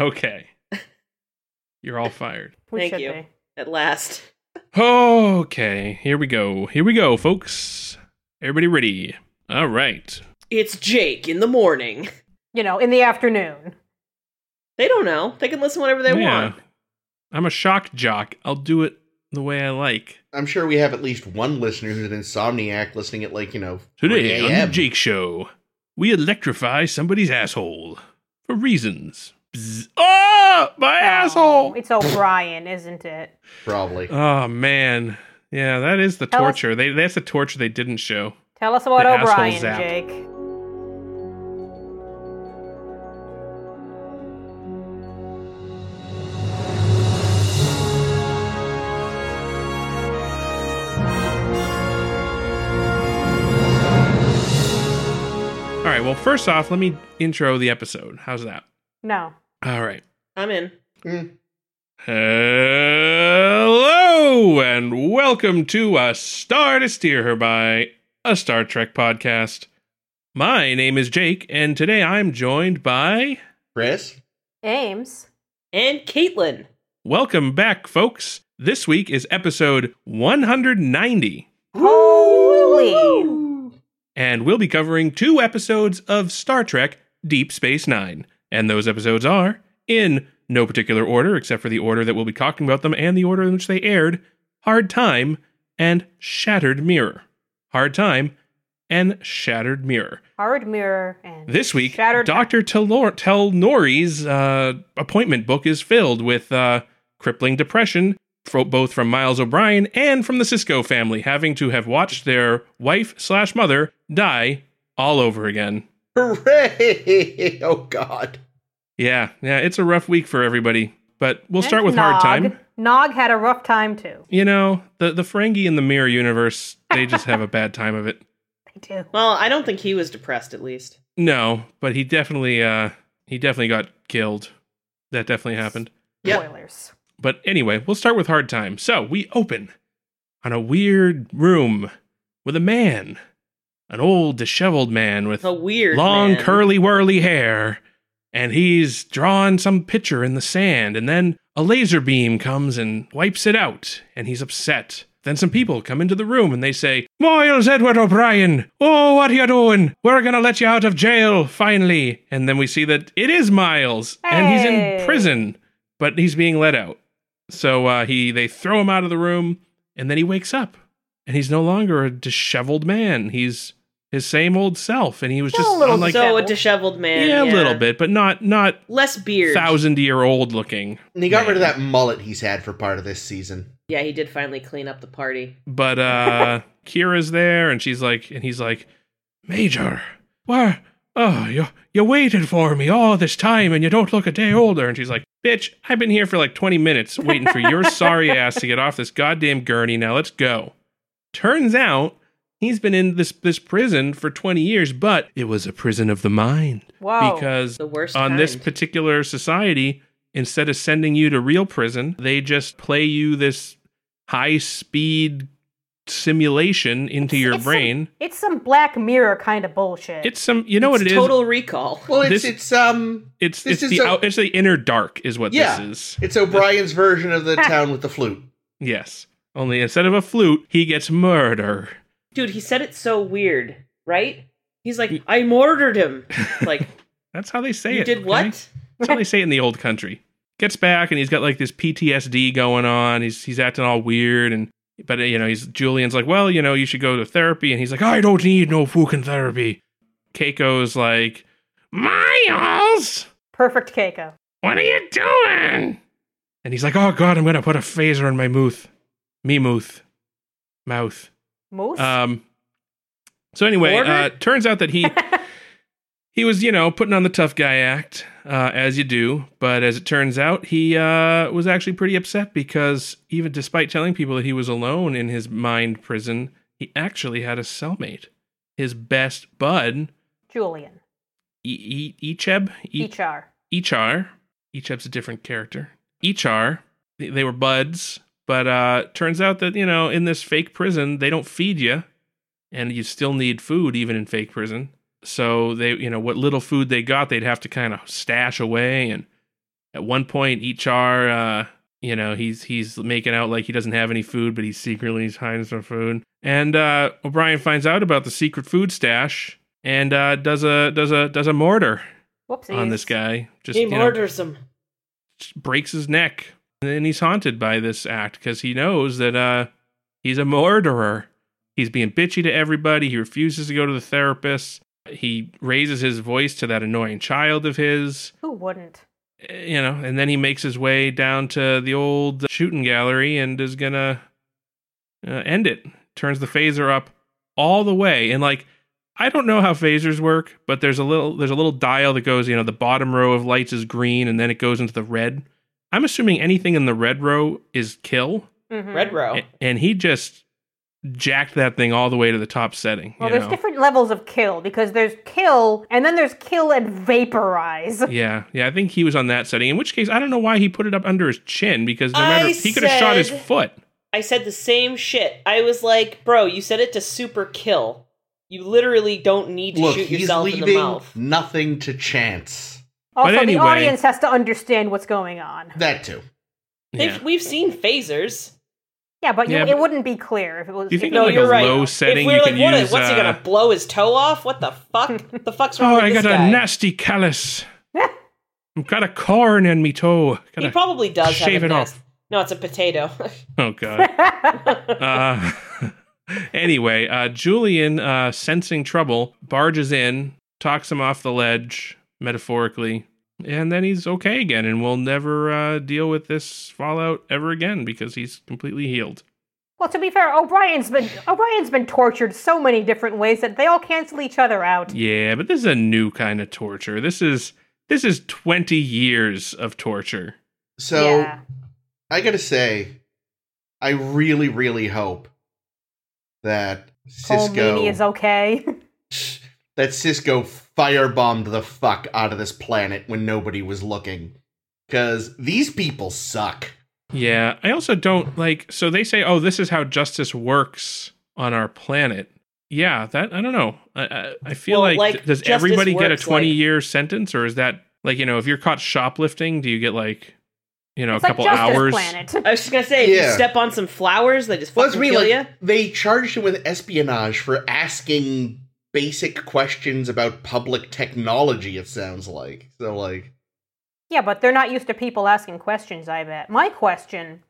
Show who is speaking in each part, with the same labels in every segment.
Speaker 1: Okay. You're all fired.
Speaker 2: We
Speaker 3: Thank
Speaker 2: should
Speaker 3: you.
Speaker 2: be.
Speaker 3: At last.
Speaker 1: Okay, here we go. Here we go, folks. Everybody ready? All right.
Speaker 3: It's Jake in the morning.
Speaker 2: You know, in the afternoon.
Speaker 3: They don't know. They can listen whenever they
Speaker 1: Yeah.
Speaker 3: want.
Speaker 1: I'm a shock jock. I'll do it the way I like.
Speaker 4: I'm sure we have at least one listener who's an insomniac listening at like, you know, 3
Speaker 1: Today on
Speaker 4: a.m.
Speaker 1: the Jake Show, we electrify somebody's asshole for reasons. Bzz. Oh, my
Speaker 2: Oh,
Speaker 1: asshole!
Speaker 2: It's O'Brien, isn't it?
Speaker 4: probably.
Speaker 1: Oh man, yeah, that is the
Speaker 2: Tell us-
Speaker 1: torture. They that's the torture they didn't show.
Speaker 2: Tell us about
Speaker 1: The asshole
Speaker 2: O'Brien,
Speaker 1: zap.
Speaker 2: Jake.
Speaker 1: All right, well, first off, let me intro the episode. How's that?
Speaker 2: No.
Speaker 1: All right.
Speaker 3: I'm in.
Speaker 4: Mm.
Speaker 1: Hello and welcome to a star to steer her by a Star Trek podcast. My name is Jake, and today I'm joined by.
Speaker 4: Chris?
Speaker 2: Ames.
Speaker 3: And Caitlin.
Speaker 1: Welcome back, folks. This week is episode 190,
Speaker 2: Holy.
Speaker 1: and we'll be covering two episodes of Star Trek Deep Space Nine. And those episodes are in no particular order, except for the order that we'll be talking about them and the order in which they aired Hard Time and Shattered Mirror. Hard Time and Shattered Mirror.
Speaker 2: Hard mirror and
Speaker 1: This week,
Speaker 2: Shattered
Speaker 1: Dr. Telor- Telnori's uh, appointment book is filled with uh, crippling depression, fro- both from Miles O'Brien and from the Cisco family, having to have watched their wife slash mother die all over again.
Speaker 4: Hooray! Oh, God.
Speaker 1: Yeah, yeah, it's a rough week for everybody. But we'll start
Speaker 2: And
Speaker 1: with
Speaker 2: Nog.
Speaker 1: hard time.
Speaker 2: Nog had a rough time too.
Speaker 1: You know, the the Ferengi in the mirror universe, they just have a bad time of it.
Speaker 2: They do.
Speaker 3: Well, I don't think he was depressed, at least.
Speaker 1: No, but he definitely uh he definitely got killed. That definitely happened.
Speaker 3: Yeah.
Speaker 2: Spoilers.
Speaker 1: But anyway, we'll start with hard time. So we open on a weird room with a man, an old disheveled man with
Speaker 3: A weird
Speaker 1: long
Speaker 3: man.
Speaker 1: curly whirly hair, and he's drawing some picture in the sand. And then a laser beam comes and wipes it out, and he's upset. Then some people come into the room and they say, Miles Edward O'Brien, oh, what are you doing? We're gonna let you out of jail, finally. And then we see that it is Miles, and he's
Speaker 2: Hey.
Speaker 1: in prison, but he's being let out. So uh, he they throw him out of the room, and then he wakes up, and he's no longer a disheveled man. He's his same old self, and he was
Speaker 2: Still
Speaker 1: just
Speaker 2: a little
Speaker 1: I'm like,
Speaker 3: so a
Speaker 2: disheveled.
Speaker 3: disheveled man.
Speaker 1: yeah, a little bit, but not not
Speaker 3: Less beard.
Speaker 1: thousand year old looking.
Speaker 4: And he got rid of
Speaker 1: Man.
Speaker 4: that mullet he's had for part of this season.
Speaker 3: Yeah, he did finally clean up the party.
Speaker 1: But uh Kira's there, and she's like, and he's like, Major, why? Oh, you you waited for me all this time, and you don't look a day older. And she's like, Bitch, I've been here for like twenty minutes waiting for your sorry ass to get off this goddamn gurney. Now let's go. Turns out he's been in this this prison for twenty years, but it was a prison of the mind
Speaker 2: Whoa.
Speaker 1: because
Speaker 3: The worst
Speaker 1: on this
Speaker 3: kind.
Speaker 1: particular society, instead of sending you to real prison, they just play you this high speed simulation into your
Speaker 2: it's some-
Speaker 1: brain.
Speaker 2: it's some Black Mirror kind of bullshit.
Speaker 1: it's some, you know
Speaker 3: it's
Speaker 1: what it is?
Speaker 3: total recall.
Speaker 4: Well, it's,
Speaker 1: This-
Speaker 4: it's, um,
Speaker 1: It's
Speaker 4: this
Speaker 1: it's
Speaker 4: is
Speaker 1: the
Speaker 4: so-
Speaker 1: out, it's the inner dark is what
Speaker 4: Yeah.
Speaker 1: this is.
Speaker 4: it's O'Brien's version of the town with the flute.
Speaker 1: Yes. Only instead of a flute, he gets murder.
Speaker 3: Dude, he said it so weird, right? He's like, I murdered him. Like,
Speaker 1: That's how they say
Speaker 3: you
Speaker 1: it.
Speaker 3: did
Speaker 1: okay?
Speaker 3: what?
Speaker 1: That's how they say it in the old country. Gets back and he's got like this PTSD going on. He's he's acting all weird and but you know he's Julian's like, well, you know, you should go to therapy, and he's like, I don't need no fucking therapy. Keiko's like, Miles,
Speaker 2: Perfect Keiko.
Speaker 1: what are you doing? And he's like, Oh God, I'm gonna put a phaser in my mooth, me mooth, mouth.
Speaker 2: Moose?
Speaker 1: Um. So anyway, uh,
Speaker 3: Ordered?
Speaker 1: turns out that he he was you know putting on the tough guy act uh, as you do, but as it turns out, he uh, was actually pretty upset because even despite telling people that he was alone in his mind prison, he actually had a cellmate, his best bud,
Speaker 2: Julian.
Speaker 1: E- e- Echeb, e-
Speaker 2: Ichar.
Speaker 1: Echar. Echeb's a different character. Echar. They they were buds, but uh turns out that, you know, in this fake prison, they don't feed you and you still need food even in fake prison. So they, you know, what little food they got, they'd have to kind of stash away and At one point, HR, uh, you know, he's he's making out like he doesn't have any food, but he's secretly hiding some food. And uh, O'Brien finds out about the secret food stash and uh, does a does a does a mortar
Speaker 2: Whoopsies.
Speaker 1: on this guy. Just
Speaker 3: he
Speaker 1: you know,
Speaker 3: murders him.
Speaker 1: just breaks his neck, and he's haunted by this act because he knows that uh, he's a murderer. He's being bitchy to everybody. He refuses to go to the therapist. He raises his voice to that annoying child of his,
Speaker 2: Who wouldn't?
Speaker 1: eh, you know, and then he makes his way down to the old shooting gallery and is gonna uh, end it. Turns the phaser up all the way, and like I don't know how phasers work, but there's a little there's a little dial that goes, you know, the bottom row of lights is green, and then it goes into the red. I'm assuming anything in the red row is kill,
Speaker 2: Mhm.
Speaker 3: Red Row.
Speaker 1: a- and he just jacked that thing all the way to the top setting.
Speaker 2: Well,
Speaker 1: you
Speaker 2: there's
Speaker 1: know?
Speaker 2: different levels of kill because there's kill and then there's kill and vaporize.
Speaker 1: Yeah, yeah, I think he was on that setting. In which case, I don't know why he put it up under his chin because no matter
Speaker 3: I
Speaker 1: he could have shot his
Speaker 3: said-
Speaker 1: foot.
Speaker 3: I said the same shit. I was like, bro, you said it to super kill. You literally don't need to
Speaker 4: Look,
Speaker 3: shoot
Speaker 4: he's
Speaker 3: yourself in the
Speaker 4: leaving
Speaker 3: mouth.
Speaker 4: nothing to chance.
Speaker 2: Also,
Speaker 1: anyway-
Speaker 2: the audience has to understand what's going on.
Speaker 4: That too.
Speaker 1: Yeah.
Speaker 3: They've We've seen phasers.
Speaker 2: Yeah, but, you,
Speaker 1: Yeah,
Speaker 2: it
Speaker 1: but-
Speaker 2: wouldn't be clear if it was.
Speaker 1: Do you think
Speaker 2: if
Speaker 1: in
Speaker 3: No,
Speaker 1: like
Speaker 3: you're
Speaker 1: a
Speaker 3: right.
Speaker 1: low
Speaker 3: If
Speaker 1: setting
Speaker 3: we're
Speaker 1: you
Speaker 3: like,
Speaker 1: can
Speaker 3: what,
Speaker 1: use?
Speaker 3: what's he
Speaker 1: uh,
Speaker 3: gonna blow his toe off? What the fuck? the fuck's wrong
Speaker 1: oh,
Speaker 3: with
Speaker 1: I
Speaker 3: this
Speaker 1: got
Speaker 3: guy?
Speaker 1: a nasty callus. I've got a corn in me toe. Got
Speaker 3: He
Speaker 1: a-
Speaker 3: probably does
Speaker 1: shave
Speaker 3: have a
Speaker 1: it
Speaker 3: nas-
Speaker 1: off.
Speaker 3: No, it's a potato.
Speaker 1: oh god. uh, anyway, uh, Julian, uh, sensing trouble, barges in, talks him off the ledge, metaphorically, and then he's okay again, and we'll never uh, deal with this fallout ever again because he's completely healed.
Speaker 2: well, to be fair, O'Brien's been O'Brien's been tortured so many different ways that they all cancel each other out.
Speaker 1: Yeah, but this is a new kind of torture. This is this is twenty years of torture.
Speaker 4: So
Speaker 2: yeah.
Speaker 4: I gotta say, I really, really hope that
Speaker 2: Cole
Speaker 4: Cisco
Speaker 2: Meany is okay.
Speaker 4: that Cisco firebombed the fuck out of this planet when nobody was looking. Cause these people suck.
Speaker 1: Yeah, I also don't like. So they say, "Oh, this is how justice works on our planet." Yeah, that I don't know. I I, I feel
Speaker 3: Well,
Speaker 1: like,
Speaker 3: like,
Speaker 1: th- does
Speaker 3: justice
Speaker 1: everybody get a
Speaker 3: works,
Speaker 1: twenty
Speaker 3: like-
Speaker 1: year sentence, or is that like you know if you're caught shoplifting, do you get like you know
Speaker 2: it's
Speaker 1: a
Speaker 2: like
Speaker 1: couple
Speaker 2: Justice
Speaker 1: hours?
Speaker 2: Planet.
Speaker 3: I was just gonna say, if you
Speaker 4: Yeah.
Speaker 3: step on some flowers, they just
Speaker 4: Well, that's
Speaker 3: fucking
Speaker 4: me.
Speaker 3: kill
Speaker 4: Like
Speaker 3: you.
Speaker 4: they charged him with espionage for asking basic questions about public technology. It sounds like so. Like
Speaker 2: Yeah, but they're not used to people asking questions, I bet. My question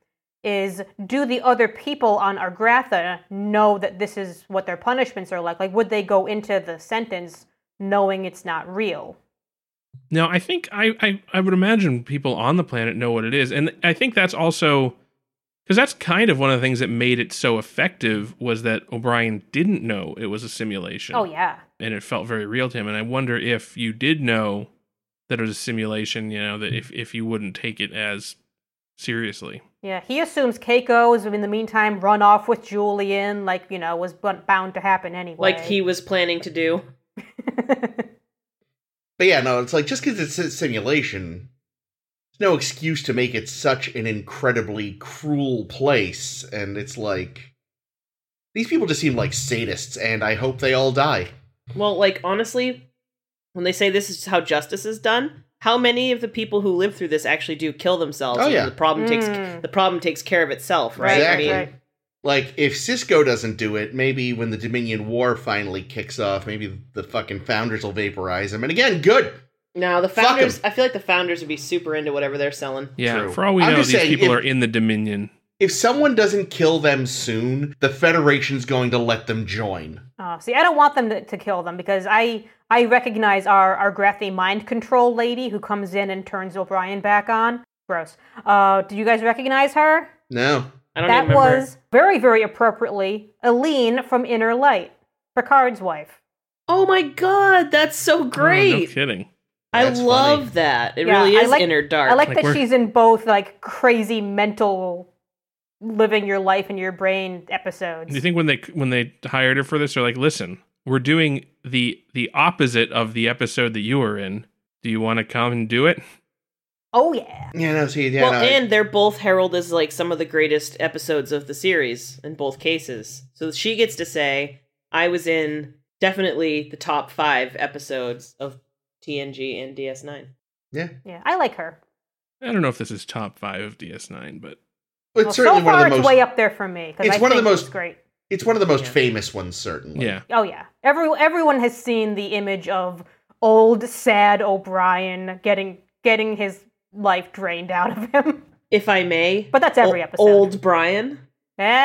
Speaker 2: is do the other people on Argratha know that this is what their punishments are like? Like, would they go into the sentence knowing it's not real?
Speaker 1: No, I think I, I I would imagine people on the planet know what it is, and I think that's also because that's kind of one of the things that made it so effective was that O'Brien didn't know it was a simulation.
Speaker 2: Oh, yeah.
Speaker 1: and it felt very real to him. And I wonder if you did know that it was a simulation, you know, that if, if you wouldn't take it as seriously.
Speaker 2: Yeah, he assumes Keiko is, in the meantime, run off with Julian, like, you know, was bu- bound to happen anyway.
Speaker 3: Like he was planning to do.
Speaker 4: But yeah, no, it's like just because it's a simulation, there's no excuse to make it such an incredibly cruel place. And it's like these people just seem like sadists, and I hope they all die.
Speaker 3: Well, like honestly, when they say this is how justice is done, how many of the people who live through this actually do kill themselves?
Speaker 4: Oh,
Speaker 3: and
Speaker 4: yeah.
Speaker 3: the problem
Speaker 2: Mm.
Speaker 3: takes the problem takes care of itself, right?
Speaker 4: Exactly.
Speaker 3: I mean,
Speaker 2: right.
Speaker 4: Like if Cisco doesn't do it, maybe when the Dominion War finally kicks off, maybe the fucking founders will vaporize him. And again, good.
Speaker 3: no, the
Speaker 4: Fuck 'em.
Speaker 3: founders. I feel like the founders would be super into whatever they're selling.
Speaker 1: Yeah.
Speaker 4: True.
Speaker 1: For all we
Speaker 4: I'm
Speaker 1: know, these
Speaker 4: just saying,
Speaker 1: people
Speaker 4: if-
Speaker 1: are in the Dominion.
Speaker 4: If someone doesn't kill them soon, the Federation's going to let them join.
Speaker 2: Oh, see, I don't want them to, to kill them because I I recognize our our Grethy mind control lady who comes in and turns O'Brien back on. Gross. Uh, do you guys recognize her?
Speaker 4: No.
Speaker 3: I don't
Speaker 2: that
Speaker 3: even remember.
Speaker 2: was very very appropriately Aline from Inner Light, Picard's wife.
Speaker 3: Oh my god, that's so
Speaker 1: Oh, no
Speaker 3: great!
Speaker 1: kidding.
Speaker 3: I
Speaker 4: That's
Speaker 3: love
Speaker 4: funny.
Speaker 3: that. It
Speaker 2: Yeah,
Speaker 3: really
Speaker 2: I
Speaker 3: is
Speaker 2: like-
Speaker 3: inner dark.
Speaker 2: I like,
Speaker 1: Like
Speaker 2: that
Speaker 1: we're-
Speaker 2: she's in both like crazy mental living your life in your brain episodes.
Speaker 1: Do you think when they when they hired her for this, they're like, listen, we're doing the the opposite of the episode that you were in. Do you want to come and do it?
Speaker 2: oh yeah.
Speaker 4: Yeah, no, see, yeah,
Speaker 3: well,
Speaker 4: no, I-
Speaker 3: and they're both heralded as like some of the greatest episodes of the series in both cases. So she gets to say, "I was in definitely the top five episodes of TNG and DS9."
Speaker 4: yeah.
Speaker 2: Yeah, I like her.
Speaker 1: I don't know if this is top five of DS9, but
Speaker 4: It's
Speaker 2: Well,
Speaker 4: certainly
Speaker 2: so
Speaker 4: one
Speaker 2: far,
Speaker 4: of the
Speaker 2: it's
Speaker 4: most.
Speaker 2: way up there for me because
Speaker 4: It's
Speaker 2: I
Speaker 4: one of the
Speaker 2: think it's
Speaker 4: most-
Speaker 2: great.
Speaker 4: It's one of the most
Speaker 3: Yeah.
Speaker 4: famous ones, certainly.
Speaker 1: yeah,
Speaker 2: Oh yeah, every everyone has seen the image of old sad O'Brien getting getting his life drained out of him.
Speaker 3: If I may.
Speaker 2: But that's every
Speaker 3: o-
Speaker 2: episode.
Speaker 3: Old Brian.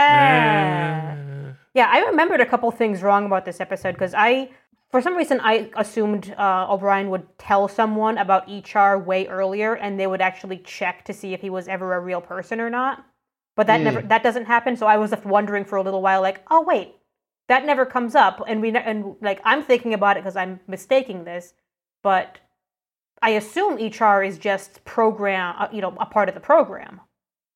Speaker 2: Yeah.
Speaker 1: Uh,
Speaker 2: Yeah, I remembered a couple things wrong about this episode because I, for some reason, I assumed uh, O'Brien would tell someone about HR way earlier, and they would actually check to see if he was ever a real person or not. But that
Speaker 4: Mm.
Speaker 2: never that doesn't happen. So I was left wondering for a little while, like, oh wait, that never comes up, and we ne- and like I'm thinking about it because I'm mistaking this, but I assume HR is just program, uh, you know, a part of the program.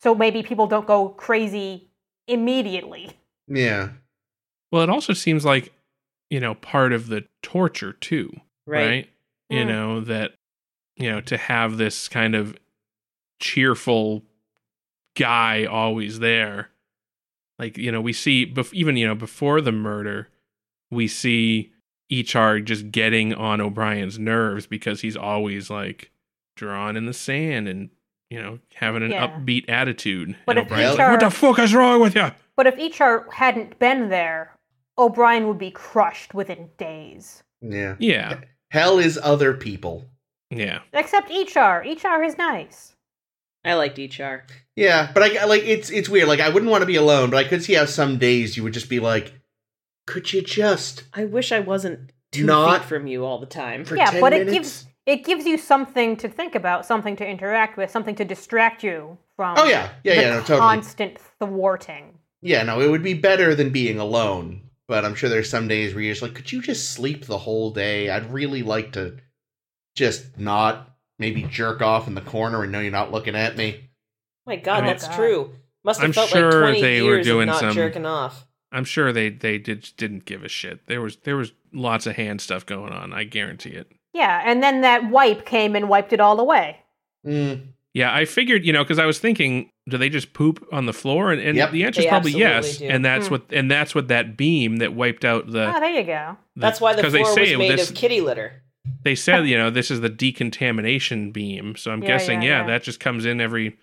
Speaker 2: So maybe people don't go crazy immediately.
Speaker 4: Yeah.
Speaker 1: well, it also seems like you know part of the torture too, right?
Speaker 3: Right.
Speaker 1: You
Speaker 2: Mm.
Speaker 1: know that you know to have this kind of cheerful guy always there. Like you know, we see bef- even you know before the murder, we see HR just getting on O'Brien's nerves because he's always like drawn in the sand and you know having an
Speaker 2: Yeah.
Speaker 1: upbeat attitude.
Speaker 2: But
Speaker 1: and
Speaker 2: if
Speaker 1: O'Brien's
Speaker 4: HR
Speaker 1: like, "What the fuck is wrong with you?"
Speaker 2: But if HR hadn't been there, O'Brien would be crushed within days.
Speaker 4: Yeah.
Speaker 1: Yeah,
Speaker 4: Hell is other people.
Speaker 1: yeah.
Speaker 2: Except HR. HR is nice.
Speaker 3: I liked HR.
Speaker 4: Yeah, but I like it's it's weird. Like I wouldn't want to be alone, but I could see how some days you would just be like, could you just
Speaker 3: I wish I wasn't two
Speaker 4: Not-
Speaker 3: feet from you all the time.
Speaker 4: for
Speaker 2: Yeah,
Speaker 4: ten
Speaker 2: but it
Speaker 4: minutes?
Speaker 2: gives- It gives you something to think about, something to interact with, something to distract you from.
Speaker 4: Oh yeah, yeah,
Speaker 2: the
Speaker 4: yeah, no, totally.
Speaker 2: constant thwarting.
Speaker 4: Yeah, no, it would be better than being alone. But I'm sure there's some days where you're just like, could you just sleep the whole day? I'd really like to just not maybe jerk off in the corner and know you're not looking at me.
Speaker 3: My God,
Speaker 1: I mean-
Speaker 3: that's true. Must have
Speaker 1: I'm
Speaker 3: felt
Speaker 1: sure
Speaker 3: like 20
Speaker 1: they
Speaker 3: years
Speaker 1: were doing
Speaker 3: of not
Speaker 1: some-
Speaker 3: jerking off.
Speaker 1: I'm sure they they did didn't give a shit. There was there was lots of hand stuff going on. I guarantee it.
Speaker 2: Yeah, and then that wipe came and wiped it all away.
Speaker 4: Mm,
Speaker 1: Yeah, I figured you know because I was thinking, do they just poop on the floor? And, and
Speaker 4: Yep.
Speaker 1: the answer is
Speaker 3: They
Speaker 1: probably
Speaker 3: absolutely
Speaker 1: yes.
Speaker 3: do.
Speaker 1: And that's
Speaker 2: Mm.
Speaker 1: what and that's what that beam that wiped out the.
Speaker 2: Ah, there you go.
Speaker 1: the-
Speaker 3: That's why the
Speaker 1: 'cause
Speaker 3: floor was
Speaker 1: it-
Speaker 3: made
Speaker 1: this-
Speaker 3: of kitty litter.
Speaker 1: They said you know this is the decontamination beam. So I'm
Speaker 2: Yeah,
Speaker 1: guessing
Speaker 2: yeah,
Speaker 1: yeah,
Speaker 2: yeah.
Speaker 1: that just comes in every,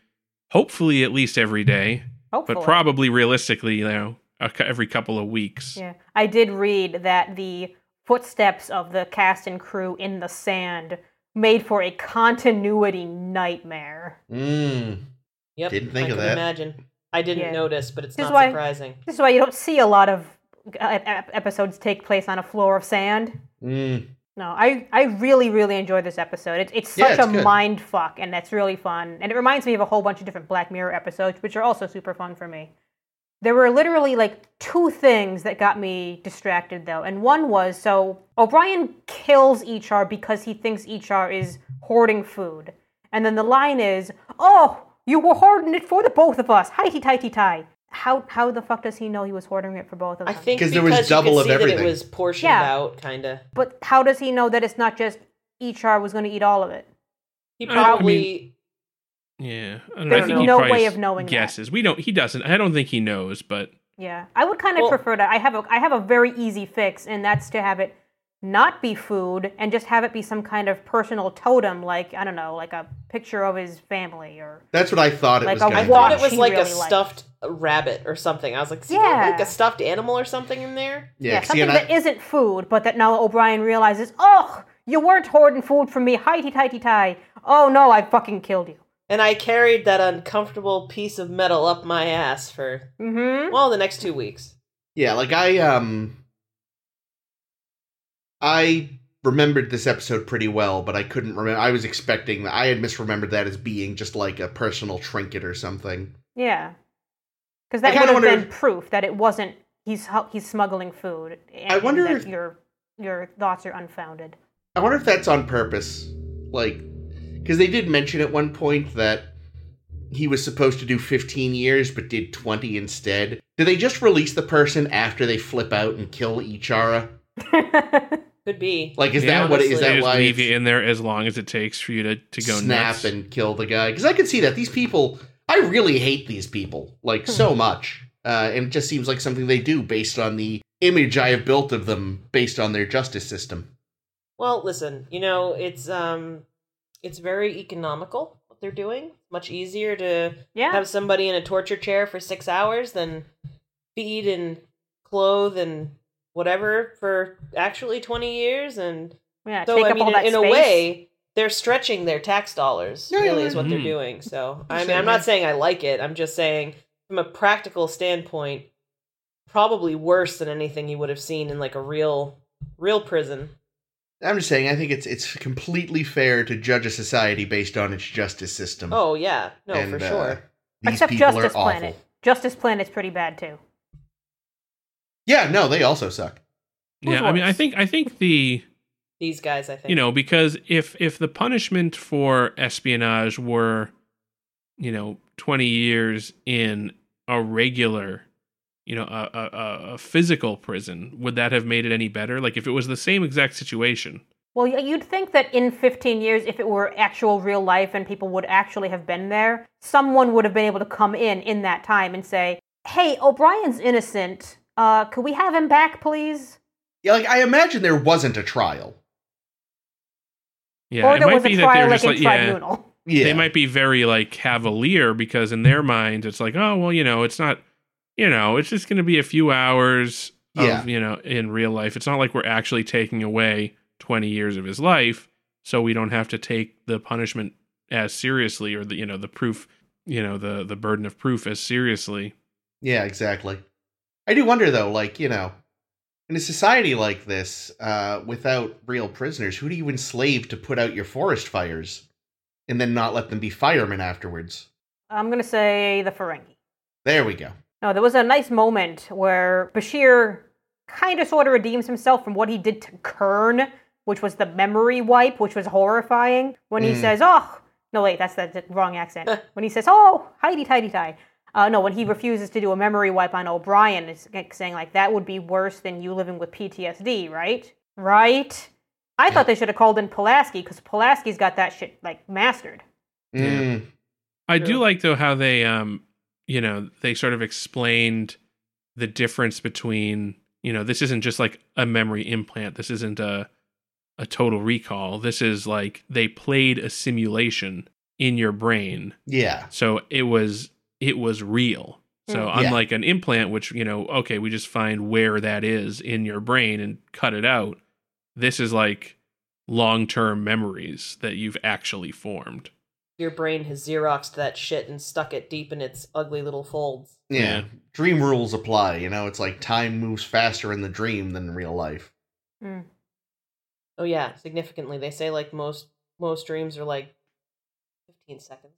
Speaker 1: hopefully at least every day,
Speaker 2: Hopefully.
Speaker 1: but probably realistically you know a cou- every couple of weeks.
Speaker 2: Yeah, I did read that the footsteps of the cast and crew in the sand made for a continuity nightmare.
Speaker 4: mm.
Speaker 3: Yep.
Speaker 4: Didn't think
Speaker 3: I
Speaker 4: of
Speaker 3: could
Speaker 4: that.
Speaker 3: imagine. I didn't
Speaker 2: Yeah.
Speaker 3: notice, but it's
Speaker 2: This is
Speaker 3: not
Speaker 2: why-
Speaker 3: surprising.
Speaker 2: This is why you don't see a lot of uh, ep- episodes take place on a floor of sand.
Speaker 4: Mm.
Speaker 2: No, I, I really, really enjoyed this episode. It's, it's
Speaker 4: Yeah,
Speaker 2: such
Speaker 4: it's
Speaker 2: a
Speaker 4: good.
Speaker 2: mind fuck, and that's really fun. And it reminds me of a whole bunch of different Black Mirror episodes, which are also super fun for me. There were literally like two things that got me distracted, though. And one was so O'Brien kills HR because he thinks HR is hoarding food. And then the line is, Oh, you were hoarding it for the both of us. Hi, tighty tie. How, how the fuck does he know he was hoarding it for both of
Speaker 3: I
Speaker 2: us?
Speaker 3: think
Speaker 4: 'Cause
Speaker 3: because
Speaker 4: there was double
Speaker 3: you could
Speaker 4: of
Speaker 3: see that
Speaker 4: everything.
Speaker 3: it was portioned
Speaker 2: Yeah.
Speaker 3: out, kind of.
Speaker 2: But how does he know that it's not just HR was going to eat all of it?
Speaker 3: He
Speaker 1: I don't- I
Speaker 3: probably
Speaker 1: Yeah, I don't know. I
Speaker 2: There's
Speaker 1: think he
Speaker 2: no
Speaker 1: probably
Speaker 2: way
Speaker 1: s-
Speaker 2: of knowing that.
Speaker 1: guesses. We don't. He doesn't. I don't think he knows, but.
Speaker 2: Yeah, I would kind of
Speaker 3: Well-
Speaker 2: prefer to. I have a I have a very easy fix, and that's to have it not be food and just have it be some kind of personal totem, like I don't know, like a picture of his family or.
Speaker 4: That's what I thought it
Speaker 2: Like
Speaker 4: was.
Speaker 2: a
Speaker 4: Gonna
Speaker 3: I
Speaker 4: be.
Speaker 3: thought
Speaker 2: thing
Speaker 3: it was
Speaker 2: she
Speaker 3: like
Speaker 2: really
Speaker 3: a
Speaker 2: liked.
Speaker 3: stuffed rabbit or something. I was like, yeah,
Speaker 2: Yeah.
Speaker 3: like a stuffed animal or something in there.
Speaker 4: Yeah, see,
Speaker 2: something
Speaker 4: and I-
Speaker 2: that isn't food, but that now O'Brien realizes, oh, you weren't hoarding food from me, highty tighty tie. Oh no, I fucking killed you.
Speaker 3: And I carried that uncomfortable piece of metal up my ass for
Speaker 2: Mm-hmm.
Speaker 3: well the next two weeks.
Speaker 4: Yeah, like I um I remembered this episode pretty well, but I couldn't remember I was expecting I had misremembered that as being just like a personal trinket or something.
Speaker 2: Yeah, because
Speaker 4: I
Speaker 2: that would
Speaker 4: kinda
Speaker 2: have
Speaker 4: wonder
Speaker 2: been proof that it wasn't. He's hu- he's smuggling food. And, and
Speaker 4: wonder
Speaker 2: that
Speaker 4: if-
Speaker 2: your your thoughts are unfounded.
Speaker 4: I wonder if that's on purpose. Like cuz they did mention at one point that he was supposed to do 15 years but did 20 instead. Did they just release the person after they flip out and kill Ichara?
Speaker 3: Could be.
Speaker 4: Like is
Speaker 1: Yeah,
Speaker 4: that what is
Speaker 3: honestly.
Speaker 1: They
Speaker 4: that
Speaker 1: just
Speaker 4: why
Speaker 1: leave
Speaker 4: it's-
Speaker 1: you in there as long as it takes for you to, to go
Speaker 4: snap
Speaker 1: nuts.
Speaker 4: and kill the guy because I could see that these people. I really hate these people like so much, uh, and it just seems like something they do based on the image I have built of them based on their justice system.
Speaker 3: Well, listen, you know, it's um it's very economical they're doing. Much easier to
Speaker 2: Yeah.
Speaker 3: have somebody in a torture chair for six hours than feed and clothe and whatever for actually 20 years. And
Speaker 2: yeah.
Speaker 3: so,
Speaker 2: take
Speaker 3: I
Speaker 2: up all
Speaker 3: mean,
Speaker 2: that
Speaker 3: in, in a
Speaker 2: space.
Speaker 3: way, they're stretching their tax dollars,
Speaker 4: Yeah, yeah,
Speaker 3: really,
Speaker 4: yeah. Mm-hmm.
Speaker 3: is what they're
Speaker 1: Mhm.
Speaker 3: doing. So, I
Speaker 4: Sure,
Speaker 3: mean, I'm not
Speaker 4: yeah.
Speaker 3: saying I like it. I'm just saying, from a practical standpoint, probably worse than anything you would have seen in like a real, real prison.
Speaker 4: I'm just saying, I think it's it's completely fair to judge a society based on its justice system.
Speaker 3: Oh, yeah. No,
Speaker 4: And,
Speaker 3: for
Speaker 4: uh,
Speaker 3: sure.
Speaker 4: these
Speaker 2: Except
Speaker 4: people
Speaker 2: Justice
Speaker 4: are
Speaker 2: Planet.
Speaker 4: awful.
Speaker 2: Justice Planet's pretty bad too.
Speaker 4: Yeah, no, they also suck.
Speaker 2: Who's
Speaker 1: yeah, I mean, I
Speaker 2: worse?
Speaker 1: think I think the
Speaker 3: These guys, I think.
Speaker 1: you know because if if the punishment for espionage were, you know, twenty years in a regular, you know, a a, a- a physical prison, would that have made it any better? Like if it was the same exact situation,
Speaker 2: Well, y- you'd think that in 15 years, if it were actual real life and people would actually have been there, someone would have been able to come in in that time and say, "Hey, O'Brien's innocent. Uh, could we have him back, please?"
Speaker 4: Yeah, like I imagine there wasn't a trial.
Speaker 1: yeah,
Speaker 2: or
Speaker 1: it
Speaker 2: there
Speaker 1: might
Speaker 2: was
Speaker 1: be that
Speaker 2: a
Speaker 1: they
Speaker 2: trial
Speaker 1: were
Speaker 2: like
Speaker 1: just
Speaker 2: in
Speaker 1: like yeah,
Speaker 2: tribunal.
Speaker 4: Yeah,
Speaker 1: they might be very like cavalier because in their mind it's like oh well you know it's not you know it's just going to be a few hours of
Speaker 4: Yeah.
Speaker 1: you know in real life it's not like we're actually taking away 20 years of his life so we don't have to take the punishment as seriously or the you know the proof you know the the burden of proof as seriously
Speaker 4: yeah, exactly. I do wonder though, like you know, in a society like this, uh, without real prisoners, who do you enslave to put out your forest fires, and then not let them be firemen afterwards?
Speaker 2: I'm gonna say the Ferengi.
Speaker 4: There we go.
Speaker 2: No, there was a nice moment where Bashir kind of sort of redeems himself from what he did to Kern, which was the memory wipe, which was horrifying. When he
Speaker 4: Mm.
Speaker 2: says, oh, no, wait, that's the the wrong accent. when he says, oh, Heidi, tidy, tie. Uh, no, when he refuses to do a memory wipe on O'Brien, it's like saying, like, that would be worse than you living with PTSD, right? Right? I thought they should have called in Pulaski because Pulaski's got that shit, like, mastered.
Speaker 4: Mm.
Speaker 1: I
Speaker 3: Sure.
Speaker 1: do like though how they um you know they sort of explained the difference between you know this isn't just like a memory implant this isn't a a total recall this is like they played a simulation in your brain
Speaker 4: Yeah.
Speaker 1: so it was it was real so
Speaker 2: Mm.
Speaker 4: Yeah.
Speaker 1: unlike an implant which you know okay we just find where that is in your brain and cut it out this is like long-term memories that you've actually formed
Speaker 3: your brain has xeroxed that shit and stuck it deep in its ugly little folds.
Speaker 4: Yeah.
Speaker 1: Yeah.
Speaker 4: Dream rules apply, you know, it's like time moves faster in the dream than in real life.
Speaker 3: Oh yeah, significantly. They say like most most dreams are like 15 seconds.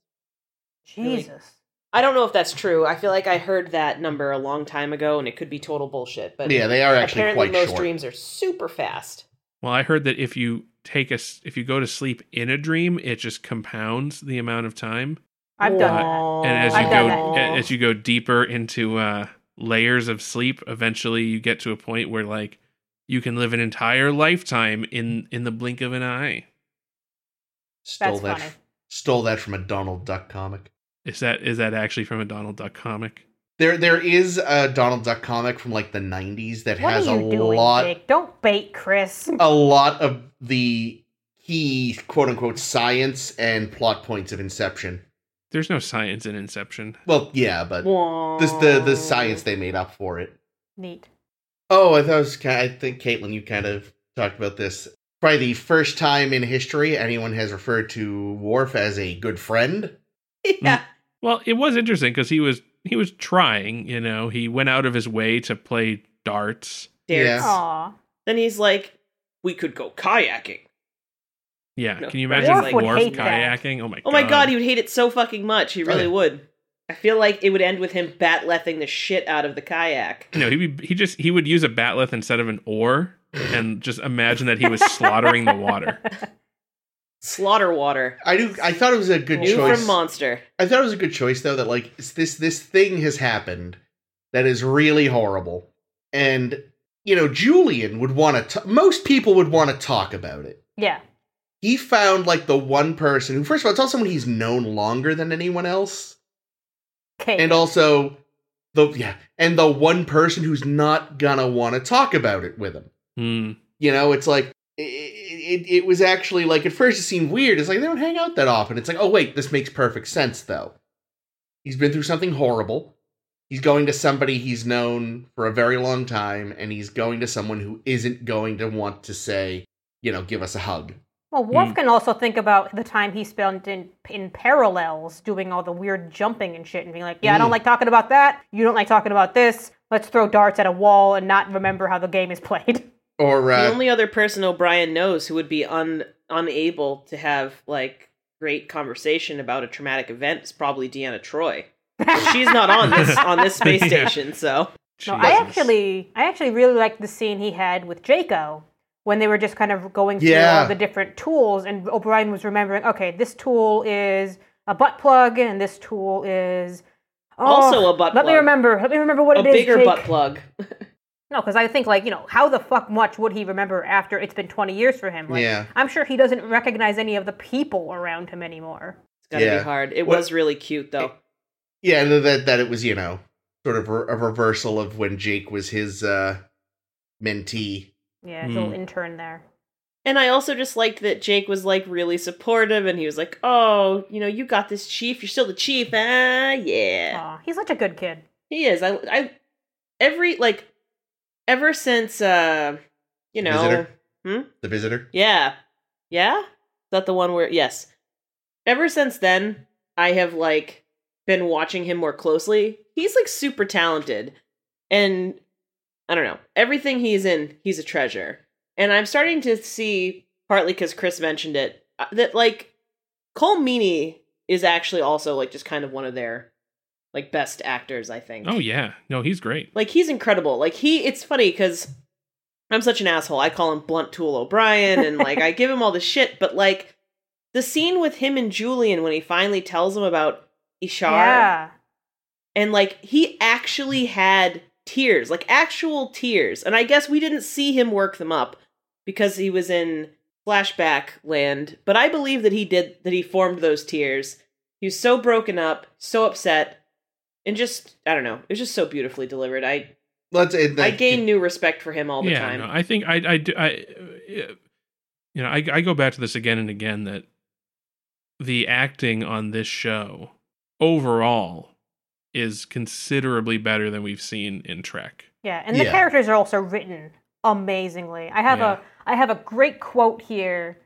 Speaker 3: Really?
Speaker 2: Jesus.
Speaker 3: I don't know if that's true. I feel like I heard that number a long time ago and it could be total bullshit, but
Speaker 4: yeah, they are actually
Speaker 3: apparently
Speaker 4: quite
Speaker 3: most
Speaker 4: short.
Speaker 3: dreams are super fast.
Speaker 1: Well, I heard that if you take a s- if you go to sleep in a dream, it just compounds the amount of time,
Speaker 2: I've done that.
Speaker 1: and as you
Speaker 2: I've done
Speaker 1: go a- as you go deeper into uh, layers of sleep, eventually you get to a point where like you can live an entire lifetime in in the blink of an eye.
Speaker 2: That's
Speaker 4: Stole that
Speaker 2: funny.
Speaker 4: stole that from a Donald Duck comic.
Speaker 1: Is that is that actually from a Donald Duck comic?
Speaker 4: There there is a Donald Duck comic from like the 90s that
Speaker 2: What
Speaker 4: has
Speaker 2: are
Speaker 4: a
Speaker 2: you doing,
Speaker 4: lot
Speaker 2: Jake? Don't bait Chris.
Speaker 4: a lot of the key quote unquote science and plot points of Inception.
Speaker 1: There's no science in Inception.
Speaker 4: Well, yeah, but this the the science they made up for it.
Speaker 2: Neat.
Speaker 4: Oh, I thought it was kind I think Caitlin, you kind of talked about this. Probably the first time in history anyone has referred to Worf as a good friend. Mm,
Speaker 3: yeah.
Speaker 1: Well, it was interesting because he was he was trying. You know, he went out of his way to play darts.
Speaker 3: Dares.
Speaker 4: Yeah.
Speaker 2: Aw.
Speaker 3: Then he's like, "We could go kayaking."
Speaker 1: Yeah,
Speaker 3: No,
Speaker 1: can you
Speaker 3: that
Speaker 1: imagine
Speaker 3: is like-
Speaker 1: Worf,
Speaker 3: Worf would hate
Speaker 2: that.
Speaker 1: kayaking? Oh my
Speaker 3: Oh my god, he would hate it so fucking much. He really
Speaker 4: Oh, yeah.
Speaker 3: would. I feel like it would end with him batlething the shit out of the kayak.
Speaker 1: No, he he just he would use a batleth instead of an oar, and just imagine that he was slaughtering the water.
Speaker 3: Slaughter water.
Speaker 4: I do I thought it was a good
Speaker 3: New
Speaker 4: choice.
Speaker 3: from Monster.
Speaker 4: I thought it was a good choice though that like s- this this thing has happened that is really horrible. And you know, Julian would want to most people would want to talk about it.
Speaker 2: Yeah.
Speaker 4: He found like the one person who first of all it's also someone he's known longer than anyone else.
Speaker 2: Okay.
Speaker 4: and also the yeah and the one person who's not gonna want to talk about it with him
Speaker 1: Hmm.
Speaker 4: you know it's like i- i- it, it was actually like at first it seemed weird. It's like they don't hang out that often. It's like, oh wait, this makes perfect sense though. He's been through something horrible. He's going to somebody he's known for a very long time, and he's going to someone who isn't going to want to say, you know, give us a hug.
Speaker 2: Well,
Speaker 4: Hmm.
Speaker 2: Worf can also think about the time he spent in, in parallels doing all the weird jumping and shit and being like, yeah, I don't
Speaker 4: Mm.
Speaker 2: like talking about that. You don't like talking about this. Let's throw darts at a wall and not remember how the game is played.
Speaker 4: Or
Speaker 3: the
Speaker 4: uh,
Speaker 3: only other person O'Brien knows who would be un- unable to have like great conversation about a traumatic event is probably Deanna Troy. She's not on this on this space
Speaker 1: Yeah.
Speaker 3: station, so
Speaker 2: No, I
Speaker 1: Jesus.
Speaker 2: actually, I actually really liked the scene he had with Jaco when they were just kind of going through
Speaker 4: Yeah.
Speaker 2: all the different tools, and O'Brien was remembering, okay, this tool is a butt plug, and this tool is oh,
Speaker 3: Also a butt
Speaker 2: Let me
Speaker 3: plug.
Speaker 2: remember. Let me remember what
Speaker 3: a
Speaker 2: it is.
Speaker 3: bigger
Speaker 2: Jake.
Speaker 3: butt plug.
Speaker 2: No, because I think like you know, how the fuck much would he remember after it's been twenty years for him? Like,
Speaker 4: Yeah.
Speaker 2: I'm sure he doesn't recognize any of the people around him anymore.
Speaker 3: It's gotta
Speaker 4: Yeah.
Speaker 3: be hard. It
Speaker 4: What-
Speaker 3: was really cute though.
Speaker 4: yeah, and that that it was you know sort of a reversal of when Jake was his uh, mentee.
Speaker 2: Yeah, his
Speaker 1: Hmm.
Speaker 2: little intern there.
Speaker 3: And I also just liked that Jake was like really supportive and he was like, Oh, you know, you got this chief, you're still the chief. Ah yeah.
Speaker 2: Aw, he's such a good kid.
Speaker 3: He is. I I every like ever since uh you know
Speaker 4: Visitor? The visitor.
Speaker 3: Yeah. Yeah? Is that the one where yes. Ever since then, I have like been watching him more closely. He's like super talented. And I don't know. Everything he's in, he's a treasure. And I'm starting to see partly cuz Chris mentioned it uh, that like Cole Meany is actually also like just kind of one of their like best actors, I think
Speaker 1: Oh yeah, no, he's great.
Speaker 3: like he's incredible like he it's funny because i'm such an asshole i call him blunt tool o'brien and like i give him all the shit but like the scene with him and julian when he finally tells him about ishar
Speaker 2: Yeah.
Speaker 3: and like he actually had tears like actual tears and i guess we didn't see him work them up because he was in flashback land but i believe that he did that he formed those tears he was so broken up so upset and just i don't know it was just so beautifully delivered i
Speaker 4: Let's. and
Speaker 3: I
Speaker 4: that-
Speaker 3: gain new respect for him all the
Speaker 1: yeah,
Speaker 3: time.
Speaker 1: no, I think I I do I, uh, you know, I I go back to this again and again that the acting on this show overall is considerably better than we've seen in Trek.
Speaker 2: Yeah, and the
Speaker 4: Yeah.
Speaker 2: characters are also written amazingly. I have
Speaker 1: Yeah.
Speaker 2: a I have a great quote here.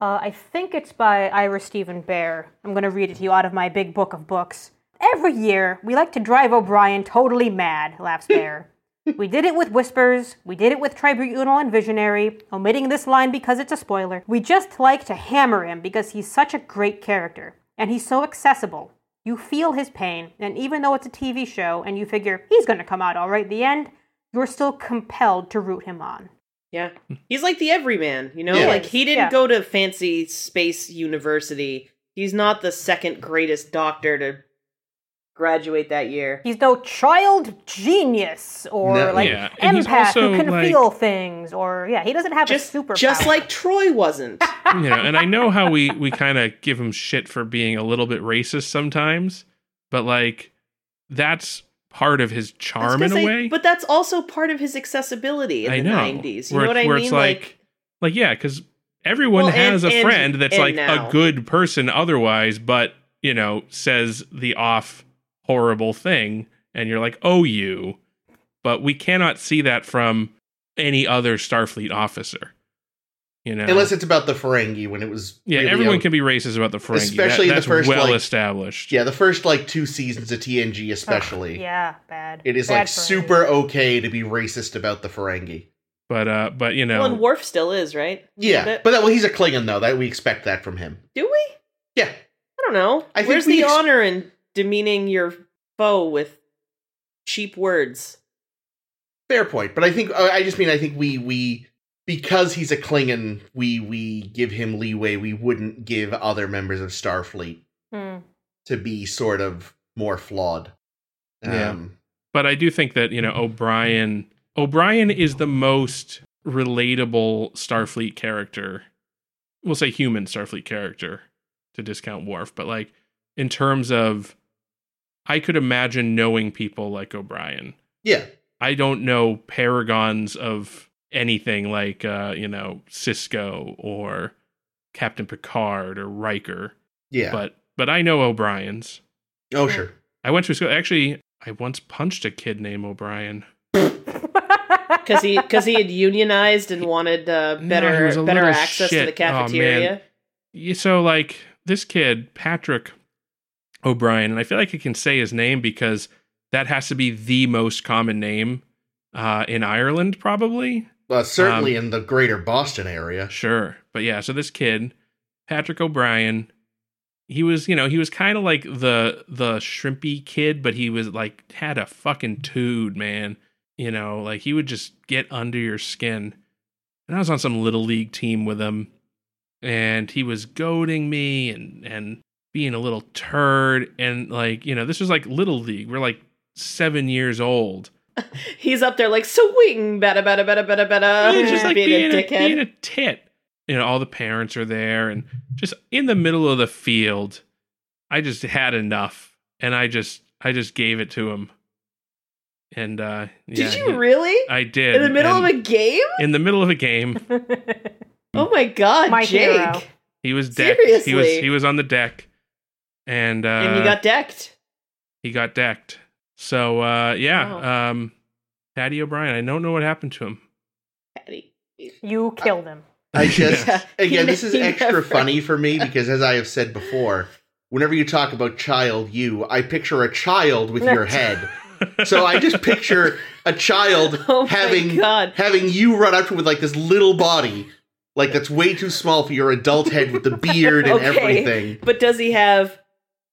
Speaker 2: Uh, I think it's by Ira Stephen Bear. I'm going to read it to you out of my big book of books. Every year, we like to drive O'Brien totally mad, laughs Bear. we did it with Whispers. We did it with Tribunal and Visionary, omitting this line because it's a spoiler. We just like to hammer him because he's such a great character, and he's so accessible. You feel his pain, and even though it's a TV show and you figure he's going to come out all right at the end, you're still compelled to root him on.
Speaker 3: yeah. He's like the everyman, you know?
Speaker 4: Yeah.
Speaker 3: Like he didn't
Speaker 2: Yeah.
Speaker 3: go to fancy space university. He's not the second greatest doctor to graduate that year.
Speaker 2: He's no child genius or
Speaker 4: No.
Speaker 2: like
Speaker 1: Yeah, and he's
Speaker 2: empath
Speaker 1: also,
Speaker 2: who can
Speaker 1: like-
Speaker 2: feel things or yeah, he doesn't have
Speaker 3: Just
Speaker 2: a superpower.
Speaker 3: just like Troy wasn't.
Speaker 1: you know, and I know how we we kind of give him shit for being a little bit racist sometimes, but like that's part of his
Speaker 3: I was
Speaker 1: charm
Speaker 3: gonna
Speaker 1: in a
Speaker 3: say,
Speaker 1: way.
Speaker 3: But that's also part of his accessibility in
Speaker 1: I
Speaker 3: the
Speaker 1: know
Speaker 3: 90s. You
Speaker 1: where
Speaker 3: know what
Speaker 1: it's-
Speaker 3: I
Speaker 1: where
Speaker 3: mean?
Speaker 1: It's like, like, yeah, because everyone
Speaker 3: Well, and-
Speaker 1: has a
Speaker 3: and-
Speaker 1: friend that's
Speaker 3: and
Speaker 1: like
Speaker 3: now.
Speaker 1: a good person otherwise, but you know says the off horrible thing, and you're like, oh, you. But we cannot see that from any other Starfleet officer. You know,
Speaker 4: Unless it's about the Ferengi when it was.
Speaker 1: Yeah,
Speaker 4: really
Speaker 1: everyone
Speaker 4: a-
Speaker 1: can be racist about the Ferengi. That-
Speaker 4: Especially the
Speaker 1: that's
Speaker 4: first,
Speaker 1: well
Speaker 4: like-
Speaker 1: established.
Speaker 4: Yeah, the first like two seasons of TNG,
Speaker 2: Ugh,
Speaker 4: especially,
Speaker 2: yeah, bad.
Speaker 4: it is
Speaker 2: Bad
Speaker 4: like
Speaker 2: for him.
Speaker 4: super okay to be racist about the Ferengi.
Speaker 1: But uh, but you know,
Speaker 3: well, and Worf still is, right?
Speaker 4: Yeah,
Speaker 3: That-
Speaker 4: but that, well, he's a Klingon though. That we expect that from him.
Speaker 3: Do we?
Speaker 4: Yeah,
Speaker 3: I don't know.
Speaker 4: I think
Speaker 3: Where's
Speaker 4: we
Speaker 3: the
Speaker 4: ex-
Speaker 3: honor in demeaning your foe with cheap words?
Speaker 4: fair point. But I think I I just mean I think we we because he's a Klingon, we we give him leeway. We wouldn't give other members of Starfleet
Speaker 2: Hmm.
Speaker 4: to be sort of more flawed. Um,
Speaker 1: but I do think that you know O'Brien. O'Brien is the most relatable Starfleet character. We'll say human Starfleet character to discount Worf, but like in terms of, I could imagine knowing people like O'Brien.
Speaker 4: yeah.
Speaker 1: I don't know paragons of anything like uh, you know Cisco or Captain Picard or Riker.
Speaker 4: Yeah.
Speaker 1: But but I know O'Brien's.
Speaker 4: oh, sure.
Speaker 1: I went to a school. Actually, I once punched a kid named O'Brien.
Speaker 3: because he because he had unionized and wanted uh,
Speaker 1: No, he
Speaker 3: better
Speaker 1: was a
Speaker 3: better
Speaker 1: little
Speaker 3: access to
Speaker 1: shit.
Speaker 3: the
Speaker 1: Oh, man.
Speaker 3: cafeteria.
Speaker 1: Yeah, so like this kid Patrick O'Brien, and I feel like I can say his name because that has to be the most common name uh, in Ireland, probably.
Speaker 4: Uh, certainly in the greater Boston area.
Speaker 1: Sure. But yeah, so this kid, Patrick O'Brien, he was, you know, he was kind of like the the shrimpy kid, but he was like had a fucking tood, man. You know, like he would just get under your skin. And I was on some little league team with him, and he was goading me and and being a little turd and like, you know, this was like little league. We're like 7 years old.
Speaker 3: He's up there like swing, bada bada bada bada bada,
Speaker 1: It's just like
Speaker 3: being, a dickhead.
Speaker 1: being a tit. You know, all the parents are there, and just in the middle of the field, I just had enough, and I just I just gave it to him. And uh, yeah,
Speaker 3: Did you
Speaker 1: he-
Speaker 3: really?
Speaker 1: I did
Speaker 3: In the middle of a game?
Speaker 1: a in the middle of a game.
Speaker 3: Oh my god,
Speaker 2: My
Speaker 3: Jake!
Speaker 2: hero.
Speaker 1: He was decked. He was
Speaker 3: Seriously?
Speaker 1: he was on the deck, and uh,
Speaker 3: and you got decked.
Speaker 1: he got decked. So uh, yeah,
Speaker 3: Wow.
Speaker 1: um, Patty O'Brien. I don't know what happened to him.
Speaker 3: Patty.
Speaker 2: you killed him.
Speaker 4: I just
Speaker 3: Yeah.
Speaker 4: again,
Speaker 3: He
Speaker 4: this is
Speaker 3: never-
Speaker 4: extra funny for me because, as I have said before, whenever you talk about child you, I picture a child with your head. So I just picture a child
Speaker 3: Oh my
Speaker 4: having
Speaker 3: god.
Speaker 4: having you run up to him with like this little body, like that's way too small for your adult head with the beard and
Speaker 3: Okay.
Speaker 4: everything.
Speaker 3: But does he have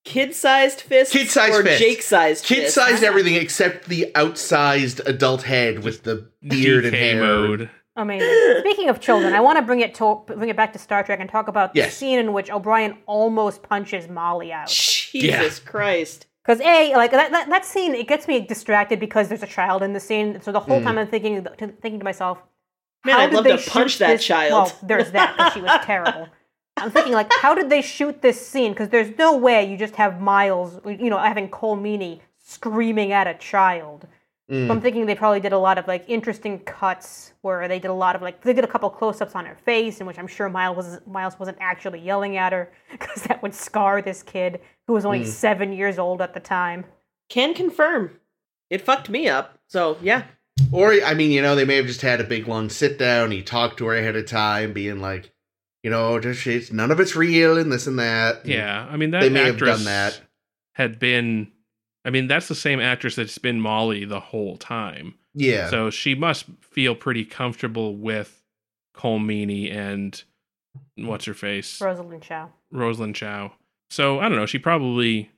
Speaker 3: kid-sized fists
Speaker 4: Kid-sized
Speaker 3: or
Speaker 4: fist.
Speaker 3: Jake-sized
Speaker 4: Kid
Speaker 3: fists?
Speaker 4: sized everything except the outsized adult head with the beard and
Speaker 1: DK
Speaker 4: hair.
Speaker 1: mode.
Speaker 2: Amazing. Speaking of children, I want to bring it to bring it back to Star Trek and talk about the
Speaker 4: Yes.
Speaker 2: scene in which O'Brien almost punches Molly out.
Speaker 3: Jesus Christ.
Speaker 2: Because a like that, that that scene, it gets me distracted because there's a child in the scene. So the whole
Speaker 4: Mm.
Speaker 2: time I'm thinking to, thinking to myself,
Speaker 3: Man,
Speaker 2: how
Speaker 3: I'd
Speaker 2: did
Speaker 3: love
Speaker 2: they
Speaker 3: to punch
Speaker 2: shoot
Speaker 3: that
Speaker 2: this-
Speaker 3: child.
Speaker 2: Well, there's that because she was terrible. I'm thinking like, how did they shoot this scene? Because there's no way you just have Miles, you know, having Cole Meany screaming at a child. So I'm thinking they probably did a lot of like interesting cuts where they did a lot of like they did a couple close-ups on her face in which I'm sure Miles was Miles wasn't actually yelling at her because that would scar this kid who was only
Speaker 4: Mm.
Speaker 2: seven years old at the time.
Speaker 3: Can confirm. It fucked me up. So yeah.
Speaker 4: Or I mean, you know, they may have just had a big long sit down. He talked to her ahead of time, being like, you know, just it's none of it's real and this and that.
Speaker 1: Yeah, I mean that
Speaker 4: They may have
Speaker 1: actress
Speaker 4: done that.
Speaker 1: had been. I mean, that's the same actress that's been Molly the whole time.
Speaker 4: yeah.
Speaker 1: So she must feel pretty comfortable with Cole Meany and what's her face,
Speaker 2: Rosalind Chow.
Speaker 1: Rosalind Chow. So I don't know. She probably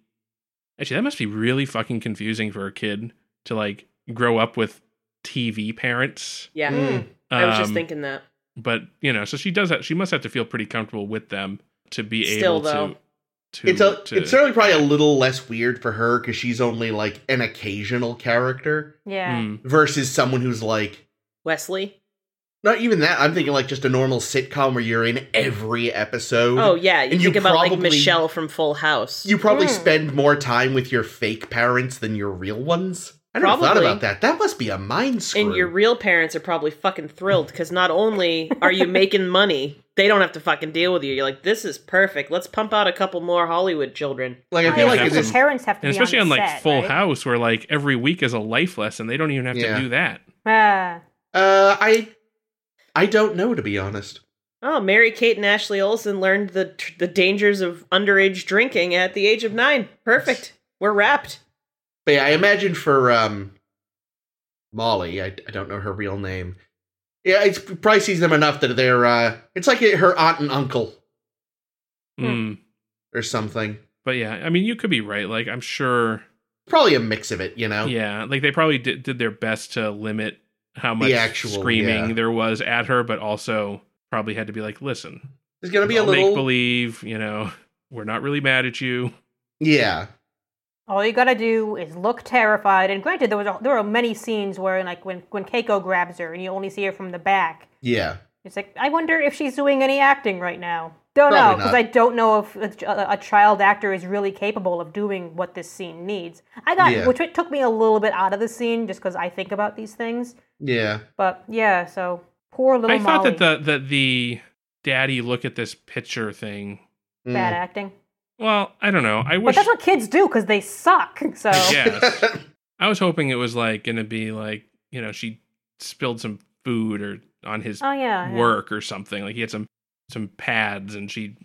Speaker 1: actually that must be really fucking confusing for a kid to like grow up with TV parents.
Speaker 3: Yeah.
Speaker 4: Mm.
Speaker 3: I was just
Speaker 1: Um,
Speaker 3: thinking that.
Speaker 1: but you know, so she does. Have, she must have to feel pretty comfortable with them to be
Speaker 3: Still,
Speaker 1: able
Speaker 3: though.
Speaker 1: to. to
Speaker 4: It's a,
Speaker 1: to-
Speaker 4: it's certainly probably a little less weird for her because she's only like an occasional character
Speaker 2: Yeah.
Speaker 1: Mm.
Speaker 4: versus someone who's like
Speaker 3: Wesley.
Speaker 4: not even that. I'm thinking like just a normal sitcom where you're in every episode.
Speaker 3: Oh yeah, you
Speaker 4: And you
Speaker 3: think about like
Speaker 4: probably-
Speaker 3: Michelle from Full House.
Speaker 4: You probably
Speaker 2: Mm.
Speaker 4: spend more time with your fake parents than your real ones. I never thought
Speaker 3: Probably.
Speaker 4: about that. That must be a mind screw.
Speaker 3: and your real parents are probably fucking thrilled because not only are you making money, they don't have to fucking deal with you. You're like, this is perfect. Let's pump out a couple more Hollywood children.
Speaker 4: like I
Speaker 1: Yeah,
Speaker 4: feel like
Speaker 1: have
Speaker 4: in
Speaker 1: some
Speaker 2: the
Speaker 4: this
Speaker 2: parents have to
Speaker 1: and
Speaker 2: be
Speaker 1: especially on,
Speaker 2: on, the
Speaker 1: like
Speaker 2: set,
Speaker 1: Full
Speaker 2: right?
Speaker 1: House, where like every week is a life lesson. They don't even have
Speaker 4: Yeah.
Speaker 1: to do that.
Speaker 2: Ah.
Speaker 4: Uh, I I don't know to be honest.
Speaker 3: Oh, Mary Kate and Ashley Olsen learned the the dangers of underage drinking at the age of nine. Perfect. We're wrapped.
Speaker 4: But yeah, I imagine for um Molly, I, I don't know her real name. Yeah, it's probably sees them enough that they're uh it's like her aunt and uncle
Speaker 2: Hmm.
Speaker 1: Mm.
Speaker 4: or something.
Speaker 1: But yeah, I mean, you could be right. Like I'm sure.
Speaker 4: Probably a mix of it, you know.
Speaker 1: Yeah, like they probably did, did their best to limit how much
Speaker 4: actual,
Speaker 1: screaming
Speaker 4: yeah.
Speaker 1: there was at her, but also probably had to be like, listen,
Speaker 4: There's gonna be a
Speaker 1: make
Speaker 4: little
Speaker 1: believe. You know, we're not really mad at you.
Speaker 4: Yeah.
Speaker 2: All you gotta do is look terrified. And granted, there was a, there were many scenes where like when when Keiko grabs her and you only see her from the back.
Speaker 4: Yeah.
Speaker 2: It's like I wonder if she's doing any acting right now. Don't know
Speaker 4: Probably
Speaker 2: because
Speaker 4: not.
Speaker 2: I don't know if a, ch- a- a child actor is really capable of doing what this scene needs. I got
Speaker 4: Yeah.
Speaker 2: which it took me a little bit out of the scene just because I think about these things.
Speaker 4: Yeah.
Speaker 2: But yeah, so Poor little
Speaker 1: I thought
Speaker 2: Molly.
Speaker 1: that the, that the daddy look at this picture thing.
Speaker 4: Mm.
Speaker 2: bad acting.
Speaker 1: Well, I don't know. I
Speaker 2: But
Speaker 1: wish.
Speaker 2: that's what kids do because they suck. So
Speaker 1: I guess. I was hoping it was like going to be like you know she spilled some food or on his
Speaker 2: oh yeah, yeah.
Speaker 1: work or something. Like he had some some pads and she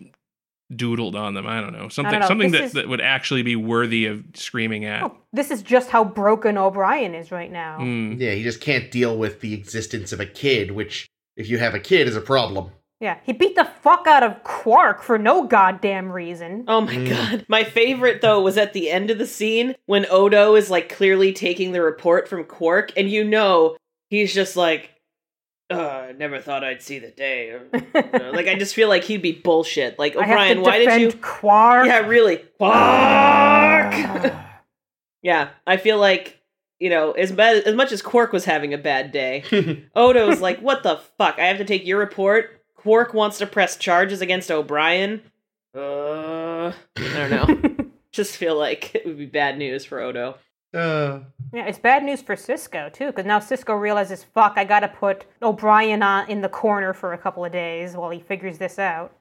Speaker 1: doodled on them. I don't know something
Speaker 2: know.
Speaker 1: something
Speaker 2: This
Speaker 1: that,
Speaker 2: is-
Speaker 1: that would actually be worthy of screaming at.
Speaker 2: Oh, this is just how broken O'Brien is right now.
Speaker 3: Mm-hmm.
Speaker 1: Mm.
Speaker 4: yeah, he just can't deal with the existence of a kid, which, if you have a kid, is a problem.
Speaker 2: Yeah, he beat the fuck out of Quark for no goddamn reason.
Speaker 3: Oh my
Speaker 4: Mm.
Speaker 3: god. My favorite though was at the end of the scene when Odo is like clearly taking the report from Quark and you know he's just like uh never thought I'd see the day or you know, like I just feel like he'd be bullshit. Like
Speaker 2: I have
Speaker 3: O'Brien,
Speaker 2: to
Speaker 3: why did
Speaker 2: defend
Speaker 3: you
Speaker 2: Quark.
Speaker 3: Yeah, really. Quark. yeah, I feel like you know, as bad, as much as Quark was having a bad day, Odo's like, "What the fuck? I have to take your report." Quark wants to press charges against O'Brien. Uh, I don't know. Just feel like it would be bad news for Odo.
Speaker 4: uh,
Speaker 2: Yeah, it's bad news for Cisco too, because now Cisco realizes, fuck, I gotta put O'Brien on in the corner for a couple of days while he figures this out.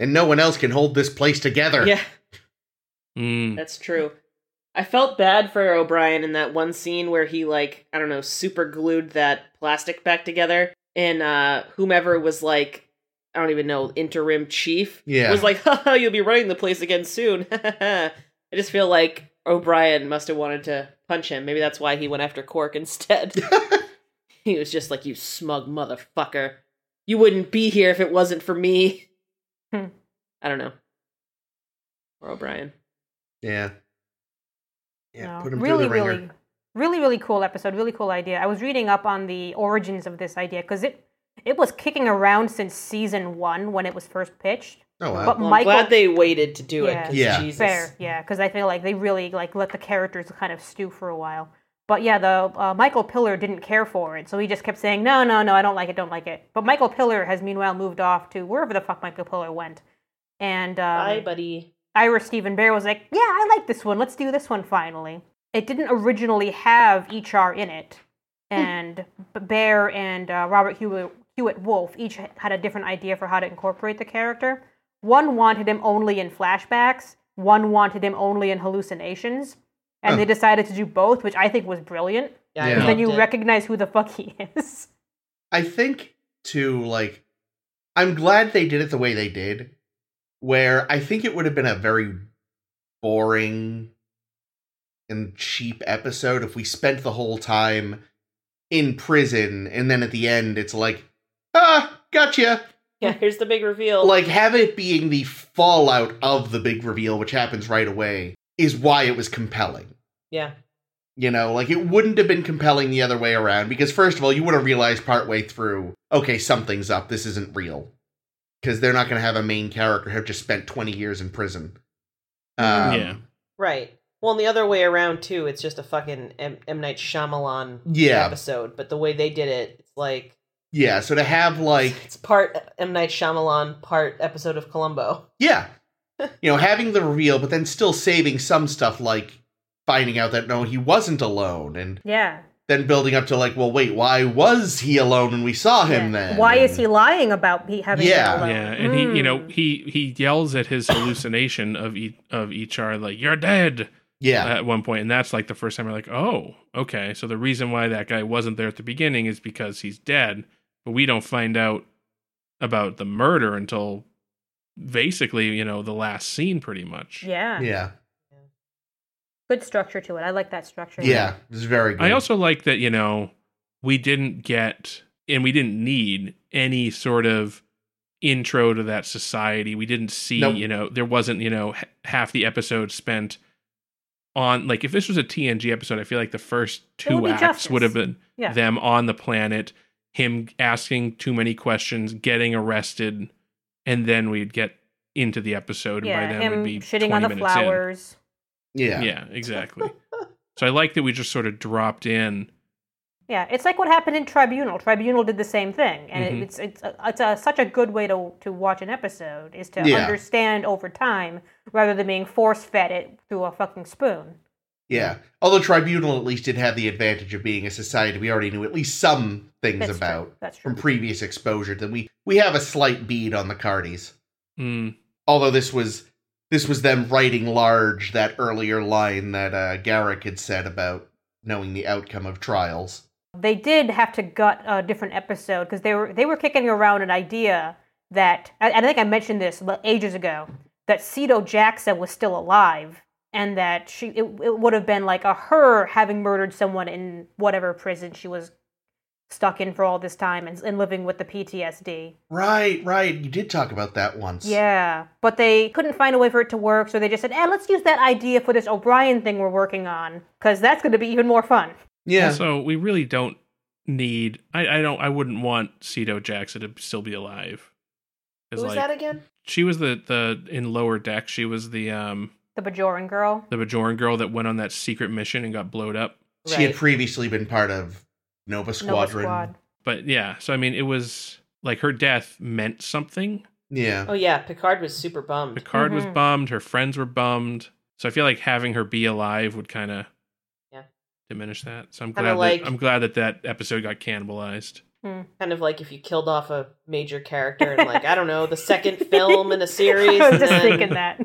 Speaker 4: and no one else can hold this place together.
Speaker 3: Yeah,
Speaker 1: Mm.
Speaker 3: that's true. I felt bad for O'Brien in that one scene where he like, I don't know, super glued that plastic back together and uh whomever was like I don't even know, interim chief
Speaker 4: Yeah.
Speaker 3: was like, "Haha, you'll be running the place again soon." I just feel like O'Brien must have wanted to punch him. Maybe that's why he went after Cork instead. he was just like, "You smug motherfucker! You wouldn't be here if it wasn't for me."
Speaker 2: Hmm.
Speaker 3: I don't know. Or O'Brien.
Speaker 4: yeah. Yeah,
Speaker 2: No,
Speaker 4: put him
Speaker 2: really,
Speaker 4: through the ringer.
Speaker 2: really, really, really cool episode. Really cool idea. I was reading up on the origins of this idea because it it was kicking around since season one when it was first pitched.
Speaker 4: Oh, wow.
Speaker 2: But
Speaker 3: Well,
Speaker 2: Michael,
Speaker 3: I'm glad they waited to do it.
Speaker 2: Yeah.
Speaker 3: 'cause
Speaker 4: Yeah.
Speaker 3: Jesus.
Speaker 2: fair, yeah, because I feel like they really like let the characters kind of stew for a while. But yeah, the uh, Michael Pillar didn't care for it, so he just kept saying, "No, no, no, I don't like it, don't like it." But Michael Pillar has meanwhile moved off to wherever the fuck Michael Pillar went, and um,
Speaker 3: Bye, buddy.
Speaker 2: Ira Stephen Bear was like, "Yeah, I like this one. Let's do this one finally." It didn't originally have HR in it, and B- Bear and uh, Robert Hewitt, Hewitt Wolf each had a different idea for how to incorporate the character. One wanted him only in flashbacks. One wanted him only in hallucinations, and
Speaker 4: Huh.
Speaker 2: they decided to do both, which I think was brilliant.
Speaker 4: Yeah.
Speaker 3: I
Speaker 4: Then
Speaker 2: Then
Speaker 3: loved
Speaker 2: you
Speaker 3: it.
Speaker 2: recognize who the fuck he is.
Speaker 4: I think to like I'm glad they did it the way they did where I think it would have been a very boring and cheap episode if we spent the whole time in prison and then at the end it's like ah gotcha
Speaker 3: yeah, here's the big reveal.
Speaker 4: like have it being the fallout of the big reveal which happens right away is why it was compelling
Speaker 3: yeah.
Speaker 4: you know, like it wouldn't have been compelling the other way around because, first of all, you would have realized partway through, okay, something's up. This isn't real. Because they're not going to have a main character who just spent 20 years in prison. Um,
Speaker 1: Yeah.
Speaker 3: Right. Well, and the other way around too. It's just a fucking M, M. Night Shyamalan
Speaker 4: Yeah.
Speaker 3: episode, but the way they did it, it's like
Speaker 4: Yeah. So to have, like,
Speaker 3: it's part M Night Shyamalan, part episode of Columbo.
Speaker 4: yeah, you know, having the reveal, but then still saving some stuff like finding out that, no, he wasn't alone. And
Speaker 2: Yeah.
Speaker 4: then building up to, like, well, wait, why was he alone when we saw him then?
Speaker 2: Why is
Speaker 4: And-
Speaker 2: he lying about be- having? been
Speaker 4: Yeah.
Speaker 2: alone?
Speaker 1: Yeah, and he, you know,
Speaker 2: Hmm.
Speaker 1: he he yells at his hallucination of e- of HR like "You're dead"
Speaker 4: Yeah.
Speaker 1: at one point, and that's like the first time we're like, "Oh, okay." So the reason why that guy wasn't there at the beginning is because he's dead, but we don't find out about the murder until basically, you know, the last scene, pretty much.
Speaker 2: yeah.
Speaker 4: Yeah.
Speaker 2: Good structure to it. I like that structure.
Speaker 4: Yeah. It was very good.
Speaker 1: I also like that, you know, we didn't get and we didn't need any sort of intro to that society. We didn't see,
Speaker 4: Nope.
Speaker 1: you know, there wasn't, you know, h- half the episode spent on like if this was a TNG episode, I feel like the first
Speaker 2: It would
Speaker 1: two
Speaker 2: be
Speaker 1: acts
Speaker 2: justice.
Speaker 1: would have been
Speaker 2: Yeah.
Speaker 1: them on the planet, him asking too many questions, getting arrested, and then we'd get into the episode
Speaker 2: yeah,
Speaker 1: and by then
Speaker 2: him
Speaker 1: we'd be
Speaker 2: shitting
Speaker 1: 20
Speaker 2: on the
Speaker 1: minutes in.
Speaker 2: flowers.
Speaker 4: Yeah.
Speaker 1: yeah exactly. so I like that we just sort of dropped in
Speaker 2: Yeah, it's like what happened in Tribunal. Tribunal did the same thing, and
Speaker 1: Mhm.
Speaker 2: it, it's it's it's a, such a good way to to watch an episode is to
Speaker 4: Yeah.
Speaker 2: understand over time rather than being force fed it through a fucking spoon.
Speaker 4: Yeah. Although Tribunal at least did have the advantage of being a society we already knew at least some things
Speaker 2: That's
Speaker 4: about
Speaker 2: true. That's true.
Speaker 4: from previous exposure that we we have a slight bead on the Cardis.
Speaker 1: Mm.
Speaker 4: Although this was this was them writing large that earlier line that uh, Garrick had said about knowing the outcome of trials.
Speaker 2: they did have to gut a different episode because they were they were kicking around an idea that I, I think I mentioned this l- ages ago that Cito Jackson was still alive and that she it, it would have been like a her having murdered someone in whatever prison she was stuck in for all this time and, and living with the PTSD.
Speaker 4: Right, right. You did talk about that once.
Speaker 2: Yeah, but they couldn't find a way for it to work, so they just said, "Eh, let's use that idea for this O'Brien thing we're working on because that's going to be even more fun."
Speaker 4: Yeah.
Speaker 1: Also, we really don't need. I, I don't. I wouldn't want Cedo Jackson to still be alive. 'Cause,
Speaker 3: Who's
Speaker 1: like,
Speaker 3: that again?
Speaker 1: She was the the in lower deck. She was the um
Speaker 2: The Bajoran girl.
Speaker 1: the Bajoran girl that went on that secret mission and got blowed up.
Speaker 4: she had previously been part of Nova Squadron.
Speaker 2: Nova Squad.
Speaker 1: But yeah, so I mean, it was like her death meant something.
Speaker 4: Yeah.
Speaker 3: oh yeah, Picard was super bummed.
Speaker 1: Picard was
Speaker 2: Mhm.
Speaker 1: bummed. Her friends were bummed. So I feel like having her be alive would kind of
Speaker 3: Yeah.
Speaker 1: diminish that. So I'm
Speaker 3: Kinda
Speaker 1: glad
Speaker 3: like-
Speaker 1: that, I'm glad that that episode got cannibalized.
Speaker 3: Kind of like if you killed off a major character in like I don't know the second film in a series,
Speaker 2: I
Speaker 3: and
Speaker 2: was just
Speaker 3: then
Speaker 2: thinking that.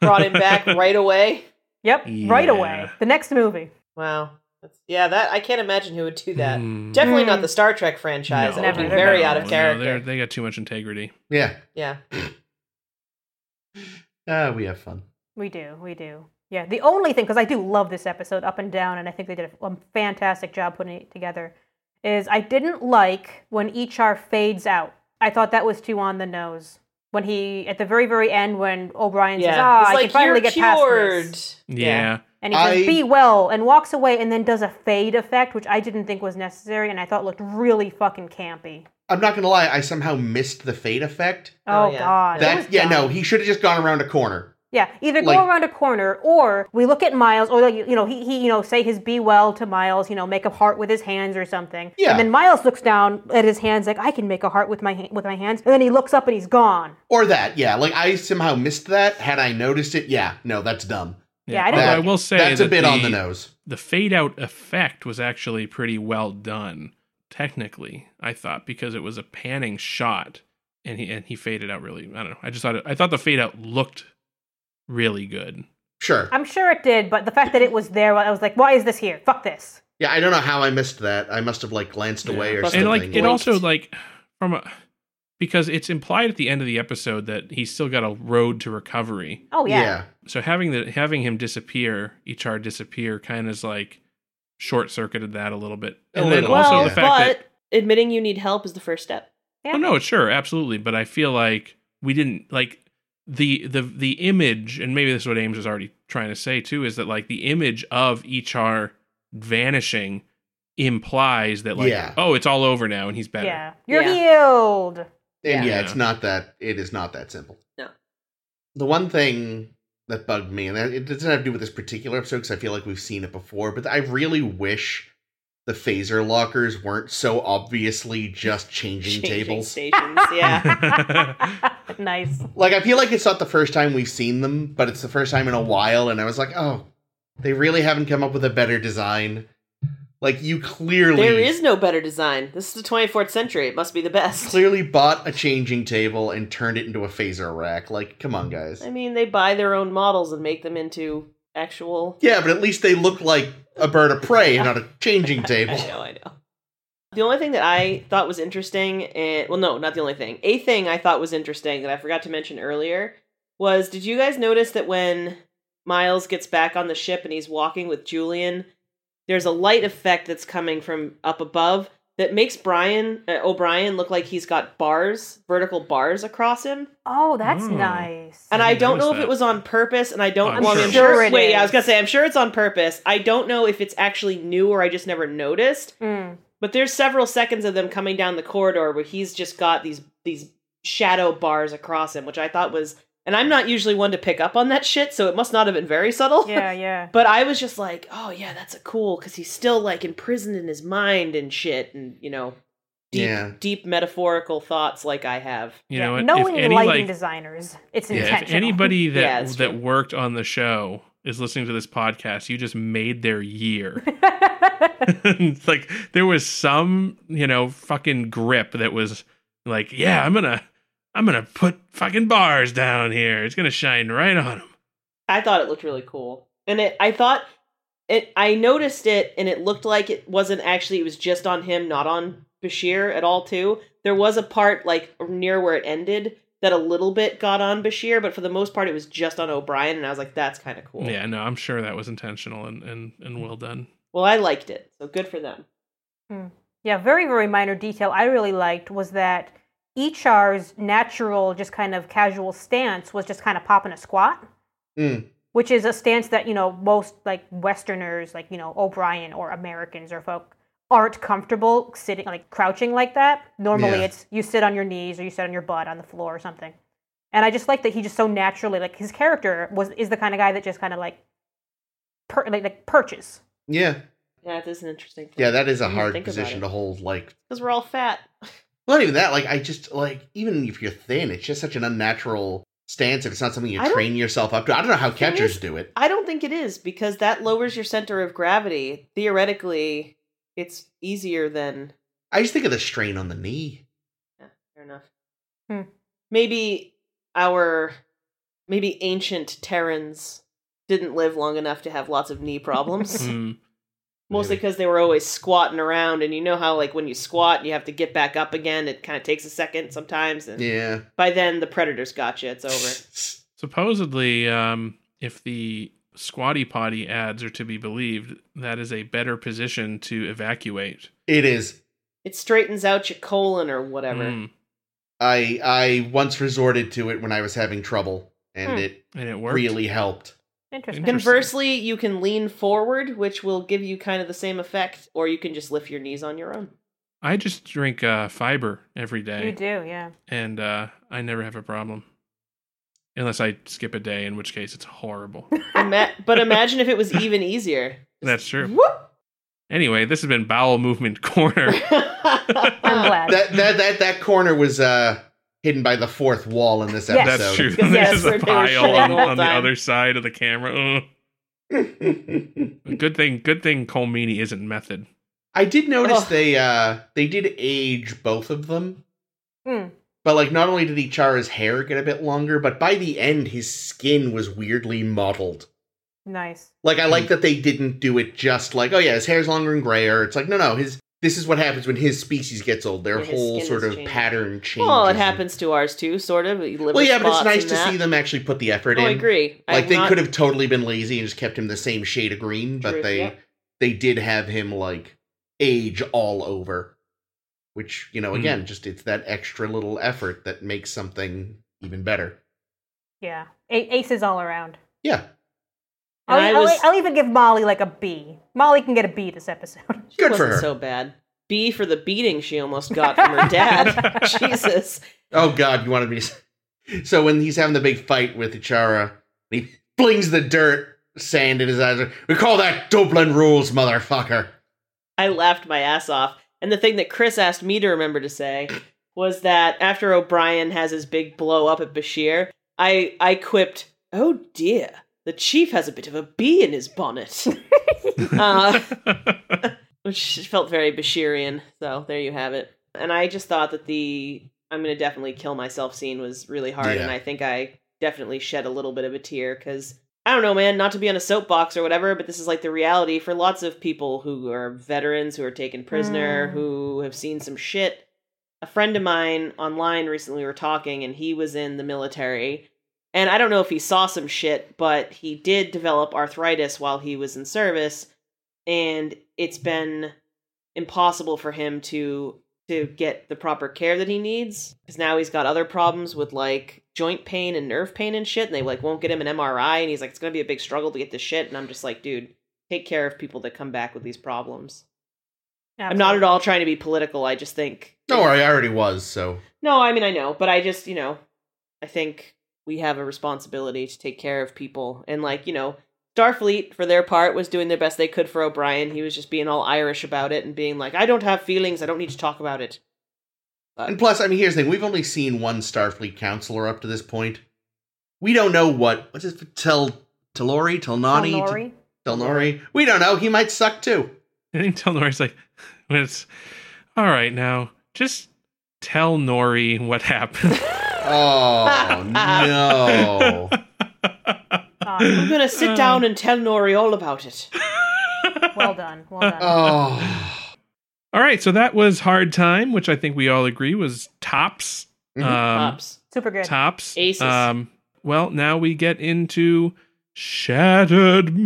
Speaker 3: brought him back right away.
Speaker 2: yep, right
Speaker 1: Yeah.
Speaker 2: away. The next movie.
Speaker 3: Wow, That's, yeah, that I can't imagine who would do that.
Speaker 1: Mm.
Speaker 3: Definitely
Speaker 2: Mm.
Speaker 3: not the Star Trek franchise.
Speaker 1: No,
Speaker 3: that would be
Speaker 2: Never.
Speaker 3: very
Speaker 1: no,
Speaker 3: out of
Speaker 1: no,
Speaker 3: character.
Speaker 1: they're- they got too much integrity.
Speaker 4: Yeah.
Speaker 3: yeah,
Speaker 4: Ah, we have fun.
Speaker 2: We do, we do. Yeah, the only thing because I do love this episode up and down, and I think they did a um, fantastic job putting it together. Is I didn't like when HR fades out. I thought that was too on the nose. When he at the very very end, when O'Brien says,
Speaker 3: yeah.
Speaker 2: "Ah,
Speaker 3: It's "Oh,
Speaker 2: I can
Speaker 3: like
Speaker 2: finally
Speaker 3: you're
Speaker 2: get past
Speaker 3: cured.
Speaker 2: this,"
Speaker 1: Yeah.
Speaker 2: and he says,
Speaker 4: I-
Speaker 2: "Be well," and walks away, and then does a fade effect, which I didn't think was necessary, and I thought looked really fucking campy.
Speaker 4: I'm not gonna lie, I somehow missed the fade effect.
Speaker 2: Oh,
Speaker 3: Oh, yeah.
Speaker 2: god, it was
Speaker 4: That yeah,
Speaker 2: dumb.
Speaker 4: no, he should have just gone around a corner.
Speaker 2: Yeah, either go
Speaker 4: Like-
Speaker 2: around a corner, or we look at Miles, or like, you know, he, he you know say his be well to Miles, you know, make a heart with his hands or something.
Speaker 4: Yeah.
Speaker 2: And then Miles looks down at his hands like I can make a heart with my ha- with my hands, and then he looks up and he's gone.
Speaker 4: Or that, yeah. Like I somehow missed that. Had I noticed it, yeah, no, that's dumb.
Speaker 2: Yeah, I don't
Speaker 1: Although
Speaker 4: like-
Speaker 1: I will say
Speaker 4: that's a
Speaker 1: that
Speaker 4: bit on the
Speaker 1: the-
Speaker 4: nose.
Speaker 1: the fade out effect was actually pretty well done technically i thought because it was a panning shot and he and he faded out really i don't know i just thought it, i thought the fade out looked really good
Speaker 4: Sure.
Speaker 2: I'm sure it did, but the fact that it was there, I was like, why is this here? Fuck this.
Speaker 4: Yeah, I don't know how I missed that. I must have like glanced away or
Speaker 3: Must
Speaker 4: something.
Speaker 1: and like it
Speaker 2: Oh,
Speaker 3: Blinked.
Speaker 1: also like from a because it's implied at the end of the episode that he's still got a road to recovery
Speaker 2: Oh yeah.
Speaker 1: so having the having him disappear hr disappear kind of is like short circuited that a little bit
Speaker 4: A
Speaker 1: and then
Speaker 4: little,
Speaker 1: also
Speaker 4: Well,
Speaker 1: the
Speaker 3: Well,
Speaker 1: fact that
Speaker 3: but admitting you need help is the first step.
Speaker 2: yeah.
Speaker 1: Oh no, sure, absolutely. But I feel like we didn't like the the the image, and maybe this is what Ames was already trying to say too, is that like the image of HR vanishing implies that like
Speaker 4: Yeah.
Speaker 1: oh it's all over now and he's better.
Speaker 2: Yeah. You're
Speaker 3: Yeah.
Speaker 2: healed.
Speaker 4: And yeah.
Speaker 1: Yeah.
Speaker 4: it's not that it is not that simple.
Speaker 3: No.
Speaker 4: The one thing that bugged me, and it doesn't have to do with this particular episode because I feel like we've seen it before, but I really wish the phaser lockers weren't so obviously just changing,
Speaker 3: Changing
Speaker 4: tables.
Speaker 3: stations. Yeah.
Speaker 2: nice.
Speaker 4: Like I feel like it's not the first time we've seen them, but it's the first time in a while, and I was like, oh, they really haven't come up with a better design. Like you clearly
Speaker 3: There is no better design. This is the 24th century. It must be the best.
Speaker 4: clearly bought a changing table and turned it into a phaser rack. Like, come on, guys.
Speaker 3: I mean, they buy their own models and make them into actual.
Speaker 4: Yeah, but at least they look like a bird of prey and not a changing
Speaker 3: I
Speaker 4: table.
Speaker 3: know, I know. The only thing that I thought was interesting, and well, no, not the only thing. A thing I thought was interesting that I forgot to mention earlier was: Did you guys notice that when Miles gets back on the ship and he's walking with Julian, there's a light effect that's coming from up above that makes Brian uh, O'Brien look like he's got bars, vertical bars across him.
Speaker 2: Oh, that's
Speaker 1: Mm.
Speaker 2: nice.
Speaker 3: And I
Speaker 1: didn't
Speaker 3: don't know
Speaker 1: notice
Speaker 3: if it
Speaker 1: that.
Speaker 3: was on purpose, and I don't.
Speaker 1: I'm
Speaker 3: well, I mean,
Speaker 1: sure.
Speaker 3: I'm
Speaker 2: Sure it
Speaker 3: wait, yeah, I was
Speaker 2: is.
Speaker 3: gonna say, I'm sure it's on purpose. I don't know if it's actually new or I just never noticed.
Speaker 2: Mm.
Speaker 3: But there's several seconds of them coming down the corridor where he's just got these these shadow bars across him, which I thought was. And I'm not usually one to pick up on that shit, so it must not have been very subtle.
Speaker 2: Yeah, yeah.
Speaker 3: But I was just like, oh yeah, that's a cool because he's still like imprisoned in his mind and shit, and you know, deep
Speaker 4: Yeah.
Speaker 3: deep metaphorical thoughts like I have.
Speaker 1: You
Speaker 2: yeah.
Speaker 1: know, what?
Speaker 2: knowing
Speaker 1: if any like
Speaker 2: lighting designers, it's
Speaker 1: yeah, if
Speaker 2: intentional.
Speaker 1: anybody that
Speaker 3: Yeah, it's
Speaker 1: that
Speaker 3: true.
Speaker 1: worked on the show is listening to this podcast, you just made their year. It's like there was some, you know, fucking grip that was like, yeah, I'm gonna, I'm gonna put fucking bars down here. It's gonna shine right on them.
Speaker 3: I thought it looked really cool. And it I thought it I noticed it and it looked like it wasn't actually it was just on him, not on Bashir at all too. There was a part like near where it ended that a little bit got on Bashir, but for the most part it was just on O'Brien and I was like that's kind of cool.
Speaker 1: Yeah, no, I'm sure that was intentional and and and well done.
Speaker 3: Well, I liked it. So good for them.
Speaker 2: Yeah, very, very minor detail I really liked was that Echar's natural, just kind of casual stance was just kind of popping a squat,
Speaker 4: Mm.
Speaker 2: which is a stance that, you know, most like Westerners, like, you know, O'Brien or Americans or folk aren't comfortable sitting, like crouching like that. Normally
Speaker 4: Yeah.
Speaker 2: it's you sit on your knees or you sit on your butt on the floor or something. And I just like that he just so naturally, like his character was, is the kind of guy that just kind of like, per, like, like perches.
Speaker 4: Yeah.
Speaker 3: Yeah, that is an interesting thing.
Speaker 4: Yeah, that is a
Speaker 3: I didn't
Speaker 4: hard
Speaker 3: think about
Speaker 4: position
Speaker 3: it.
Speaker 4: to hold. Like,
Speaker 3: Cuz we're all fat.
Speaker 4: well, not even that. Like, I just, like, even if you're thin, it's just such an unnatural stance if it's not something you
Speaker 3: I don't-
Speaker 4: train yourself up to. I don't know how
Speaker 3: thing
Speaker 4: catchers
Speaker 3: is-
Speaker 4: do it.
Speaker 3: I don't think it is because that lowers your center of gravity. Theoretically, it's easier than
Speaker 4: I just think of the strain on the knee.
Speaker 3: Fair enough.
Speaker 2: Hmm.
Speaker 3: Maybe our maybe ancient Terrans didn't live long enough to have lots of knee problems.
Speaker 1: Hmm.
Speaker 3: Mostly
Speaker 4: Maybe.
Speaker 3: because they were always squatting around, and you know how like when you squat, you have to get back up again. It kind of takes a second sometimes, and
Speaker 4: Yeah.
Speaker 3: by then the predators got you. It's over.
Speaker 1: Supposedly, um, if the squatty potty ads are to be believed, that is a better position to evacuate.
Speaker 4: It is.
Speaker 3: it straightens out your colon or whatever.
Speaker 1: Mm,
Speaker 4: I I once resorted to it when I was having trouble, and
Speaker 2: Hmm.
Speaker 4: it
Speaker 1: and it worked.
Speaker 4: really helped.
Speaker 2: Interesting.
Speaker 1: Interesting.
Speaker 3: Conversely, you can lean forward, which will give you kind of the same effect, or you can just lift your knees on your own.
Speaker 1: I just drink uh, fiber every
Speaker 2: You
Speaker 1: day,
Speaker 2: do, yeah.
Speaker 1: and uh, I never have a problem, unless I skip a day, in which case it's horrible.
Speaker 3: Ima- but imagine if it was even easier.
Speaker 1: That's true.
Speaker 3: Whoop!
Speaker 1: Anyway, this has been Bowel Movement Corner.
Speaker 2: I'm glad.
Speaker 4: That that that that corner was uh hidden by the fourth wall in this
Speaker 2: Yes.
Speaker 4: episode.
Speaker 1: That's true.
Speaker 3: Because
Speaker 1: There's
Speaker 3: that's
Speaker 1: a
Speaker 3: where they were
Speaker 1: pile
Speaker 3: shitting
Speaker 1: on,
Speaker 3: all
Speaker 1: on the
Speaker 3: time.
Speaker 1: other side of the camera. Ugh. good thing, good thing Cole Meany isn't method.
Speaker 4: I did notice
Speaker 3: Ugh.
Speaker 4: they uh they did age both of them.
Speaker 2: Hmm.
Speaker 4: But like not only did Ichara's hair get a bit longer, but by the end his skin was weirdly mottled.
Speaker 2: Nice.
Speaker 4: Like I
Speaker 3: Hmm.
Speaker 4: like that they didn't do it just like, oh yeah, his hair's longer and grayer. It's like, no no, his this is what happens when his species gets old. Their
Speaker 3: Yeah, his
Speaker 4: whole
Speaker 3: skin
Speaker 4: sort
Speaker 3: is
Speaker 4: of
Speaker 3: changing.
Speaker 4: pattern changes.
Speaker 3: Well, it happens to ours too, sort of.
Speaker 4: Well, yeah, but it's nice to see them actually put the effort
Speaker 3: Oh,
Speaker 4: in.
Speaker 3: I agree. I
Speaker 4: Like
Speaker 3: have
Speaker 4: they
Speaker 3: not-
Speaker 4: could have totally been lazy and just kept him the same shade of green, but
Speaker 3: Truth,
Speaker 4: they
Speaker 3: yep.
Speaker 4: they did have him like age all over, which you know
Speaker 1: Hmm.
Speaker 4: again just it's that extra little effort that makes something even better.
Speaker 2: Yeah. A- aces all around.
Speaker 4: Yeah,
Speaker 2: I'll,
Speaker 3: And I
Speaker 2: I'll- e-,
Speaker 3: was-
Speaker 2: I'll even give Molly like a B. Molly can get a B this episode.
Speaker 3: She
Speaker 4: good for
Speaker 3: wasn't
Speaker 4: her.
Speaker 3: So bad. B for the beating she almost got from her dad. Jesus.
Speaker 4: oh God, you wanted me. To... s- So when he's having the big fight with Ichara, he flings the dirt sand in his eyes. We call that Dublin rules, motherfucker.
Speaker 3: I laughed my ass off. And the thing that Chris asked me to remember to say was that after O'Brien has his big blow up at Bashir, I I quipped, "Oh dear, the chief has a bit of a bee in his bonnet," Uh, which felt very Bashirian. So there you have it. And I just thought that the "I'm going to definitely kill myself" scene was really hard,
Speaker 4: Yeah.
Speaker 3: and I think I definitely shed a little bit of a tear because I don't know, man, not to be on a soapbox or whatever, but this is like the reality for lots of people who are veterans, who are taken prisoner,
Speaker 2: Mm.
Speaker 3: who have seen some shit. A friend of mine online recently we were talking, and he was in the military. And I don't know if he saw some shit, but he did develop arthritis while he was in service, and it's been impossible for him to to get the proper care that he needs because now he's got other problems with like joint pain and nerve pain and shit and they like won't get him an mri and he's like it's gonna be a big struggle to get this shit and i'm just like dude take care of people that come back with these problems i'm not at all trying to be political i just think
Speaker 4: Don't worry, I already was. So
Speaker 3: no i mean i know but i just you know i think we have a responsibility to take care of people and like you know starfleet for their part was doing their best they could for o'brien he was just being all irish about it and being like i don't have feelings i don't need to talk about it
Speaker 4: And plus, I mean, here's the thing: we've only seen one Starfleet counselor up to this point. We don't know what what's his Patel Telori, Telnani, Telnori.
Speaker 2: Oh, Nori.
Speaker 4: Telnori. We don't know. He might suck too.
Speaker 1: I think tell Nori's like, when it's all right now, just tell Nori what happened.
Speaker 4: Oh no!
Speaker 2: Ah,
Speaker 3: I'm gonna
Speaker 1: Uh.
Speaker 3: sit down and tell Nori all about it.
Speaker 2: Well done. Well done.
Speaker 4: Oh,
Speaker 1: All right, so that was hard time, which I think we all agree was tops.
Speaker 4: Mhm.
Speaker 1: Um,
Speaker 3: Pops.
Speaker 2: Super good.
Speaker 1: tops.
Speaker 3: Aces.
Speaker 1: Um, well, now we get into shattered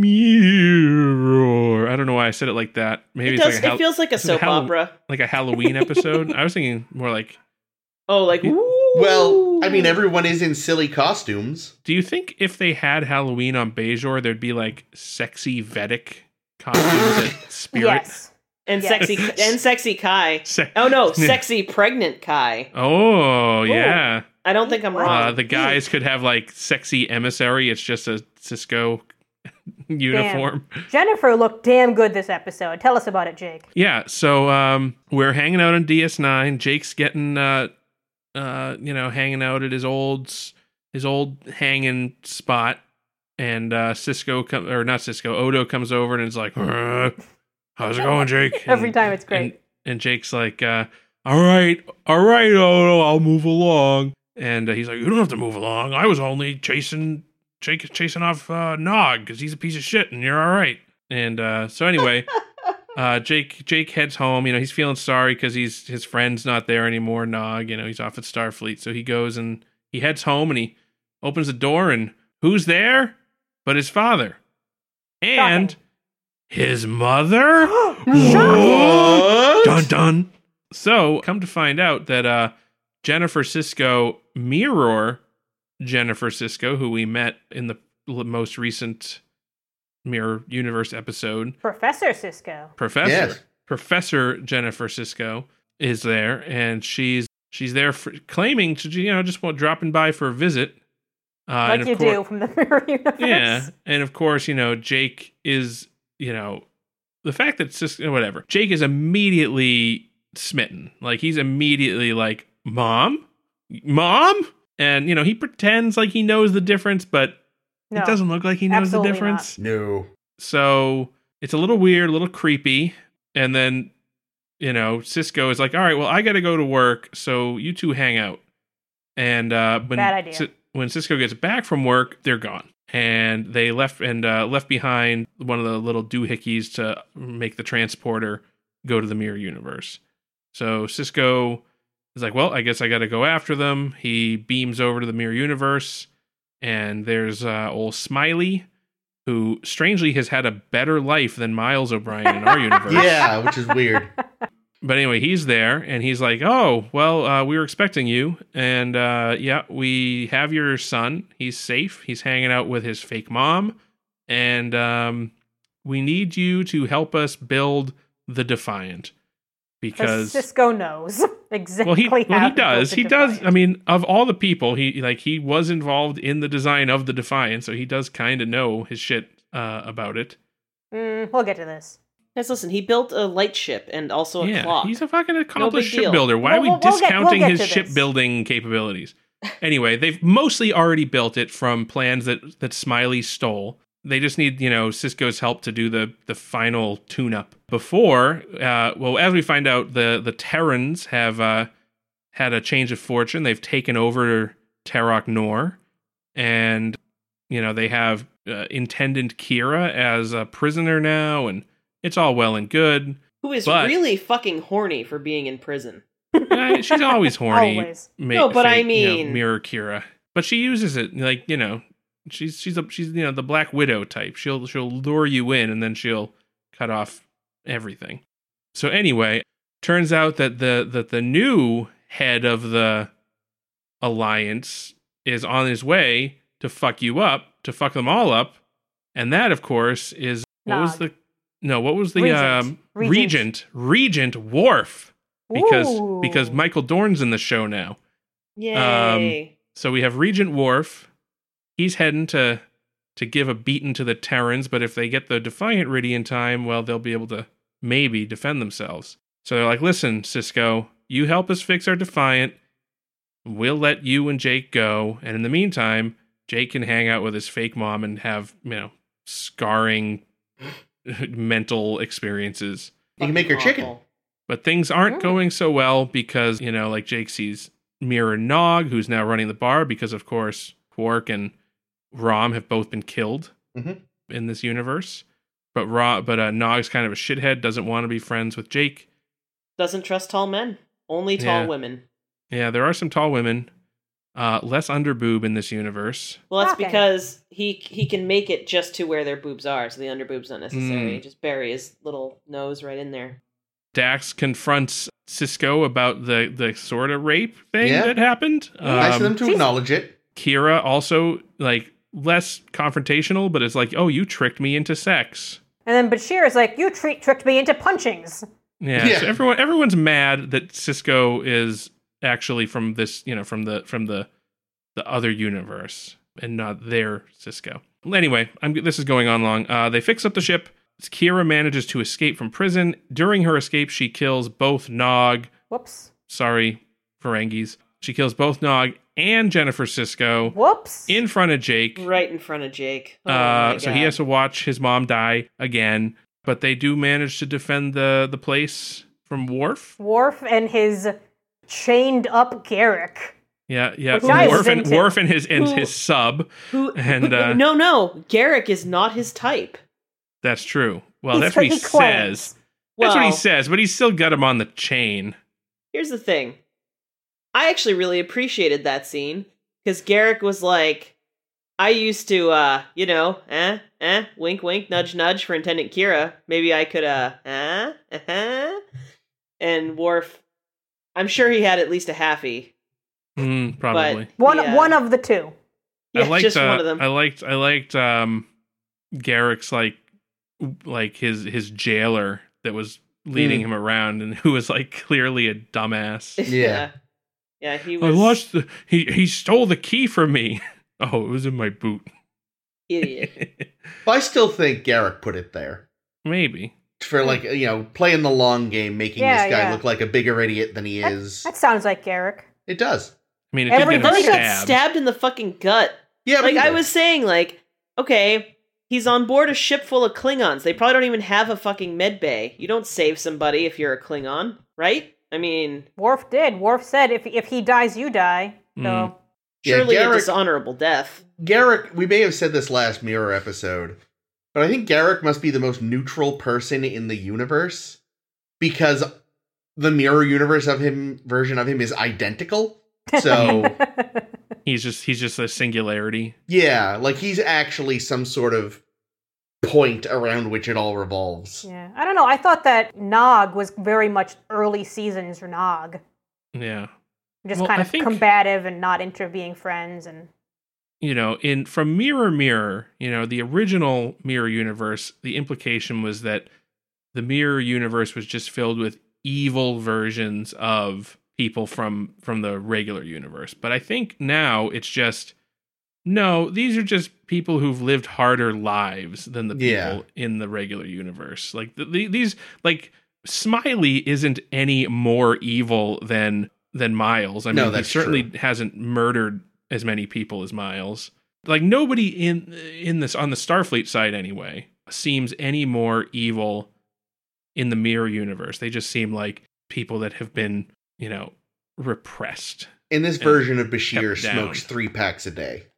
Speaker 1: mirror. I don't know why I said it like that. Maybe
Speaker 3: It
Speaker 1: it's
Speaker 3: does.
Speaker 1: like a,
Speaker 3: it
Speaker 1: Hal-
Speaker 3: feels like a
Speaker 1: it's a
Speaker 3: soap
Speaker 1: Hall-
Speaker 3: opera.
Speaker 1: like a Halloween episode. I was thinking more like,
Speaker 3: Oh, like
Speaker 1: Yeah.
Speaker 3: ooh.
Speaker 4: well. I mean, everyone is in silly costumes.
Speaker 1: do you think if they had Halloween on Bejor, there'd be like sexy Vedic costumes at Spirit?
Speaker 2: yes.
Speaker 3: and
Speaker 2: Yes.
Speaker 3: sexy and sexy Kai.
Speaker 1: Se-
Speaker 3: Oh no,
Speaker 1: Yeah.
Speaker 3: sexy pregnant Kai.
Speaker 1: Oh yeah,
Speaker 3: I don't think I'm wrong.
Speaker 1: uh, the guys could have like sexy emissary. It's just a Cisco uniform.
Speaker 2: Jennifer looked damn good this episode. Tell us about it, Jake.
Speaker 1: Yeah, so um, we're hanging out on DS9. Jake's getting, uh, uh, you know, hanging out at his old s- his old hanging spot, and uh, Cisco come or not Cisco Odo comes over and is like, "Uh, "How's it going, Jake?"
Speaker 2: Every
Speaker 1: And-
Speaker 2: time it's great.
Speaker 1: And, and Jake's like, uh, "All right, all right, Odo, I'll move along." And uh, he's like, "You don't have to move along. I was only chasing Jake chasing off uh, Nog because he's a piece of shit, and you're all right." And uh, so anyway. Uh, Jake Jake heads home. You know he's feeling sorry because he's his friend's not there anymore. Nog, you know he's off at Starfleet, so he goes and he heads home and he opens the door and who's there? But his father and
Speaker 2: Shocking.
Speaker 1: his mother. What?
Speaker 4: What?
Speaker 1: dun dun. So come to find out that uh, Jennifer Cisco mirror Jennifer Cisco, who we met in the l- most recent Mirror Universe episode.
Speaker 2: Professor Cisco.
Speaker 1: Professor
Speaker 4: Yes.
Speaker 1: Professor Jennifer Cisco is there, and she's she's there for, claiming to you know just want dropping by for a visit. Uh,
Speaker 2: Like
Speaker 1: and of
Speaker 2: you
Speaker 1: cour-
Speaker 2: do from the mirror universe.
Speaker 1: yeah, and of course you know Jake is you know the fact that Cisco whatever Jake is immediately smitten, like he's immediately like mom, mom, and you know he pretends like he knows the difference, but
Speaker 2: No.
Speaker 1: it doesn't look like he knows the
Speaker 2: absolutely not.
Speaker 1: difference.
Speaker 4: No.
Speaker 1: So it's a little weird, a little creepy. And then, you know, Cisco is like, all right, well, I got to go to work. So you two hang out. And uh, when,
Speaker 2: Bad idea.
Speaker 1: Si- when Cisco gets back from work, they're gone. And they left and uh, left behind one of the little doohickeys to make the transporter go to the mirror universe. So Cisco is like, well, I guess I got to go after them. He beams over to the mirror universe, and there's uh, old Smiley, who strangely has had a better life than Miles O'Brien in our universe.
Speaker 4: Yeah, which is weird.
Speaker 1: But anyway, he's there, and he's like, oh, well, uh, we were expecting you, and uh, yeah, we have your son. He's safe. He's hanging out with his fake mom, and um, we need you to help us build the Defiant
Speaker 2: Because
Speaker 1: because
Speaker 2: Cisco knows exactly
Speaker 1: well he
Speaker 2: how
Speaker 1: well, he
Speaker 2: to
Speaker 1: does
Speaker 2: build
Speaker 1: he
Speaker 2: the
Speaker 1: does i
Speaker 2: device.
Speaker 1: mean of all the people he like he was involved in the design of the defiant so he does kind of know his shit uh, about it
Speaker 2: Mm, we'll get to this.
Speaker 3: Guys, listen. He built a lightship and also a
Speaker 1: yeah
Speaker 3: clock.
Speaker 1: he's a fucking accomplished
Speaker 3: deal.
Speaker 1: shipbuilder why
Speaker 2: We'll-
Speaker 1: are we
Speaker 2: we'll- we'll get- we'll
Speaker 1: discounting
Speaker 2: get
Speaker 1: his
Speaker 2: to this.
Speaker 1: shipbuilding capabilities anyway they've mostly already built it from plans that that smiley stole they just need you know cisco's help to do the the final tune up before uh well as we find out the the terrans have uh had a change of fortune they've taken over Tarok Nor, and you know they have uh, intendant Kira as a prisoner now, and it's all well and good.
Speaker 3: who is
Speaker 1: but-
Speaker 3: really fucking horny for being in prison.
Speaker 1: Uh, she's always horny.
Speaker 2: Always.
Speaker 1: ma-
Speaker 3: No, but I
Speaker 1: you know,
Speaker 3: mean-
Speaker 1: mirror Kira, but she uses it like you know she's she's a, she's you know the Black Widow type. She'll she'll lure you in, and then she'll cut off everything. So anyway, turns out that the that the new head of the alliance is on his way to fuck you up, to fuck them all up, and that of course is what was
Speaker 2: Nog.
Speaker 1: the no, what was the
Speaker 2: Regent.
Speaker 1: um
Speaker 2: Regent.
Speaker 1: regent regent Worf because
Speaker 2: Ooh.
Speaker 1: because Michael Dorn's in the show now. Um,
Speaker 3: Yay!
Speaker 1: So we have Regent Worf. He's heading to to give a beating to the Terrans, but if they get the Defiant ready in time, well, they'll be able to maybe defend themselves. So they're like, "Listen, Cisco, you help us fix our Defiant. We'll let you and Jake go, and in the meantime, Jake can hang out with his fake mom and have, you know, scarring mental experiences.
Speaker 4: You can make her
Speaker 3: Fucking
Speaker 4: chicken.
Speaker 3: awful.
Speaker 1: But things aren't
Speaker 2: Mm.
Speaker 1: going so well because, you know, like Jake sees Mira Nog, who's now running the bar, because of course Quark and Rom have both been killed
Speaker 4: Mhm.
Speaker 1: in this universe. But Ra- but uh, Nog's kind of a shithead, doesn't want to be friends with Jake.
Speaker 3: Doesn't trust tall men. Only tall
Speaker 1: Yeah.
Speaker 3: women.
Speaker 1: Yeah, there are some tall women, uh, less underboob in this universe.
Speaker 3: Well, that's
Speaker 2: Shocking.
Speaker 3: because he he can make it just to where their boobs are, so the underboob's not necessary.
Speaker 1: Mm.
Speaker 3: Just bury his little nose right in there.
Speaker 1: Dax confronts Cisco about the the sort of rape thing
Speaker 4: Yeah. Oh,
Speaker 1: that happened.
Speaker 4: nice
Speaker 1: Um,
Speaker 4: of them to
Speaker 2: she's-
Speaker 4: acknowledge it.
Speaker 1: Kira also like less confrontational, but is like, "Oh, you tricked me into sex."
Speaker 2: And then Bashir is like, "You treat tricked me into punchings."
Speaker 1: Yeah,
Speaker 4: Yeah.
Speaker 1: So everyone everyone's mad that Cisco is actually from this, you know, from the from the the other universe and not their Cisco. Anyway, I'm this is going on long. Uh, they fix up the ship. Kira manages to escape from prison. During her escape, she kills both Nog
Speaker 2: Whoops.
Speaker 1: sorry, Ferengis. She kills both Nog and Jennifer Cisco
Speaker 2: Whoops.
Speaker 1: in front of Jake.
Speaker 3: Right in front of Jake. Oh
Speaker 1: uh,
Speaker 3: my
Speaker 1: so he
Speaker 3: God.
Speaker 1: has to watch his mom die again. But they do manage to defend the the place from Worf.
Speaker 2: Worf and his chained up Garrick.
Speaker 1: Yeah, yeah.
Speaker 2: Which I
Speaker 1: Worf and
Speaker 2: invented.
Speaker 1: Worf and his and
Speaker 3: Who-
Speaker 1: his sub.
Speaker 3: Who,
Speaker 1: and, uh,
Speaker 3: no, no, Garrick is not his type.
Speaker 1: That's true. Well,
Speaker 2: He's-
Speaker 1: that's what he,
Speaker 2: claims.
Speaker 1: says.
Speaker 3: Well,
Speaker 1: that's what he says. But he's still got him on the chain.
Speaker 3: here's the thing. I actually really appreciated that scene because Garrick was like, I used to, uh, you know, eh, eh, wink, wink, nudge, nudge for Intendant Kira. Maybe I could, uh, eh, uh-huh. And Worf, I'm sure he had at least a halfie.
Speaker 1: Mm, probably.
Speaker 2: One
Speaker 3: Yeah.
Speaker 2: one of the two.
Speaker 3: Yeah,
Speaker 1: I liked.
Speaker 3: just
Speaker 1: uh,
Speaker 3: one of them.
Speaker 1: I liked. I liked. Um, Garrick's like, like his his jailer that was leading
Speaker 4: Mm.
Speaker 3: Hmm.
Speaker 1: him around and who was like clearly a dumbass.
Speaker 4: Yeah.
Speaker 3: Yeah, he
Speaker 1: I
Speaker 3: was
Speaker 1: lost the. He he stole the key from me. Oh, it was in my boot.
Speaker 3: idiot.
Speaker 4: But I still think Garrick put it there
Speaker 1: Maybe.
Speaker 4: for like you know playing the long game, making
Speaker 2: Yeah,
Speaker 4: this guy
Speaker 2: yeah.
Speaker 4: look like a bigger idiot than he is.
Speaker 2: That sounds like Garrick.
Speaker 4: It does.
Speaker 1: I mean, it did get him
Speaker 3: Everybody got
Speaker 1: stabbed.
Speaker 3: stabbed in the fucking gut.
Speaker 4: Yeah, but
Speaker 3: like
Speaker 4: he
Speaker 3: I
Speaker 4: did.
Speaker 3: was saying, like, okay, he's on board a ship full of Klingons. They probably don't even have a fucking med bay. You don't save somebody if you're a Klingon, right? I mean,
Speaker 2: Worf did. Worf said, "If if he dies, you die." So
Speaker 1: Mm.
Speaker 4: Yeah,
Speaker 3: surely a
Speaker 4: Garrick-
Speaker 3: dishonorable death.
Speaker 4: Garrick, we may have said this last Mirror episode, but I think Garrick must be the most neutral person in the universe because the Mirror universe of him version of him is identical. So,
Speaker 1: He's just he's just a singularity.
Speaker 4: yeah, like he's actually some sort of point around which it all revolves.
Speaker 2: yeah, I don't know. I thought that Nog was very much early seasons Nog,
Speaker 1: Yeah.
Speaker 2: just
Speaker 1: Well,
Speaker 2: kind
Speaker 1: I
Speaker 2: of
Speaker 1: think-
Speaker 2: combative and not into being friends. And
Speaker 1: you know, in from Mirror Mirror, you know, the original Mirror Universe, the implication was that the Mirror Universe was just filled with evil versions of people from from the regular universe. But I think now it's just no, these are just people who've lived harder lives than the people
Speaker 4: Yeah.
Speaker 1: in the regular universe. Like the, the, these like Smiley isn't any more evil than than Miles. I
Speaker 4: No,
Speaker 1: mean, he
Speaker 4: that's
Speaker 1: certainly
Speaker 4: true.
Speaker 1: hasn't murdered as many people as Miles. Like nobody in in this on the Starfleet side anyway seems any more evil in the mirror universe. They just seem like people that have been, you know, repressed.
Speaker 4: In this
Speaker 1: And
Speaker 4: version of Bashir
Speaker 1: kept down.
Speaker 4: smokes 3 packs a day.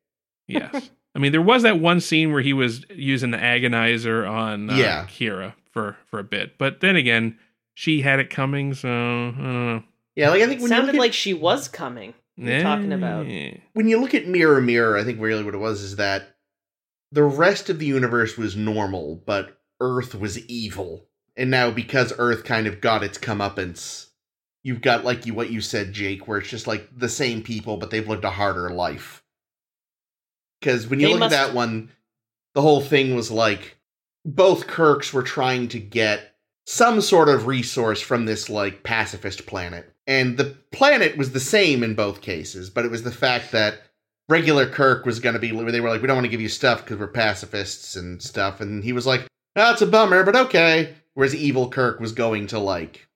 Speaker 1: Yes. I mean, there was that one scene where he was using the agonizer on uh,
Speaker 4: Yeah.
Speaker 1: Kira for for a bit. But then again, she had it coming, so I don't know.
Speaker 4: Yeah, like I think
Speaker 3: It
Speaker 4: when you
Speaker 3: sounded
Speaker 4: look at-
Speaker 3: like she was coming. You're talking about.
Speaker 1: Eh.
Speaker 4: when you look at Mirror Mirror, I think really what it was is that the rest of the universe was normal, but Earth was evil. And now because Earth kind of got its comeuppance, you've got like you what you said, Jake, where it's just like the same people, but they've lived a harder life. Because when you
Speaker 3: They
Speaker 4: look
Speaker 3: must-
Speaker 4: at that one, the whole thing was like both Kirks were trying to get some sort of resource from this like pacifist planet. And the planet was the same in both cases, but it was the fact that regular Kirk was going to be, they were like, we don't want to give you stuff because we're pacifists and stuff. And he was like, that's a bummer, but okay. Whereas evil Kirk was going to like,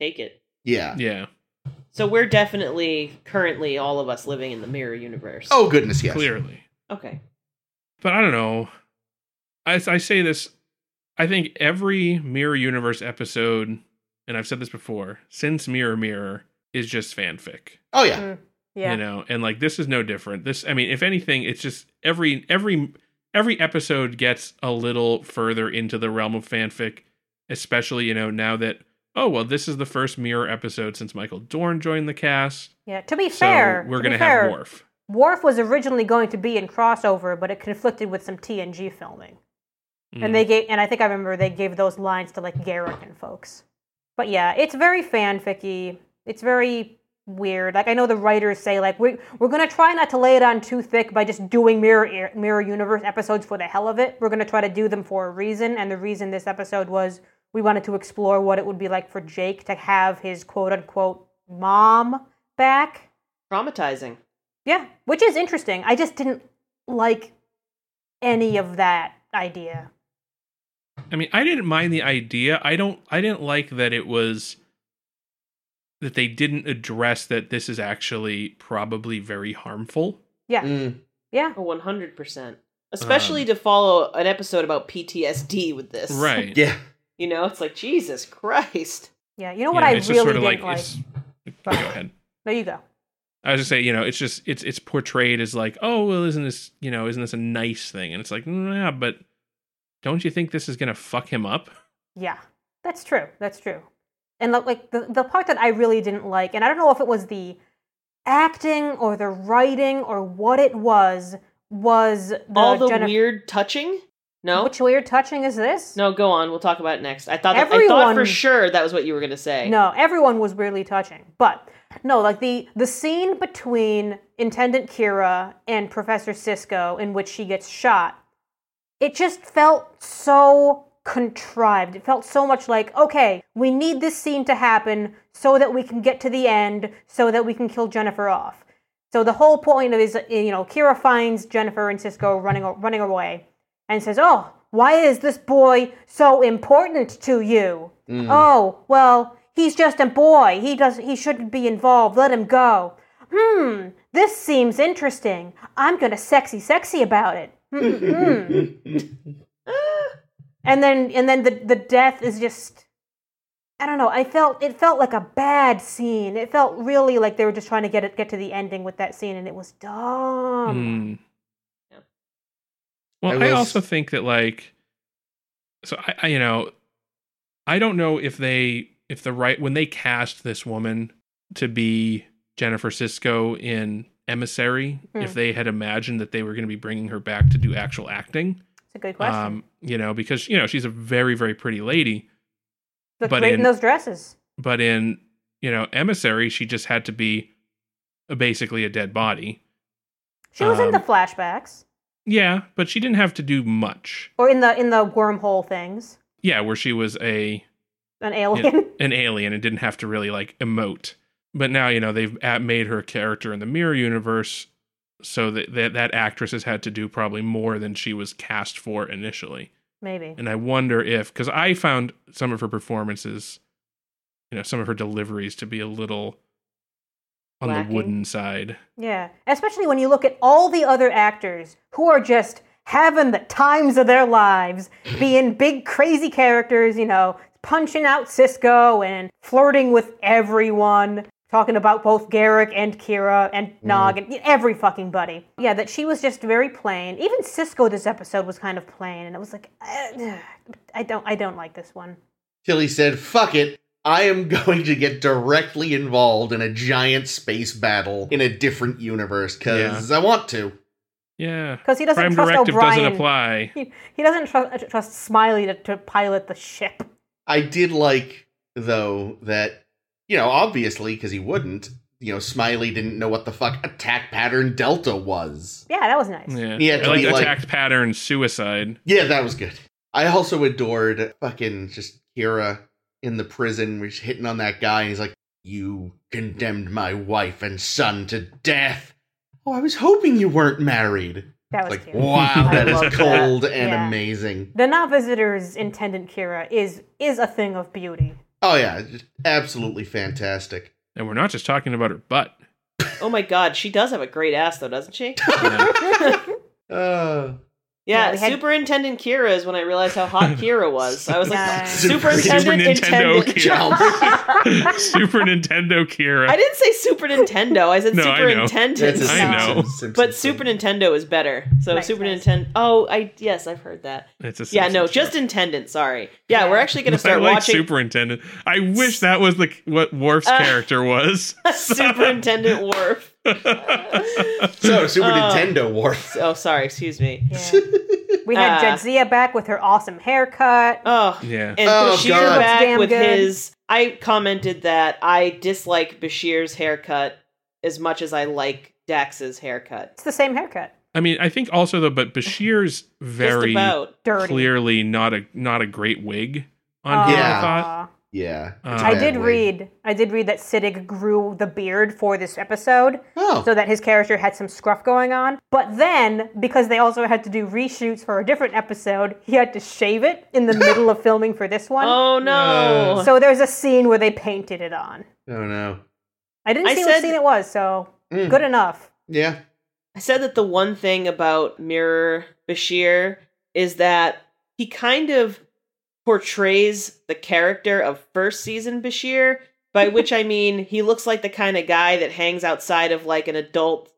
Speaker 3: Take it.
Speaker 4: yeah.
Speaker 1: Yeah.
Speaker 3: So we're definitely currently all of us living in the mirror universe.
Speaker 4: Oh goodness, yes.
Speaker 1: Clearly.
Speaker 3: okay.
Speaker 1: But I don't know. I, I say this. I think every Mirror Universe episode, and I've said this before, since Mirror Mirror is just fanfic.
Speaker 4: Oh yeah.
Speaker 2: Yeah.
Speaker 1: You know, and like this is no different. This, I mean, if anything, it's just every every every episode gets a little further into the realm of fanfic, especially you know now that oh well, this is the first Mirror episode since Michael Dorn joined the cast.
Speaker 2: Yeah. To be
Speaker 1: So
Speaker 2: fair,
Speaker 1: we're
Speaker 2: to
Speaker 1: gonna
Speaker 2: be fair,
Speaker 1: have Worf.
Speaker 2: Worf was originally going to be in crossover, but it conflicted with some TNG filming,
Speaker 1: Mm.
Speaker 2: and they gave. And I think I remember they gave those lines to like Garrick and folks. But yeah, it's very fanficky. It's very weird. Like I know the writers say like we we're gonna try not to lay it on too thick by just doing mirror mirror universe episodes for the hell of it. We're gonna try to do them for a reason, and the reason this episode was we wanted to explore what it would be like for Jake to have his quote unquote mom back.
Speaker 3: Traumatizing.
Speaker 2: Yeah, which is interesting. I just didn't like any of that idea.
Speaker 1: I mean, I didn't mind the idea. I don't. I didn't like that it was that they didn't address that this is actually probably very harmful.
Speaker 4: Mm.
Speaker 2: Yeah.
Speaker 3: Oh, 100%. Especially
Speaker 4: Um.
Speaker 3: to follow an episode about PTSD with this.
Speaker 1: Right.
Speaker 4: Mm, Yeah.
Speaker 3: You know, it's like, Jesus Christ.
Speaker 2: Yeah, you know what I really didn't like.
Speaker 1: it's, go ahead.
Speaker 2: There you go.
Speaker 1: I was just say, you know, it's just it's it's portrayed as like, oh well, isn't this you know isn't this a nice thing? And it's like, nah, but don't you think this is gonna fuck him up?
Speaker 2: Yeah, that's true. That's true. And like- like the the part that I really didn't like, and I don't know if it was the acting or the writing or what it was, was the,
Speaker 3: All the
Speaker 2: Jennifer-
Speaker 3: weird touching? No?
Speaker 2: Which weird touching is this?
Speaker 3: no, go on. We'll talk about it next. I thought that, I thought for
Speaker 2: Everyone-
Speaker 3: sure that was what you were going to say.
Speaker 2: No, everyone was weirdly touching. But no, like the the scene between Intendant Kira and Professor Cisco in which she gets shot, it just felt so contrived. It felt so much like, okay, we need this scene to happen so that we can get to the end, so that we can kill Jennifer off. So the whole point of is, you know, Kira finds Jennifer and Cisco running running away and says, "Oh, why is this boy so important to you?" "Oh, well, he's just a boy. He does he shouldn't be involved. Let him go." "Hmm, this seems interesting. I'm going to sexy sexy about it." Mm-mm. and then and then the the death is just I don't know. I felt it felt like a bad scene. It felt really like they were just trying to get it get to the ending with that scene, and it was
Speaker 1: Mm.
Speaker 2: dumb.
Speaker 3: Yeah.
Speaker 1: Well,
Speaker 4: I
Speaker 1: I,
Speaker 4: will
Speaker 1: also
Speaker 4: s-
Speaker 1: think that like, so I, I, you know, I don't know if they if the right when they cast this woman to be Jennifer Cisco in Emissary, if
Speaker 2: Mm.
Speaker 1: they had imagined that they were going to be bringing her back to do actual acting,
Speaker 2: It's a good question.
Speaker 1: um, you know, because you know she's a very very pretty lady,
Speaker 2: Look
Speaker 1: but
Speaker 2: great in
Speaker 1: in-
Speaker 2: those dresses.
Speaker 1: but in you know Emissary she just had to be uh, basically a dead body.
Speaker 2: She was in the
Speaker 1: um,
Speaker 2: flashbacks
Speaker 1: Yeah, but she didn't have to do much.
Speaker 2: or in the in the wormhole things.
Speaker 1: Yeah, where she was a
Speaker 2: An alien.
Speaker 1: an alien and didn't have to really like emote. But now you know they've at- made her a character in the mirror universe, so that, that that actress has had to do probably more than she was cast for initially.
Speaker 2: Maybe.
Speaker 1: And I wonder if because I found some of her performances, you know, some of her deliveries to be a little on
Speaker 3: Lacking.
Speaker 1: the wooden side.
Speaker 2: Yeah. Especially when you look at all the other actors who are just having the times of their lives, being big crazy characters, you know, punching out Cisco and flirting with everyone, talking about both Garrick and Kira
Speaker 1: Mm.
Speaker 2: and Nog and every fucking buddy. Yeah, that she was just very plain. Even Cisco this episode was kind of plain and it was like eh, I don't I don't like this one.
Speaker 4: Tilly said, "Fuck it. I am going to get directly involved in a giant space battle in a different universe because I want to."
Speaker 1: Yeah,
Speaker 2: Cuz he doesn't
Speaker 1: prime
Speaker 2: trust
Speaker 1: directive
Speaker 2: O'Brien.
Speaker 1: doesn't apply.
Speaker 2: He, he doesn't trust, trust Smiley to, to pilot the ship.
Speaker 4: I did like though that you know obviously because he wouldn't. You know, Smiley didn't know what the fuck attack pattern delta was.
Speaker 2: Yeah, that was nice.
Speaker 1: Yeah,
Speaker 4: He had to
Speaker 1: I like
Speaker 4: be, like-
Speaker 1: attack pattern suicide.
Speaker 4: Yeah, that was good. I also adored fucking just Kira in the prison, where she's hitting on that guy, and he's like, "You condemned my wife and son to death." Oh, I was hoping you weren't married.
Speaker 2: That was
Speaker 4: Like,
Speaker 2: cute.
Speaker 4: wow,
Speaker 2: I
Speaker 4: that
Speaker 2: love that.
Speaker 4: is cold and
Speaker 2: Yeah.
Speaker 4: amazing.
Speaker 2: The not visitor's intendant Kira is is a thing of beauty.
Speaker 4: Oh yeah, just absolutely fantastic.
Speaker 1: And we're not just talking about her butt.
Speaker 3: Oh my god, she does have a great ass though, doesn't she?
Speaker 1: Yeah.
Speaker 4: Uh,
Speaker 3: Yeah,
Speaker 2: Yeah, we had-
Speaker 3: Superintendent Kira is when I realized how hot Kira was. I was like,
Speaker 2: Nice.
Speaker 3: Superintendent
Speaker 1: Super Nintendo
Speaker 3: Intendant
Speaker 4: Kira.
Speaker 1: Super Nintendo Kira.
Speaker 3: I didn't say Super Nintendo. I said
Speaker 1: No, I know.
Speaker 3: Superintendent.
Speaker 4: that's a
Speaker 1: I know.
Speaker 4: Simpsons- Simpsons
Speaker 3: But
Speaker 4: thing.
Speaker 3: Super Nintendo is better. So
Speaker 2: Nice,
Speaker 3: Super
Speaker 2: nice.
Speaker 3: Nintendo. Oh, I yes, I've heard that.
Speaker 1: It's a
Speaker 3: yeah, no,
Speaker 1: Simpsons
Speaker 3: just
Speaker 1: joke.
Speaker 3: intendant. Sorry. Yeah,
Speaker 2: Yeah.
Speaker 3: we're actually gonna
Speaker 1: I
Speaker 3: start
Speaker 1: like
Speaker 3: watching
Speaker 1: Superintendent. I wish that was the what Worf's
Speaker 3: Uh,
Speaker 1: character was.
Speaker 3: Superintendent Worf.
Speaker 4: So
Speaker 2: Oh.
Speaker 4: Super
Speaker 3: Uh,
Speaker 4: Nintendo Wars.
Speaker 3: Oh, sorry. Excuse me.
Speaker 2: Yeah. We had
Speaker 3: Uh.
Speaker 2: Jedzia back with her awesome haircut.
Speaker 3: Oh,
Speaker 1: yeah.
Speaker 3: and
Speaker 4: Oh,
Speaker 3: Bashir
Speaker 4: God.
Speaker 3: back
Speaker 2: Damn
Speaker 3: with
Speaker 2: good.
Speaker 3: his. I commented that I dislike Bashir's haircut as much as I like Dax's haircut.
Speaker 2: It's the same haircut.
Speaker 1: I mean, I think also though, but Bashir's
Speaker 3: Just
Speaker 1: very
Speaker 3: about.
Speaker 2: Dirty.
Speaker 1: clearly not a not a great wig on
Speaker 2: Aw.
Speaker 1: him.
Speaker 4: Yeah.
Speaker 1: I thought.
Speaker 4: Yeah,
Speaker 1: Uh,
Speaker 4: It's a
Speaker 2: I
Speaker 4: bad
Speaker 2: did
Speaker 4: wig.
Speaker 2: read. I did read that Siddig grew the beard for this episode,
Speaker 4: Oh,
Speaker 2: so that his character had some scruff going on. But then, because they also had to do reshoots for a different episode, he had to shave it in the middle of filming for this one.
Speaker 3: Oh no!
Speaker 4: Uh,
Speaker 2: So there's a scene where they painted it on.
Speaker 4: oh no.
Speaker 2: I didn't
Speaker 3: I
Speaker 2: see
Speaker 3: said-
Speaker 2: what scene it was, so
Speaker 4: Mm,
Speaker 2: good enough.
Speaker 4: Yeah.
Speaker 3: I said that the one thing about Mirror Bashir is that he kind of portrays the character of first season Bashir, by which I mean he looks like the kind of guy that hangs outside of like an adult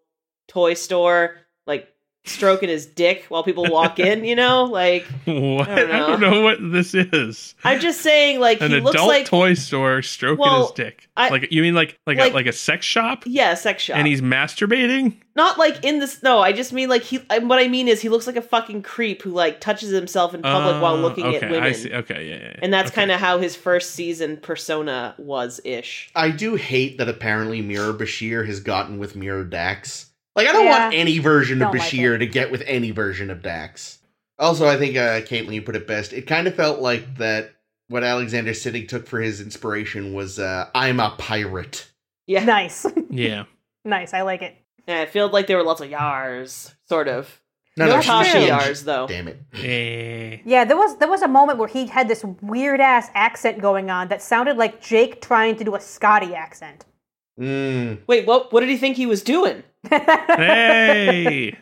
Speaker 3: toy store, like stroking his dick while people walk in, you know? Like
Speaker 1: What?
Speaker 3: I
Speaker 1: I
Speaker 3: don't
Speaker 1: don't,
Speaker 3: know.
Speaker 1: know what this is.
Speaker 3: I'm just saying like
Speaker 1: An
Speaker 3: he looks
Speaker 1: adult
Speaker 3: like
Speaker 1: toy store stroking
Speaker 3: Well,
Speaker 1: his dick.
Speaker 3: I-
Speaker 1: like you mean like like
Speaker 3: like-
Speaker 1: a, like a sex shop?
Speaker 3: yeah, sex shop.
Speaker 1: And he's masturbating.
Speaker 3: not like in this no i just mean like he I- what i mean is he looks like a fucking creep who like touches himself in public while
Speaker 1: Uh,
Speaker 3: looking at
Speaker 1: okay,
Speaker 3: women
Speaker 1: I see. Okay, yeah, yeah, yeah.
Speaker 3: and that's
Speaker 1: Okay.
Speaker 3: kind of how his first season persona was ish
Speaker 4: I do hate that apparently Mirror Bashir has gotten with Mirror Dax. Like, I don't
Speaker 2: Yeah.
Speaker 4: want any version of
Speaker 2: Don't like
Speaker 4: Bashir
Speaker 2: it.
Speaker 4: to get with any version of Dax. Also, I think uh, Caitlin, you put it best. It kind of felt like that what Alexander Siddig took for his inspiration was uh, I'm a pirate.
Speaker 3: yeah
Speaker 2: Nice,
Speaker 1: yeah.
Speaker 2: nice. I like it.
Speaker 3: and it felt like there were lots of yars sort of
Speaker 4: No,
Speaker 3: no
Speaker 4: there's
Speaker 3: tasha
Speaker 4: change.
Speaker 3: yars though
Speaker 4: Damn it.
Speaker 1: Eh.
Speaker 2: Yeah, there was there was a moment where he had this weird ass accent going on that sounded like Jake trying to do a Scotty accent.
Speaker 4: Mm.
Speaker 3: wait what what did he think he was doing
Speaker 1: hey.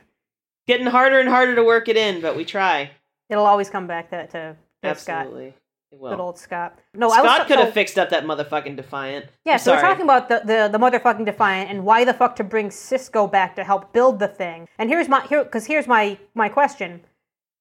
Speaker 3: getting harder and harder to work it in but we try
Speaker 2: It'll always come back to, to, to Scott,
Speaker 3: absolutely it will.
Speaker 2: good old Scott. No, I was
Speaker 3: Scott
Speaker 2: ta-
Speaker 3: could have
Speaker 2: so- oh.
Speaker 3: fixed up that motherfucking defiant.
Speaker 2: Yeah,
Speaker 3: I'm
Speaker 2: so we're
Speaker 3: sorry.
Speaker 2: talking about the, the the motherfucking defiant and why the fuck to bring Cisco back to help build the thing. And here's my here because here's my my question.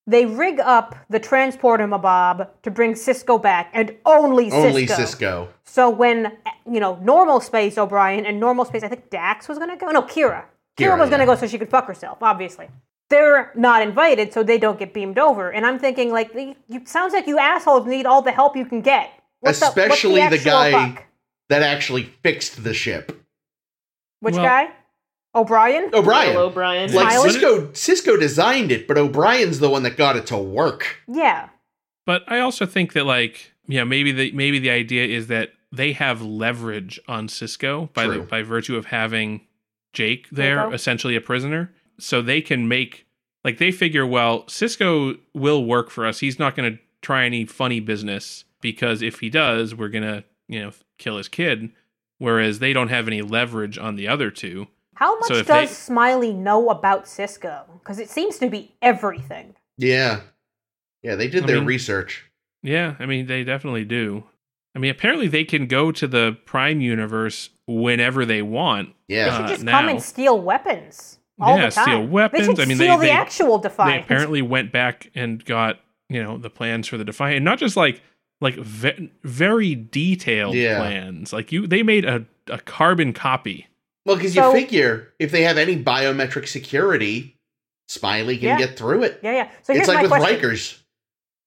Speaker 2: They rig up the transporter mabob to bring Cisco back and only Cisco.
Speaker 4: Only Cisco.
Speaker 2: So when you know normal space O'Brien and normal space, I think Dax was gonna go. No, Kira. Kira,
Speaker 4: Kira,
Speaker 2: was gonna
Speaker 4: yeah.
Speaker 2: go so she could fuck herself. Obviously, they're not invited, so they don't get beamed over. And I'm thinking like, you you- sounds like you assholes need all the help you can get. What's the- what's
Speaker 4: Especially the
Speaker 2: actual
Speaker 4: guy-
Speaker 2: fuck?
Speaker 4: That actually fixed the ship.
Speaker 2: Which
Speaker 1: Well-
Speaker 2: guy? O'Brien.
Speaker 4: O'Brien.
Speaker 3: Hello, Brian.
Speaker 4: Like
Speaker 2: Tyler?
Speaker 4: Cisco Cisco designed it, but O'Brien's the one that got it to work.
Speaker 2: Yeah.
Speaker 1: But I also think that like yeah, maybe the maybe the idea is that they have leverage on Cisco by the,
Speaker 4: True.
Speaker 1: by virtue of having Jake there,
Speaker 2: Rico.
Speaker 1: essentially a prisoner. So they can make like they figure, well, Cisco will work for us. He's not gonna try any funny business because if he does, we're gonna, you know, kill his kid. Whereas they don't have any leverage on the other two.
Speaker 2: How much
Speaker 1: So if
Speaker 2: does
Speaker 1: they-
Speaker 2: Smiley know about Cisco? Because it seems to be everything.
Speaker 4: Yeah. Yeah, they did
Speaker 1: I
Speaker 4: their
Speaker 1: mean-
Speaker 4: research.
Speaker 1: Yeah, I mean they definitely do. I mean apparently they can go to the prime universe whenever they want.
Speaker 4: Yeah.
Speaker 1: Uh,
Speaker 2: Just
Speaker 1: now.
Speaker 2: come and steal weapons all
Speaker 1: yeah,
Speaker 2: the time.
Speaker 1: steal
Speaker 2: They should
Speaker 1: weapons. I mean, they,
Speaker 2: steal the
Speaker 1: they,
Speaker 2: actual
Speaker 1: they
Speaker 2: Defiant.
Speaker 1: apparently went back and got you know the plans for the Defiant, and not just like like ve- very detailed
Speaker 4: Yeah.
Speaker 1: plans. Like you, they made a a carbon copy.
Speaker 4: Well, because
Speaker 2: So-
Speaker 4: you figure if they have any biometric security, Smiley can
Speaker 2: Yeah.
Speaker 4: get through it.
Speaker 2: yeah, yeah. So here's
Speaker 4: it's like
Speaker 2: my
Speaker 4: with
Speaker 2: question.
Speaker 4: Rikers.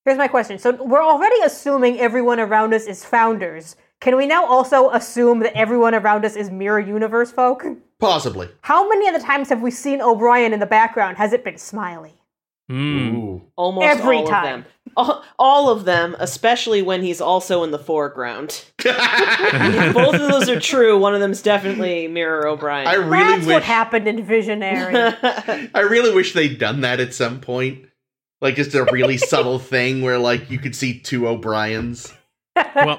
Speaker 2: Here's my question. So we're already assuming everyone around us is founders. Can we now also assume that everyone around us is mirror universe folk?
Speaker 4: Possibly.
Speaker 2: How many other times have we seen O'Brien in the background? Has it been Smiley?
Speaker 3: Hmm.
Speaker 1: Mm.
Speaker 4: Ooh.
Speaker 3: Almost
Speaker 2: Every
Speaker 3: all
Speaker 2: time.
Speaker 3: of them. All, all of them, especially when he's also in the foreground. If both of those are true, one of them's definitely Mirror
Speaker 4: I
Speaker 3: O'Brien.
Speaker 4: really
Speaker 2: That's what
Speaker 4: wish
Speaker 2: happened in Visionary.
Speaker 4: I really wish they'd done that at some point. Like just a really subtle thing where like you could see two O'Briens.
Speaker 1: Well,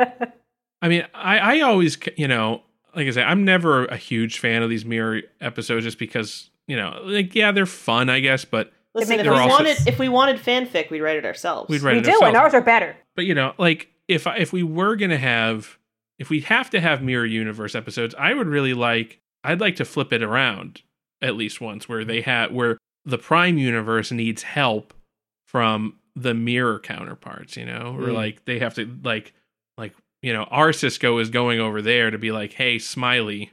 Speaker 1: I mean, I I always c- you know like I say, I'm never a huge fan of these mirror episodes just because, you know, like, yeah, they're fun, I guess, but
Speaker 3: Listen,
Speaker 2: makes
Speaker 3: if we
Speaker 1: They're also-
Speaker 3: wanted if we wanted fanfic, we'd write it ourselves.
Speaker 1: we'd write
Speaker 2: we
Speaker 1: it
Speaker 2: do,
Speaker 1: ourselves.
Speaker 2: and ours are better.
Speaker 1: but you know, like if I, if we were gonna have if we have to have mirror universe episodes, I would really like I'd like to flip it around at least once where they have where the prime universe needs help from the mirror counterparts, you know, or
Speaker 4: Mm.
Speaker 1: like they have to like like you know our Cisco is going over there to be like, hey Smiley,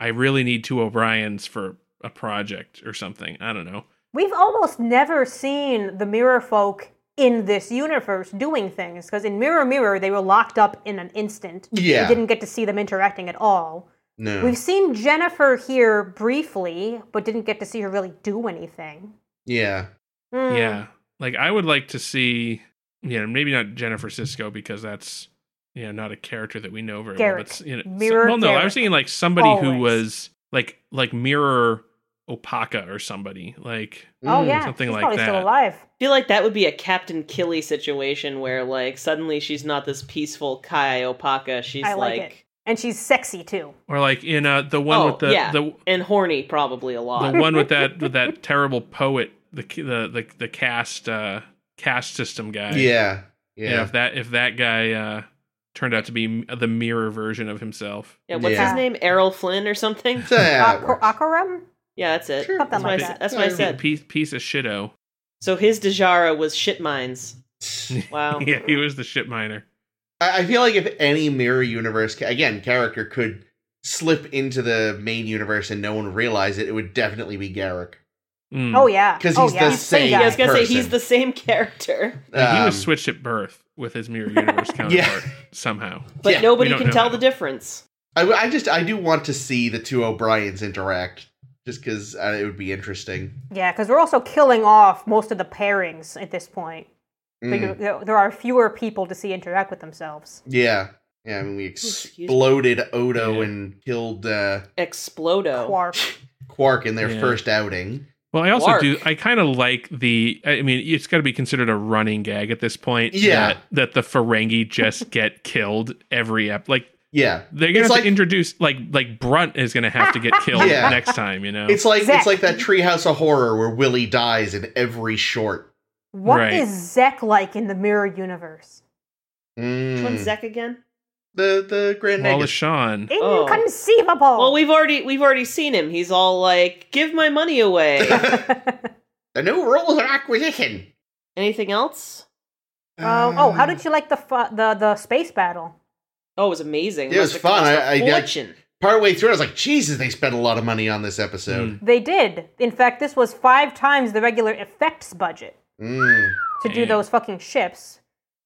Speaker 1: I really need two O'Briens for a project or something. I don't know.
Speaker 2: We've almost never seen the mirror folk in this universe doing things because in Mirror Mirror they were locked up in an instant.
Speaker 4: Yeah.
Speaker 2: We didn't get to see them interacting at all.
Speaker 4: no.
Speaker 2: We've seen Jennifer here briefly, but didn't get to see her really do anything.
Speaker 4: yeah.
Speaker 2: Hmm.
Speaker 1: Yeah. Like I would like to see, you know, maybe not Jennifer Cisco because that's you know not a character that we know very well.
Speaker 2: Derek.
Speaker 1: But you know, so-
Speaker 2: Mirror
Speaker 1: well, no, I was
Speaker 2: Derek.
Speaker 1: thinking like somebody who
Speaker 2: Always.
Speaker 1: was like like Mirror Opaka or somebody like
Speaker 2: Oh
Speaker 4: Mm.
Speaker 2: yeah,
Speaker 1: Hmm, something
Speaker 2: she's
Speaker 1: like
Speaker 2: probably
Speaker 1: that.
Speaker 2: still alive.
Speaker 3: I feel like that would be a Captain Killy situation where like suddenly she's not this peaceful Kai Opaka. She's
Speaker 2: I like And she's sexy too.
Speaker 1: or like in uh the one
Speaker 3: Oh,
Speaker 1: with the
Speaker 3: yeah.
Speaker 1: the
Speaker 3: and horny probably a lot.
Speaker 1: the one with that with that terrible poet the ki- the the, the cast uh cast system guy
Speaker 4: Mm. Yeah.
Speaker 1: You
Speaker 4: Yeah.
Speaker 1: know, if that if that guy uh turned out to be m- the mirror version of himself
Speaker 3: yeah, what's
Speaker 4: Yeah.
Speaker 3: his name? Errol Flynn or something?
Speaker 4: So, yeah, it
Speaker 2: Ak-
Speaker 4: works.
Speaker 2: Akaram?
Speaker 3: Yeah, that's it.
Speaker 4: Sure.
Speaker 2: Something
Speaker 3: That's,
Speaker 2: like
Speaker 3: what, I,
Speaker 2: that.
Speaker 3: s- that's what I
Speaker 4: Yeah.
Speaker 3: said.
Speaker 1: piece piece of shito
Speaker 3: So his Dejara was shit mines. Wow.
Speaker 1: yeah he was the ship miner
Speaker 4: I I feel like if any mirror universe ca- again character could slip into the main universe and no one would realize it, it would definitely be Garrick
Speaker 1: Mm.
Speaker 2: Oh yeah.
Speaker 4: because
Speaker 2: oh,
Speaker 4: he's
Speaker 2: yeah.
Speaker 4: the
Speaker 2: pretty
Speaker 4: same.
Speaker 3: Yeah, I was
Speaker 2: guy.
Speaker 3: gonna say
Speaker 4: person.
Speaker 3: he's the same character,
Speaker 1: Yeah, he was
Speaker 4: Um,
Speaker 1: switched at birth with his mirror universe counterpart
Speaker 4: Yeah.
Speaker 1: somehow.
Speaker 3: but
Speaker 4: Yeah, we
Speaker 3: nobody
Speaker 1: don't
Speaker 3: can
Speaker 1: know
Speaker 3: tell
Speaker 1: that.
Speaker 3: the difference.
Speaker 4: I, I just I do want to see the two O'Briens interact just because uh, it would be interesting.
Speaker 2: Yeah, because we're also killing off most of the pairings at this point.
Speaker 4: Mm.
Speaker 2: Like, there- there are fewer people to see interact with themselves.
Speaker 4: Yeah, yeah. I mean, we
Speaker 3: excuse me.
Speaker 4: exploded Odo
Speaker 1: Yeah.
Speaker 4: and killed uh, Oh.
Speaker 3: Explodo.
Speaker 2: Quark.
Speaker 4: Quark in their
Speaker 1: Yeah.
Speaker 4: first outing.
Speaker 1: Well, I also
Speaker 3: Lark.
Speaker 1: do. I kind of like the. I mean, it's got to be considered a running gag at this point.
Speaker 4: Yeah.
Speaker 1: that, that the Ferengi just get killed every ep. Like
Speaker 4: Yeah,
Speaker 1: they're gonna
Speaker 4: It's
Speaker 1: have
Speaker 4: like-
Speaker 1: to introduce like like Brunt is gonna have to get killed
Speaker 4: Yeah.
Speaker 1: next time. You know,
Speaker 4: it's like
Speaker 2: Zek.
Speaker 4: it's like that Treehouse of Horror where Willie dies in every short.
Speaker 2: What
Speaker 1: Right.
Speaker 2: is Zek like in the mirror universe?
Speaker 4: Mm.
Speaker 3: Which one's Zek again?
Speaker 4: The the Grand
Speaker 1: Wallace
Speaker 4: Negus.
Speaker 1: Shawn.
Speaker 3: Oh.
Speaker 2: Inconceivable.
Speaker 3: Well, we've already we've already seen him. He's all like, "Give my money away."
Speaker 4: the new rules of acquisition.
Speaker 3: Anything else?
Speaker 2: Um, oh, how did you like the fu- the the space battle?
Speaker 3: Oh, it was amazing.
Speaker 4: It was
Speaker 3: Must've
Speaker 4: fun.
Speaker 3: cost a
Speaker 4: I- I- I-
Speaker 3: fortune.
Speaker 4: Partway through, I was like, Jesus, they spent a lot of money on this episode.
Speaker 2: They did. In fact, this was five times the regular effects budget
Speaker 4: Mm.
Speaker 2: to do
Speaker 1: Damn.
Speaker 2: those fucking ships.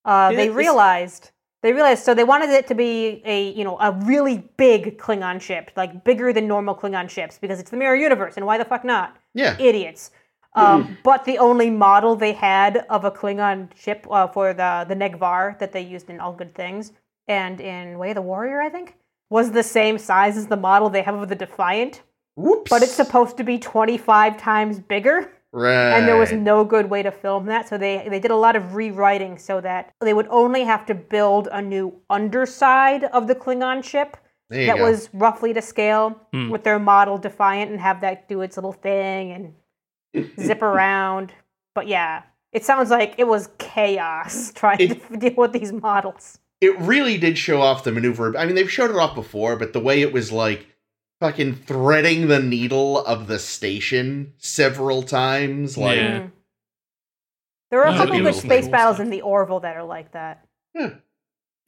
Speaker 2: Uh,
Speaker 3: Yeah,
Speaker 2: they
Speaker 3: this-
Speaker 2: realized they realized so they wanted it to be a you know a really big Klingon ship, like bigger than normal Klingon ships, because it's the mirror universe, and why the fuck not?
Speaker 4: Yeah.
Speaker 2: idiots. Um, but the only model they had of a Klingon ship uh, for the the Negvar that they used in All Good Things and in Way of the Warrior, I think, was the same size as the model they have of the Defiant.
Speaker 4: Whoops.
Speaker 2: But it's supposed to be 25 times bigger,
Speaker 4: right.
Speaker 2: and there was no good way to film that, so they they did a lot of rewriting so that they would only have to build a new underside of the Klingon ship
Speaker 4: There you
Speaker 2: that
Speaker 4: go.
Speaker 2: was roughly to scale
Speaker 1: Hmm.
Speaker 2: with their model defiant and have that do its little thing and zip around but yeah it sounds like it was chaos trying to deal with these models
Speaker 4: it really did show off the maneuver. I mean, they've showed it off before, but the way it was like fucking threading the needle of the station several times, like
Speaker 1: Yeah.
Speaker 2: Mm. there are a
Speaker 1: No,
Speaker 2: couple
Speaker 1: it
Speaker 2: good
Speaker 1: was
Speaker 2: space
Speaker 1: cool
Speaker 2: battles
Speaker 1: stuff.
Speaker 2: in the orville that are like that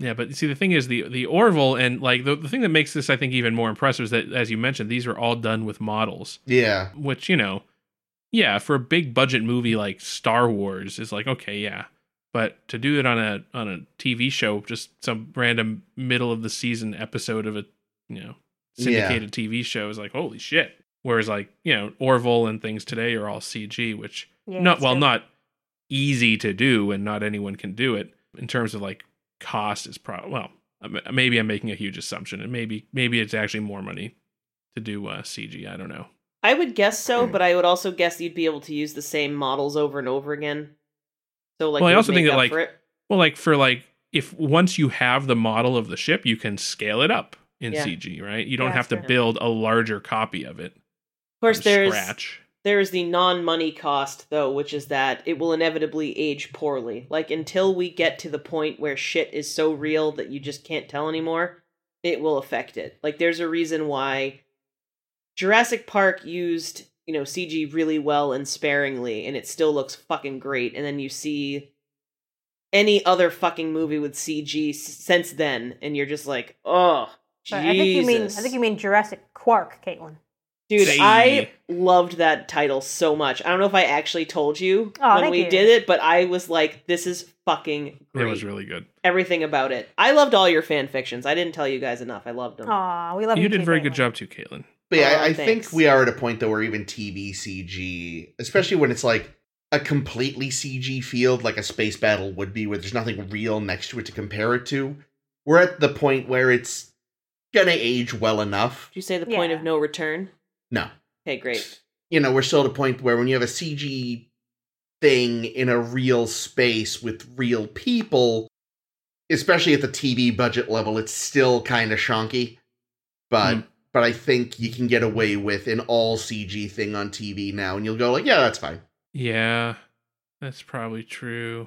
Speaker 1: Yeah, but see, the thing is, the the Orville and like the, the thing that makes this, I think, even more impressive is that, as you mentioned, these are all done with models.
Speaker 4: yeah,
Speaker 1: which you know yeah for a big budget movie like star wars is like okay yeah but to do it on a on a tv show just some random middle of the season episode of a you know syndicated tv show is like holy shit whereas like you know orville and things today are all cg which
Speaker 2: yeah,
Speaker 1: not
Speaker 2: it's
Speaker 1: well
Speaker 2: true.
Speaker 1: not easy to do and not anyone can do it in terms of like cost is probably well m- maybe i'm making a huge assumption and maybe maybe it's actually more money to do uh, cg i don't know
Speaker 3: I would guess so,
Speaker 4: Hmm.
Speaker 3: but I would also guess you'd be able to use the same models over and over again. So like,
Speaker 1: Well, I
Speaker 3: it would
Speaker 1: also think
Speaker 3: make
Speaker 1: that,
Speaker 3: up
Speaker 1: like-
Speaker 3: for it.
Speaker 1: Well, like for like if once you have the model of the ship, you can scale it up in
Speaker 3: Yeah.
Speaker 1: CG, right? You don't
Speaker 2: Yeah,
Speaker 1: have to
Speaker 2: that's true.
Speaker 1: build a larger copy of it.
Speaker 3: Of course,
Speaker 1: from
Speaker 3: there's
Speaker 1: scratch.
Speaker 3: there is the non-money cost though, which is that it will inevitably age poorly. Like until we get to the point where shit is so real that you just can't tell anymore, it will affect it. Like there's a reason why Jurassic Park used, you know, CG really well and sparingly and it still looks fucking great and then you see any other fucking movie with CG s- since then and you're just like, "Oh,
Speaker 2: Sorry, I
Speaker 3: Jesus.
Speaker 2: think you mean I think you mean Jurassic Quark, Caitlin.
Speaker 3: Dude,
Speaker 1: Say-
Speaker 3: I loved that title so much. I don't know if I actually told you
Speaker 2: Aw,
Speaker 3: when
Speaker 2: thank
Speaker 3: we
Speaker 2: you.
Speaker 3: did it, but I was like, this is fucking
Speaker 1: It
Speaker 3: great.
Speaker 1: was really good.
Speaker 3: Everything about it. I loved all your fan fictions. I didn't tell you guys enough. I
Speaker 4: Oh.
Speaker 3: loved them.
Speaker 2: Aw, we love
Speaker 1: You
Speaker 2: you.
Speaker 1: did
Speaker 2: too,
Speaker 1: a very good
Speaker 2: Caitlin.
Speaker 1: job too, Caitlin.
Speaker 4: But yeah,
Speaker 3: Oh,
Speaker 4: I, I
Speaker 3: thanks.
Speaker 4: think we are at a point though where even TV CG, especially when it's like a completely CG field, like a space battle would be, where there's nothing real next to it to compare it to, we're at the point where it's gonna age well enough.
Speaker 3: Did you say the point
Speaker 2: Yeah.
Speaker 3: of no return?
Speaker 4: No,
Speaker 3: Okay, great.
Speaker 4: you know, we're still at a point where when you have a CG thing in a real space with real people, especially at the TV budget level, it's still kind of shonky. But
Speaker 1: Mm.
Speaker 4: but I think you can get away with an all CG thing on TV now, and you'll go like, yeah, that's fine.
Speaker 1: Yeah, that's probably true.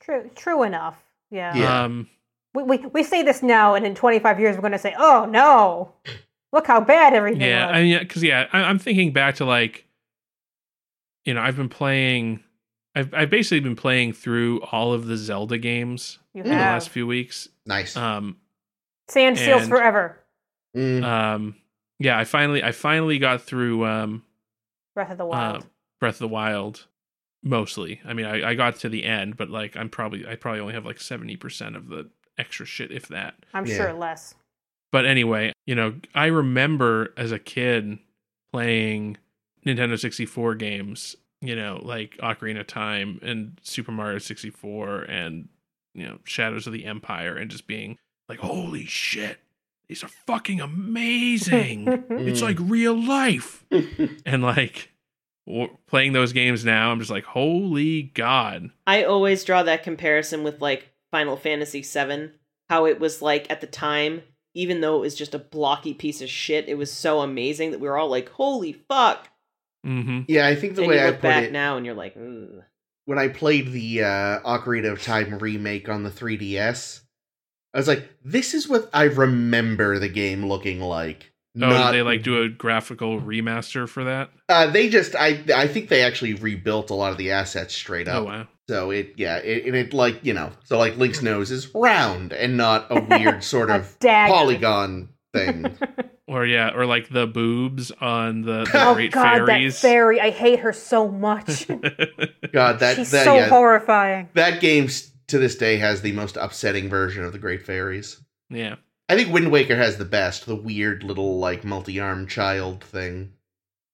Speaker 2: True, true enough. Yeah.
Speaker 4: Yeah.
Speaker 1: Um,
Speaker 2: We, we we say this now, and in 25 years, we're going to say, "Oh no, look how bad everything
Speaker 1: yeah,
Speaker 2: was."
Speaker 1: I mean, because yeah, I, I'm thinking back to like, you know, I've been playing, I've I've basically been playing through all of the Zelda games
Speaker 2: you
Speaker 4: in
Speaker 1: in the
Speaker 2: have.
Speaker 1: last few weeks.
Speaker 4: Nice.
Speaker 3: Uh,
Speaker 1: Um,
Speaker 2: Sand seals
Speaker 1: and-
Speaker 2: forever.
Speaker 3: uh,
Speaker 4: Mm.
Speaker 1: um, yeah, I finally I finally got through um
Speaker 2: Breath of the Wild.
Speaker 1: Um, Breath of the Wild mostly. I mean, I, I got to the end, but like I'm probably I probably only have like 70% of the extra shit if that.
Speaker 2: I'm
Speaker 4: yeah.
Speaker 2: sure less.
Speaker 1: But anyway, you know, I remember as a kid playing Nintendo 64 games, you know, like Ocarina of Time and Super Mario 64 and you know, Shadows of the Empire and just being like, "Holy shit. These are fucking amazing." it's
Speaker 4: Mm.
Speaker 1: like real life and like w- playing those games now i'm just like holy god
Speaker 3: I always draw that comparison with like Final Fantasy VII, how it was like at the time, even though it was just a blocky piece of shit, it was so amazing that we were all like, holy fuck.
Speaker 1: mm-hmm
Speaker 4: yeah, I think the
Speaker 3: and
Speaker 4: way
Speaker 3: you
Speaker 4: I
Speaker 3: look
Speaker 4: put
Speaker 3: back
Speaker 4: it
Speaker 3: now and you're like, mm.
Speaker 4: when I played the uh, Ocarina of Time remake on the 3DS, I was like, this is what I remember the game looking like.
Speaker 1: oh did they like do a graphical remaster for that
Speaker 4: Uh, they just, I, I think they actually rebuilt a lot of the assets straight up.
Speaker 1: oh wow
Speaker 4: So it, yeah, it, and it like you know, so like Link's nose is round and not a weird sort
Speaker 2: A
Speaker 4: of
Speaker 2: dagger.
Speaker 4: polygon thing.
Speaker 1: or yeah or like the boobs on the, the
Speaker 2: Oh
Speaker 1: great
Speaker 2: God,
Speaker 1: fairies
Speaker 2: that fairy! I hate her so much.
Speaker 4: God, that
Speaker 2: She's
Speaker 4: that
Speaker 2: so
Speaker 4: yeah,
Speaker 2: horrifying.
Speaker 4: that game s- to this day has the most upsetting version of the Great Fairies.
Speaker 1: yeah
Speaker 4: I think Wind Waker has the best, the weird little like multi arm child thing.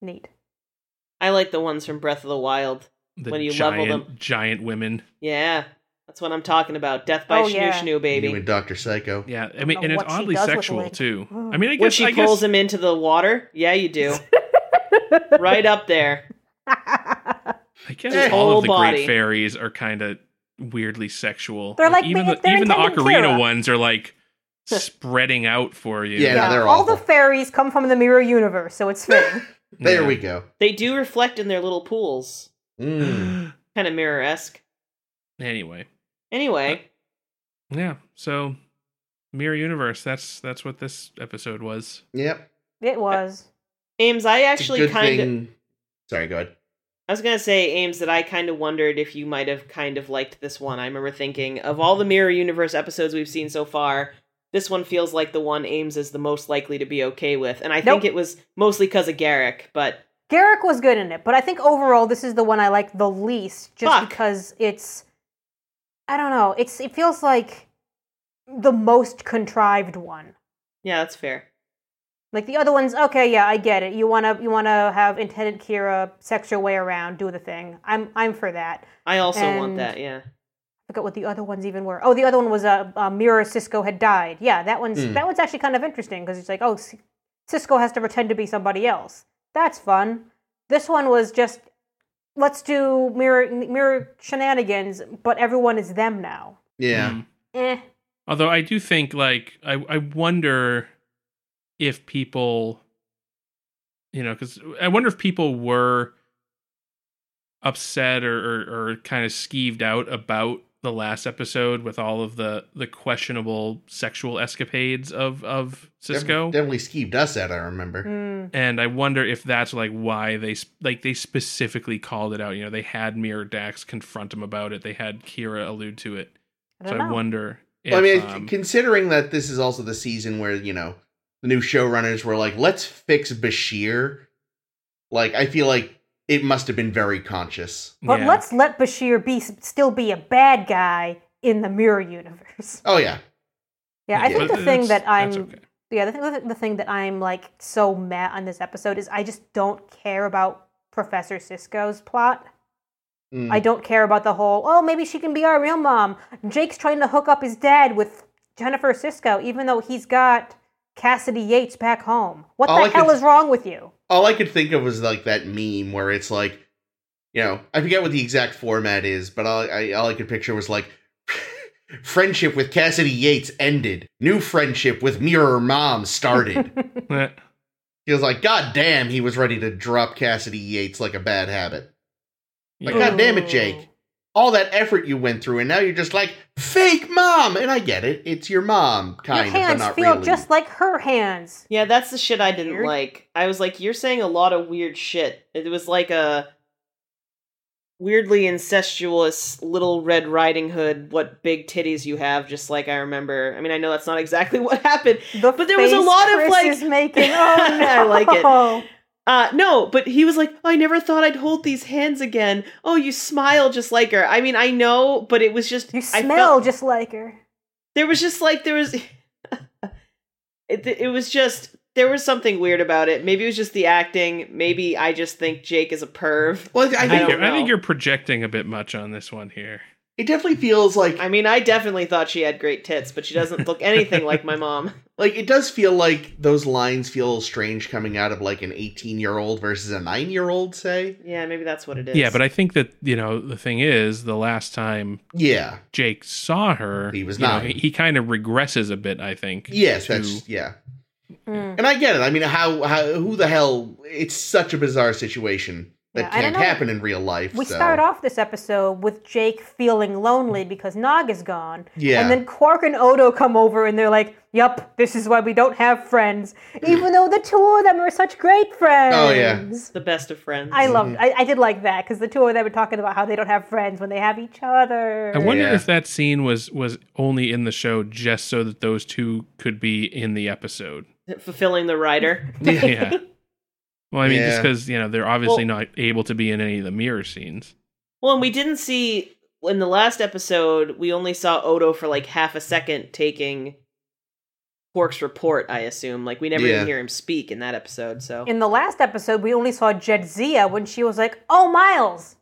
Speaker 2: Neat.
Speaker 3: I like the ones from Breath of the Wild.
Speaker 1: the
Speaker 3: When you level
Speaker 1: giant giant women
Speaker 3: Yeah, that's what I'm talking about. Death by
Speaker 2: Oh,
Speaker 3: Shnu
Speaker 2: yeah.
Speaker 3: Shnu,
Speaker 4: You
Speaker 3: baby.
Speaker 4: and Doctor Psycho.
Speaker 1: yeah i mean
Speaker 2: know
Speaker 1: and it's
Speaker 2: what she
Speaker 1: oddly
Speaker 2: does with
Speaker 1: sexual
Speaker 2: Link.
Speaker 1: too
Speaker 2: Mm.
Speaker 1: i mean i guess
Speaker 3: When she
Speaker 1: I
Speaker 3: pulls
Speaker 1: guess,
Speaker 3: him into the water, yeah, you do. right up there.
Speaker 1: I guess
Speaker 4: his
Speaker 1: all
Speaker 3: whole
Speaker 1: of the
Speaker 3: body.
Speaker 1: great fairies are kind of weirdly sexual
Speaker 2: They're like
Speaker 1: even
Speaker 2: the-
Speaker 1: the,
Speaker 2: they're
Speaker 1: even the
Speaker 2: intended
Speaker 1: ocarina
Speaker 2: Kira.
Speaker 1: ones are like spreading out for you
Speaker 4: Yeah, no, they're
Speaker 2: all
Speaker 4: awful.
Speaker 2: the fairies come from the mirror universe, so it's fitting.
Speaker 4: There
Speaker 1: Yeah.
Speaker 4: we go.
Speaker 3: They do reflect in their little pools,
Speaker 4: Mm.
Speaker 3: kind of mirror esque.
Speaker 1: anyway,
Speaker 3: Anyway,
Speaker 1: yeah. So Mirror Universe, that's that's what this episode was.
Speaker 4: Yep.
Speaker 2: it was.
Speaker 3: Ames, I
Speaker 4: It's a
Speaker 3: actually
Speaker 4: good
Speaker 3: kind of.
Speaker 4: thing- Sorry, go ahead.
Speaker 3: I was gonna say, Ames, that I kind of wondered if you might have kind of liked this one. I remember thinking of all the Mirror Universe episodes we've seen so far, this one feels like the one Ames is the most likely to be okay with, and I
Speaker 2: Nope.
Speaker 3: think it was mostly because of Garrick. But
Speaker 2: Garrick was good in it, but I think overall this is the one I like the least, just
Speaker 3: Fuck.
Speaker 2: because it's. I don't know. It's it feels like the most contrived one.
Speaker 3: yeah, that's fair.
Speaker 2: Like the other ones, okay, yeah, I get it. You wanna you wanna have intended Kira sex your way around, do the thing. I'm I'm for that.
Speaker 3: I also want
Speaker 2: And-
Speaker 3: that. Yeah.
Speaker 2: I forgot what the other ones even were. Oh, the other one was uh, uh, Mira Cisco had died. Yeah, that one's
Speaker 1: Hmm.
Speaker 4: Mm.
Speaker 2: that one's actually kind of interesting because it's like, oh, C- Cisco has to pretend to be somebody else. That's fun. This one was just let's do mirror mirror shenanigans, but everyone is them now.
Speaker 4: Yeah.
Speaker 1: Mm.
Speaker 2: Eh,
Speaker 1: Although I do think like I I wonder if people, you know, because I wonder if people were upset or, or, or kind of skeeved out about the last episode with all of the the questionable sexual escapades of of Cisco.
Speaker 4: Definitely skeeved us out. I remember.
Speaker 2: Mm.
Speaker 1: and I wonder if that's like why they sp- like they specifically called it out. You know, they had Mirror Dax confront him about it. They had Kira allude to it.
Speaker 2: I
Speaker 1: So
Speaker 2: don't
Speaker 1: I
Speaker 2: know.
Speaker 1: wonder. If,
Speaker 4: Well, I mean,
Speaker 1: um,
Speaker 4: considering that this is also the season where you know the new showrunners were like, "Let's fix Bashir," like I feel like it must have been very conscious.
Speaker 2: But
Speaker 1: yeah.
Speaker 2: let's let Bashir be still be a bad guy in the mirror universe.
Speaker 4: Oh yeah,
Speaker 2: Yeah, I
Speaker 4: Yeah,
Speaker 2: think
Speaker 1: but
Speaker 2: the thing
Speaker 1: that's-
Speaker 2: that I'm
Speaker 1: that's okay.
Speaker 2: yeah, the thing the thing that I'm like so mad on this episode is I just don't care about Professor Cisco's plot.
Speaker 4: Mm.
Speaker 2: I don't care about the whole, oh, maybe she can be our real mom. Jake's trying to hook up his dad with Jennifer Cisco, even though he's got Cassidy Yates back home. What
Speaker 4: All I
Speaker 2: the
Speaker 4: could-
Speaker 2: hell is wrong with you?
Speaker 4: all I could think of was like that meme where it's like, you know, I forget what the exact format is, but all I, all I could picture was like, friendship with Cassidy Yates ended, new friendship with Mirror Mom started.
Speaker 1: Eh,
Speaker 4: he was like, God damn, he was ready to drop Cassidy Yates like a bad habit. Like,
Speaker 1: yeah.
Speaker 4: God damn it,
Speaker 2: Ooh.
Speaker 4: Jake. All that effort you went through, and now you're just like, fake mom! And I get it, it's your mom, kind
Speaker 2: Your
Speaker 4: of, but
Speaker 2: hands
Speaker 4: not
Speaker 2: feel
Speaker 4: really.
Speaker 2: just like her hands.
Speaker 3: Yeah, that's the shit I didn't
Speaker 2: Weird.
Speaker 3: like. I was like, you're saying a lot of weird shit. It was like a weirdly incestuous little Red Riding Hood, what big titties you have, just like I remember. I mean, I know that's not exactly what happened.
Speaker 2: The
Speaker 3: But there was a
Speaker 2: face
Speaker 3: lot of,
Speaker 2: Chris
Speaker 3: like-
Speaker 2: is making. Oh no,
Speaker 3: I like it. Uh, no, but he was like, I never thought I'd hold these hands again. Oh, you smile just like her. I mean, I know, but it was just.
Speaker 2: You
Speaker 3: I
Speaker 2: smell
Speaker 3: felt-
Speaker 2: just like her.
Speaker 3: there was just like there was it, it was just there was something weird about it maybe it was just the acting maybe i just think jake is a perv
Speaker 4: well, I
Speaker 1: I
Speaker 4: think
Speaker 1: think,
Speaker 3: don't
Speaker 1: you're, I
Speaker 3: know.
Speaker 1: think you're projecting a bit much on this one here.
Speaker 4: it definitely feels like
Speaker 3: i mean i definitely thought she had great tits but she doesn't look anything like my mom
Speaker 4: like it does feel like those lines feel strange coming out of like an 18 year old versus a 9 year old say
Speaker 3: yeah maybe that's what it is
Speaker 1: Yeah, but I think that you know the thing is, the last time
Speaker 4: yeah
Speaker 1: Jake saw her,
Speaker 4: He was
Speaker 1: you know,
Speaker 4: nine.
Speaker 1: he, he kind of regresses a bit. I think.
Speaker 4: yes
Speaker 1: to-
Speaker 4: that's yeah
Speaker 2: Mm.
Speaker 4: and i get it i mean how how who the hell it's such a bizarre situation that
Speaker 2: Yeah, I don't
Speaker 4: can't
Speaker 2: know.
Speaker 4: happen in real life
Speaker 2: We
Speaker 4: so.
Speaker 2: start off this episode with Jake feeling lonely because Nog is gone.
Speaker 4: yeah
Speaker 2: And then Quark and Odo come over and they're like, Yup, this is why we don't have friends. Even though the two of them are such great friends.
Speaker 4: Oh, yeah. Mm-hmm.
Speaker 3: the best of friends
Speaker 2: I loved I, I did like that because the two of them were talking about how they don't have friends when they have each other.
Speaker 1: I wonder
Speaker 4: Yeah.
Speaker 1: if that scene was was only in the show just so that those two could be in the episode.
Speaker 3: fulfilling the writer
Speaker 1: yeah. Well, I mean, just
Speaker 4: Yeah.
Speaker 1: because you know they're obviously
Speaker 3: Well-
Speaker 1: not able to be in any of the mirror scenes.
Speaker 3: well and we didn't see in the last episode we only saw odo for like half a second taking quark's report i assume like we never
Speaker 4: Yeah.
Speaker 3: even hear him speak in that episode so
Speaker 2: In the last episode, we only saw Jedzia when she was like, Oh, Miles.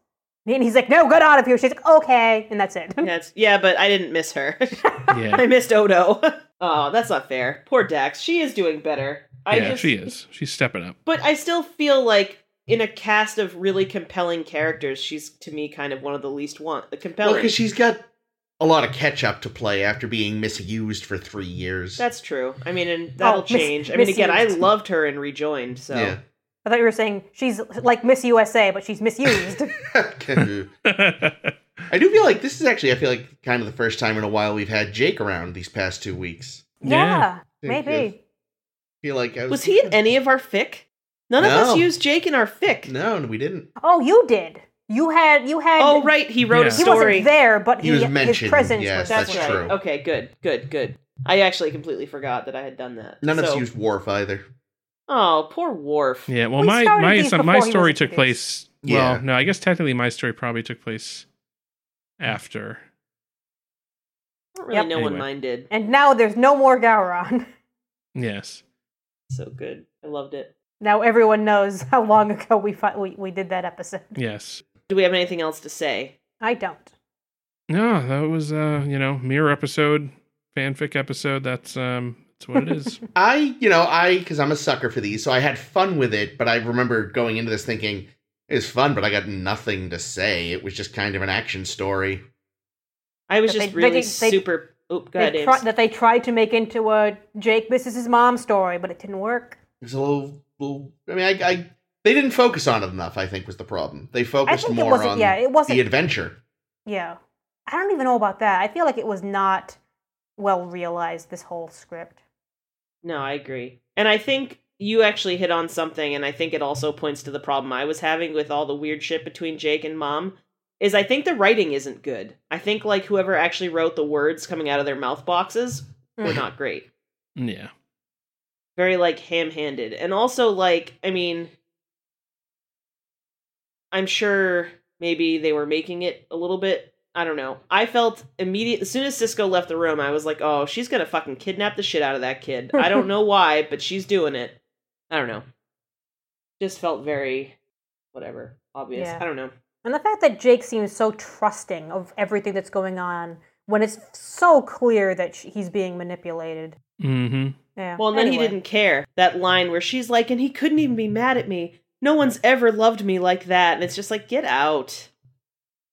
Speaker 2: And he's like, No, get out of here. She's like, Okay. And that's it.
Speaker 3: yeah, it's- yeah but i didn't miss her
Speaker 1: Yeah,
Speaker 3: I missed Odo. oh, that's not fair. Poor Dax. She is doing better. I
Speaker 1: yeah,
Speaker 3: just,
Speaker 1: she is. She's stepping up.
Speaker 3: But I still feel like in a cast of really compelling characters, she's to me kind of one of the least one the
Speaker 4: well
Speaker 3: compelling.
Speaker 4: because she's got a lot of catch up to play after being misused for three years
Speaker 3: that's true. I mean, and that'll
Speaker 2: Oh, miss-
Speaker 3: change. I mean, again, I
Speaker 2: misused.
Speaker 3: loved her and rejoined. So
Speaker 4: yeah
Speaker 2: I thought you were saying she's like Miss USA, but she's misused.
Speaker 4: i do feel like this is actually i feel like kind of the first time in a while we've had jake around these past two weeks
Speaker 2: yeah,
Speaker 4: Thank
Speaker 2: maybe.
Speaker 4: you. feel like I was,
Speaker 3: was he in any of our fic? None of us
Speaker 4: No.
Speaker 3: used Jake in our fic.
Speaker 4: no we didn't
Speaker 2: Oh, you did. You had you had
Speaker 3: Oh, right. He wrote
Speaker 1: Yeah.
Speaker 3: a
Speaker 2: He
Speaker 3: story.
Speaker 2: wasn't there, but
Speaker 4: He
Speaker 2: he,
Speaker 4: was
Speaker 2: his
Speaker 4: mentioned,
Speaker 2: presence
Speaker 4: yes,
Speaker 2: was
Speaker 3: That's,
Speaker 4: That's
Speaker 3: right.
Speaker 4: true.
Speaker 3: Okay, good, good, good. I actually completely forgot that I had done that.
Speaker 4: none of us
Speaker 3: So-
Speaker 4: used wharf either
Speaker 3: Oh, poor Worf.
Speaker 1: yeah. Well,
Speaker 2: We
Speaker 1: my
Speaker 2: started
Speaker 1: my
Speaker 2: these
Speaker 1: so- my
Speaker 2: before he
Speaker 1: story
Speaker 2: was
Speaker 1: took place.
Speaker 2: introduced.
Speaker 4: Yeah.
Speaker 1: Well, no, I guess technically my story probably took place after.
Speaker 3: I don't really
Speaker 2: Yep.
Speaker 3: know when
Speaker 1: Anyway.
Speaker 3: mine did.
Speaker 2: And now there's no more Gowron.
Speaker 1: Yes.
Speaker 3: so good. I loved it.
Speaker 2: Now everyone knows how long ago we fi- we, we did that episode.
Speaker 1: Yes.
Speaker 3: Do we have anything else to say?
Speaker 2: I don't.
Speaker 1: No, that was uh, you know, mirror episode, fanfic episode. That's um, that's what it is.
Speaker 4: I, you know, I because I'm a sucker for these, so I had fun with it. But I remember going into this thinking it was fun, but I got nothing to say. It was just kind of an action story.
Speaker 3: I was
Speaker 2: But
Speaker 3: just
Speaker 2: they- they
Speaker 3: really
Speaker 2: didn't- they-
Speaker 3: super Oop, go ahead,
Speaker 2: They
Speaker 3: Ames.
Speaker 2: try, that they tried to make into a Jake Missis's mom story, but it didn't work.
Speaker 4: There's a little, little I mean, I, I they didn't focus on it enough. I think was the problem. They
Speaker 2: I
Speaker 4: focused
Speaker 2: think it
Speaker 4: more
Speaker 2: wasn't.
Speaker 4: on
Speaker 2: yeah, it wasn't.
Speaker 4: the adventure.
Speaker 2: yeah, I don't even know about that. I feel like it was not well realized. This whole script.
Speaker 3: No, I agree. And I think you actually hit on something, and I think it also points to the problem I was having with all the weird shit between Jake and mom. Is I think the writing isn't good. I think like whoever actually wrote the words coming out of their mouth boxes were
Speaker 2: Mm.
Speaker 3: not great.
Speaker 1: Yeah.
Speaker 3: Very like ham handed. And also like, I mean I'm sure maybe they were making it a little bit. I don't know. I felt immediate as soon as Cisco left the room, I was like, "Oh, she's gonna fucking kidnap the shit out of that kid." I don't know why, but she's doing it. I don't know. Just felt very, whatever, obvious.
Speaker 2: Yeah.
Speaker 3: I don't know.
Speaker 2: And the fact that Jake seems so trusting of everything that's going on when it's so clear that sh he's being manipulated.
Speaker 1: Mm-hmm.
Speaker 2: Yeah.
Speaker 3: Well, and then
Speaker 2: Anyway.
Speaker 3: he didn't care. That line where she's like, and he couldn't even be mad at me. No one's ever loved me like that. And it's just like, get out.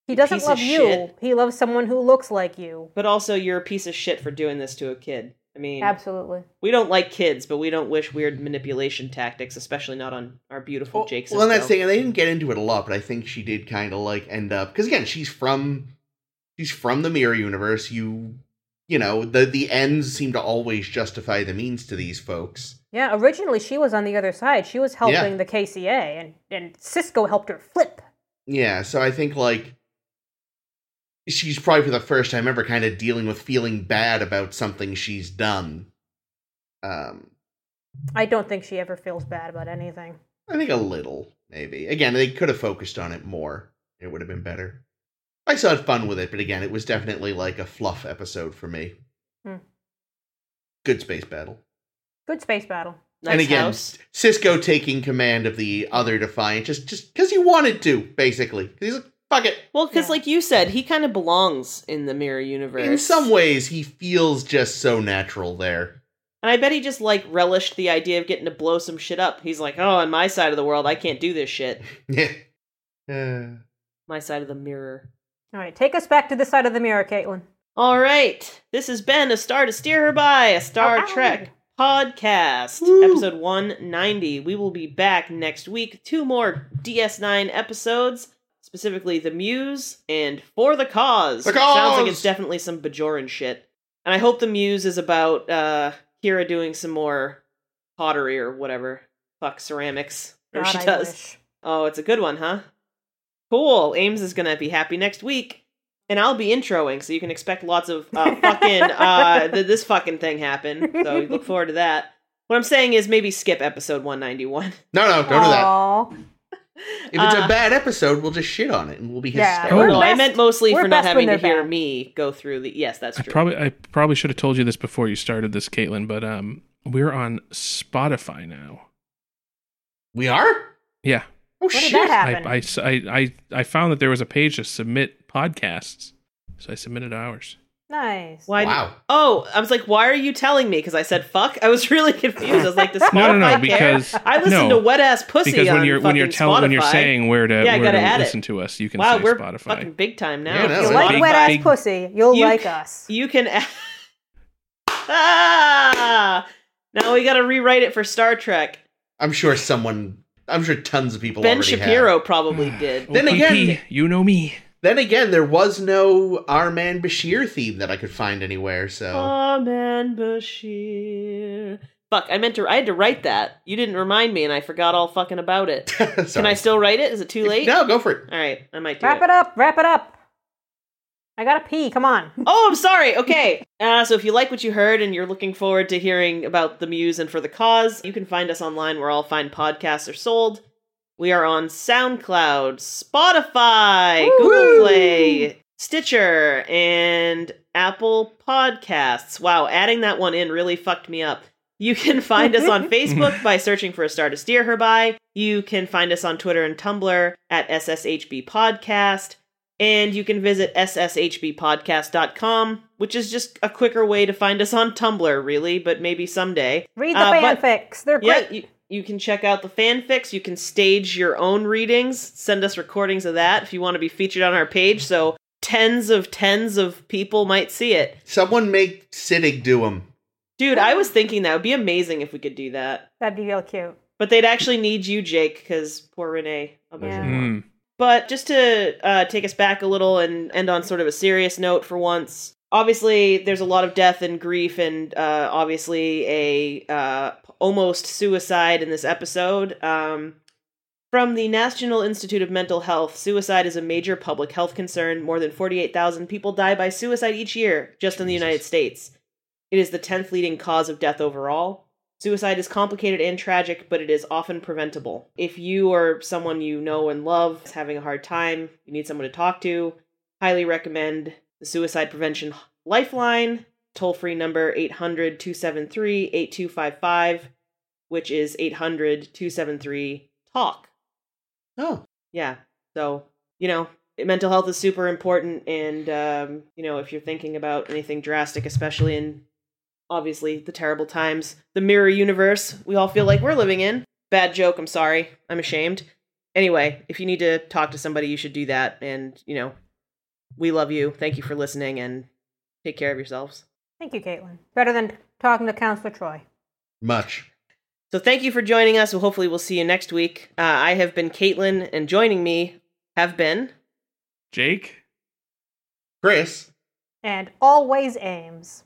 Speaker 2: He doesn't
Speaker 3: piece of
Speaker 2: love you.
Speaker 3: shit.
Speaker 2: He loves someone who looks like you.
Speaker 3: But also, you're a piece of shit for doing this to a kid. I mean,
Speaker 2: Absolutely.
Speaker 3: we don't like kids, but we don't wish weird manipulation tactics, especially not on our beautiful
Speaker 4: Well,
Speaker 3: Jake's.
Speaker 4: well, and that's the thing. and They didn't get into it a lot, but I think she did kind of like end up because again, she's from she's from the mirror universe. You you know the the ends seem to always justify the means to these folks.
Speaker 2: Yeah, originally she was on the other side. She was helping the KCA, and, and Cisco helped her flip.
Speaker 4: Yeah, so I think like she's probably for the first time ever kind of dealing with feeling bad about something she's done. Um,
Speaker 2: I don't think she ever feels bad about anything.
Speaker 4: I think a little, maybe. Again, they could have focused on it more. It would have been better. I still had fun with it, but again, it was definitely like a fluff episode for me.
Speaker 2: Hmm.
Speaker 4: Good space battle.
Speaker 2: Good space battle.
Speaker 3: Nice
Speaker 4: and again,
Speaker 3: house.
Speaker 4: Cisco taking command of the other Defiant just just because he wanted to, basically. 'Cause He's like, fuck it.
Speaker 3: Well, because
Speaker 2: Yeah.
Speaker 3: like you said, he kind of belongs in the mirror universe
Speaker 4: In some ways, he feels just so natural there.
Speaker 3: And I bet he just like relished the idea of getting to blow some shit up. He's like, oh, on my side of the world, I can't do this shit.
Speaker 4: Yeah. Uh,
Speaker 3: My side of the mirror.
Speaker 2: All right, take us back to the side of the mirror, Caitlin.
Speaker 3: All right, this has been a star to steer her by a Star
Speaker 2: Oh, ow.
Speaker 3: Trek podcast,
Speaker 4: Woo.
Speaker 3: episode one ninety. We will be back next week. Two more DS nine episodes, specifically the Muse and for the cause.
Speaker 4: The
Speaker 3: Sounds
Speaker 4: Cause!
Speaker 3: like it's definitely some Bajoran shit. And I hope the Muse is about uh Kira doing some more pottery or whatever. Fuck ceramics. Or
Speaker 2: God,
Speaker 3: she
Speaker 2: I
Speaker 3: does.
Speaker 2: wish.
Speaker 3: Oh, it's a good one, huh? Cool. Ames is gonna be happy next week, and I'll be introing, so you can expect lots of uh, fucking uh, th- this fucking thing happen. So look forward to that. What I'm saying is maybe skip episode 191.
Speaker 4: no, no, don't do that.
Speaker 2: Aw.
Speaker 4: If it's
Speaker 3: Uh,
Speaker 4: a bad episode, we'll just shit on it and we'll be
Speaker 2: Yeah.
Speaker 4: hysterical.
Speaker 1: We're
Speaker 3: no, I
Speaker 2: best-
Speaker 3: meant mostly
Speaker 2: we're
Speaker 3: for not
Speaker 2: best
Speaker 3: having to
Speaker 2: when they're
Speaker 3: hear
Speaker 2: bad.
Speaker 3: me go through the. Yes, that's
Speaker 1: I
Speaker 3: true.
Speaker 1: probably I probably should have told you this before you started this, Caitlin, but um we're on Spotify now.
Speaker 4: We are?
Speaker 1: Yeah.
Speaker 4: Oh,
Speaker 2: did
Speaker 4: shit.
Speaker 2: that happen?
Speaker 1: I, I, s- I- I- I found that there was a page to submit podcasts. So I submitted ours.
Speaker 2: Nice.
Speaker 3: Why?
Speaker 4: Wow.
Speaker 3: Oh, I was like, why are you telling me? Because I said fuck. I was really confused. I was like, this.
Speaker 1: No, no, no,
Speaker 3: Spotify care?
Speaker 1: because
Speaker 3: I listen
Speaker 1: no,
Speaker 3: to wet ass pussy
Speaker 1: because
Speaker 3: on
Speaker 1: when you're when you're
Speaker 3: fucking
Speaker 1: telling when you're
Speaker 3: Spotify.
Speaker 1: saying where to
Speaker 3: Yeah, I
Speaker 1: where
Speaker 3: gotta
Speaker 1: to
Speaker 3: add it.
Speaker 1: listen to us, you can
Speaker 3: wow,
Speaker 1: say
Speaker 3: we're
Speaker 1: Spotify.
Speaker 3: fucking big time now.
Speaker 4: Yeah, I know,
Speaker 2: you
Speaker 4: it's
Speaker 2: like
Speaker 1: big-
Speaker 2: wet ass
Speaker 1: big-
Speaker 2: pussy, you'll
Speaker 3: You-
Speaker 2: like us.
Speaker 3: You can. a- ah! Now we got to rewrite it for Star Trek.
Speaker 4: I'm sure someone, I'm sure tons of people
Speaker 3: ben
Speaker 4: already have.
Speaker 3: Shapiro probably did.
Speaker 4: Then
Speaker 1: OPP,
Speaker 4: again-
Speaker 1: Oh, you know me.
Speaker 4: Then again, there was no Our Man Bashir theme that I could find anywhere,
Speaker 2: Oh.
Speaker 4: so.
Speaker 3: Amen, Bashir. Fuck, I meant to. I had to write that. You didn't remind me, and I forgot all fucking about it. Oh, Can I still write it? Is it too late?
Speaker 4: No, go for it.
Speaker 3: All right, I might do
Speaker 2: Wrap it up, wrap it up. I gotta pee, come on.
Speaker 3: Oh, I'm sorry. Okay. Uh, so if you like what you heard and you're looking forward to hearing about the Muse and for the cause, you can find us online where all fine podcasts are sold. We are on SoundCloud, Spotify, Google Play, Stitcher, and Apple Podcasts. Wow, adding that one in really fucked me up. You can find us on Facebook by searching for a star to steer her by. You can find us on Twitter and Tumblr at SSHB Podcast. And you can visit sshbpodcast.com, which is just a quicker way to find us on Tumblr, really, but maybe someday.
Speaker 2: Read the
Speaker 3: Uh, but-
Speaker 2: fanfics, they're great.
Speaker 3: Yeah, you, you can check out the fanfics. You can stage your own readings, send us recordings of that if you want to be featured on our page. So tens of tens of people might see it.
Speaker 4: Someone make Siddig do them.
Speaker 3: Dude, I was thinking that would be amazing if we could do that.
Speaker 2: That'd be real cute.
Speaker 3: But they'd actually need you, Jake, because poor Renee.
Speaker 2: Yeah.
Speaker 1: Mm.
Speaker 3: But just to uh, take us back a little and end on sort of a serious note for once, obviously there's a lot of death and grief and uh, obviously a uh, almost suicide in this episode. Um, from the National Institute of Mental Health, suicide is a major public health concern. More than 48,000 people die by suicide each year just in the
Speaker 4: Jesus.
Speaker 3: United States. It is the 10th leading cause of death overall. Suicide is complicated and tragic, but it is often preventable. If you or someone you know and love is having a hard time, you need someone to talk to, highly recommend the Suicide Prevention Lifeline, toll free number 800 273 8255, which is 800 273 TALK.
Speaker 4: Oh,
Speaker 3: Yeah. So, you know, mental health is super important. And, um, you know, if you're thinking about anything drastic, especially in obviously the terrible times, the mirror universe we all feel like we're living in. Bad joke. I'm sorry. I'm ashamed. Anyway, if you need to talk to somebody, you should do that. And, you know, we love you. Thank you for listening and take care of yourselves.
Speaker 2: Thank you, Caitlin. Better than talking to Counselor Troy.
Speaker 4: much.
Speaker 3: So thank you for joining us. Well, hopefully we'll see you next week. Uh, I have been Caitlin, and joining me have been
Speaker 1: Jake?
Speaker 4: Chris,
Speaker 2: And always aims.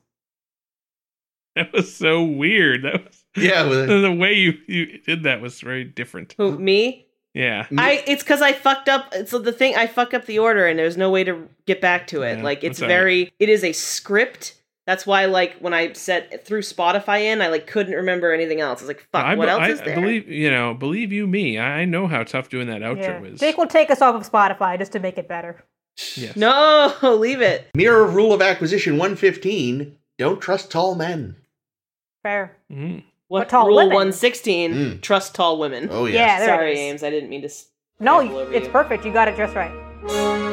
Speaker 1: That was so weird. That was
Speaker 4: yeah, with a-
Speaker 1: the way you, you did that was very different.
Speaker 3: who me.
Speaker 1: Yeah.
Speaker 3: I it's because I fucked up. So the thing I fuck up the order, and there's no way to get back to it.
Speaker 1: Yeah,
Speaker 3: like it's
Speaker 1: that's all
Speaker 3: very, it is a script. That's why, like when I set through Spotify in, I like couldn't remember anything else. I was like, fuck,
Speaker 1: I,
Speaker 3: what
Speaker 1: be-
Speaker 3: else
Speaker 1: I,
Speaker 3: is there?
Speaker 1: believe you know, believe you me, I I know how tough doing that outro
Speaker 2: Yeah.
Speaker 1: is.
Speaker 2: Jake will take us off of Spotify just to make it better.
Speaker 1: Yes.
Speaker 3: no, leave it.
Speaker 4: Mirror Rule of Acquisition 115 Don't Trust Tall Men.
Speaker 2: Fair.
Speaker 1: Mhm.
Speaker 3: What
Speaker 2: tall
Speaker 3: rule
Speaker 2: women.
Speaker 3: one sixteen?
Speaker 4: Mm.
Speaker 3: Trust tall women.
Speaker 4: Oh, yes.
Speaker 2: Yeah, there
Speaker 3: Sorry,
Speaker 2: it is.
Speaker 3: Ames, I didn't mean to. s-
Speaker 2: No,
Speaker 3: Trample over
Speaker 2: it's
Speaker 3: you.
Speaker 2: perfect. You got it just right.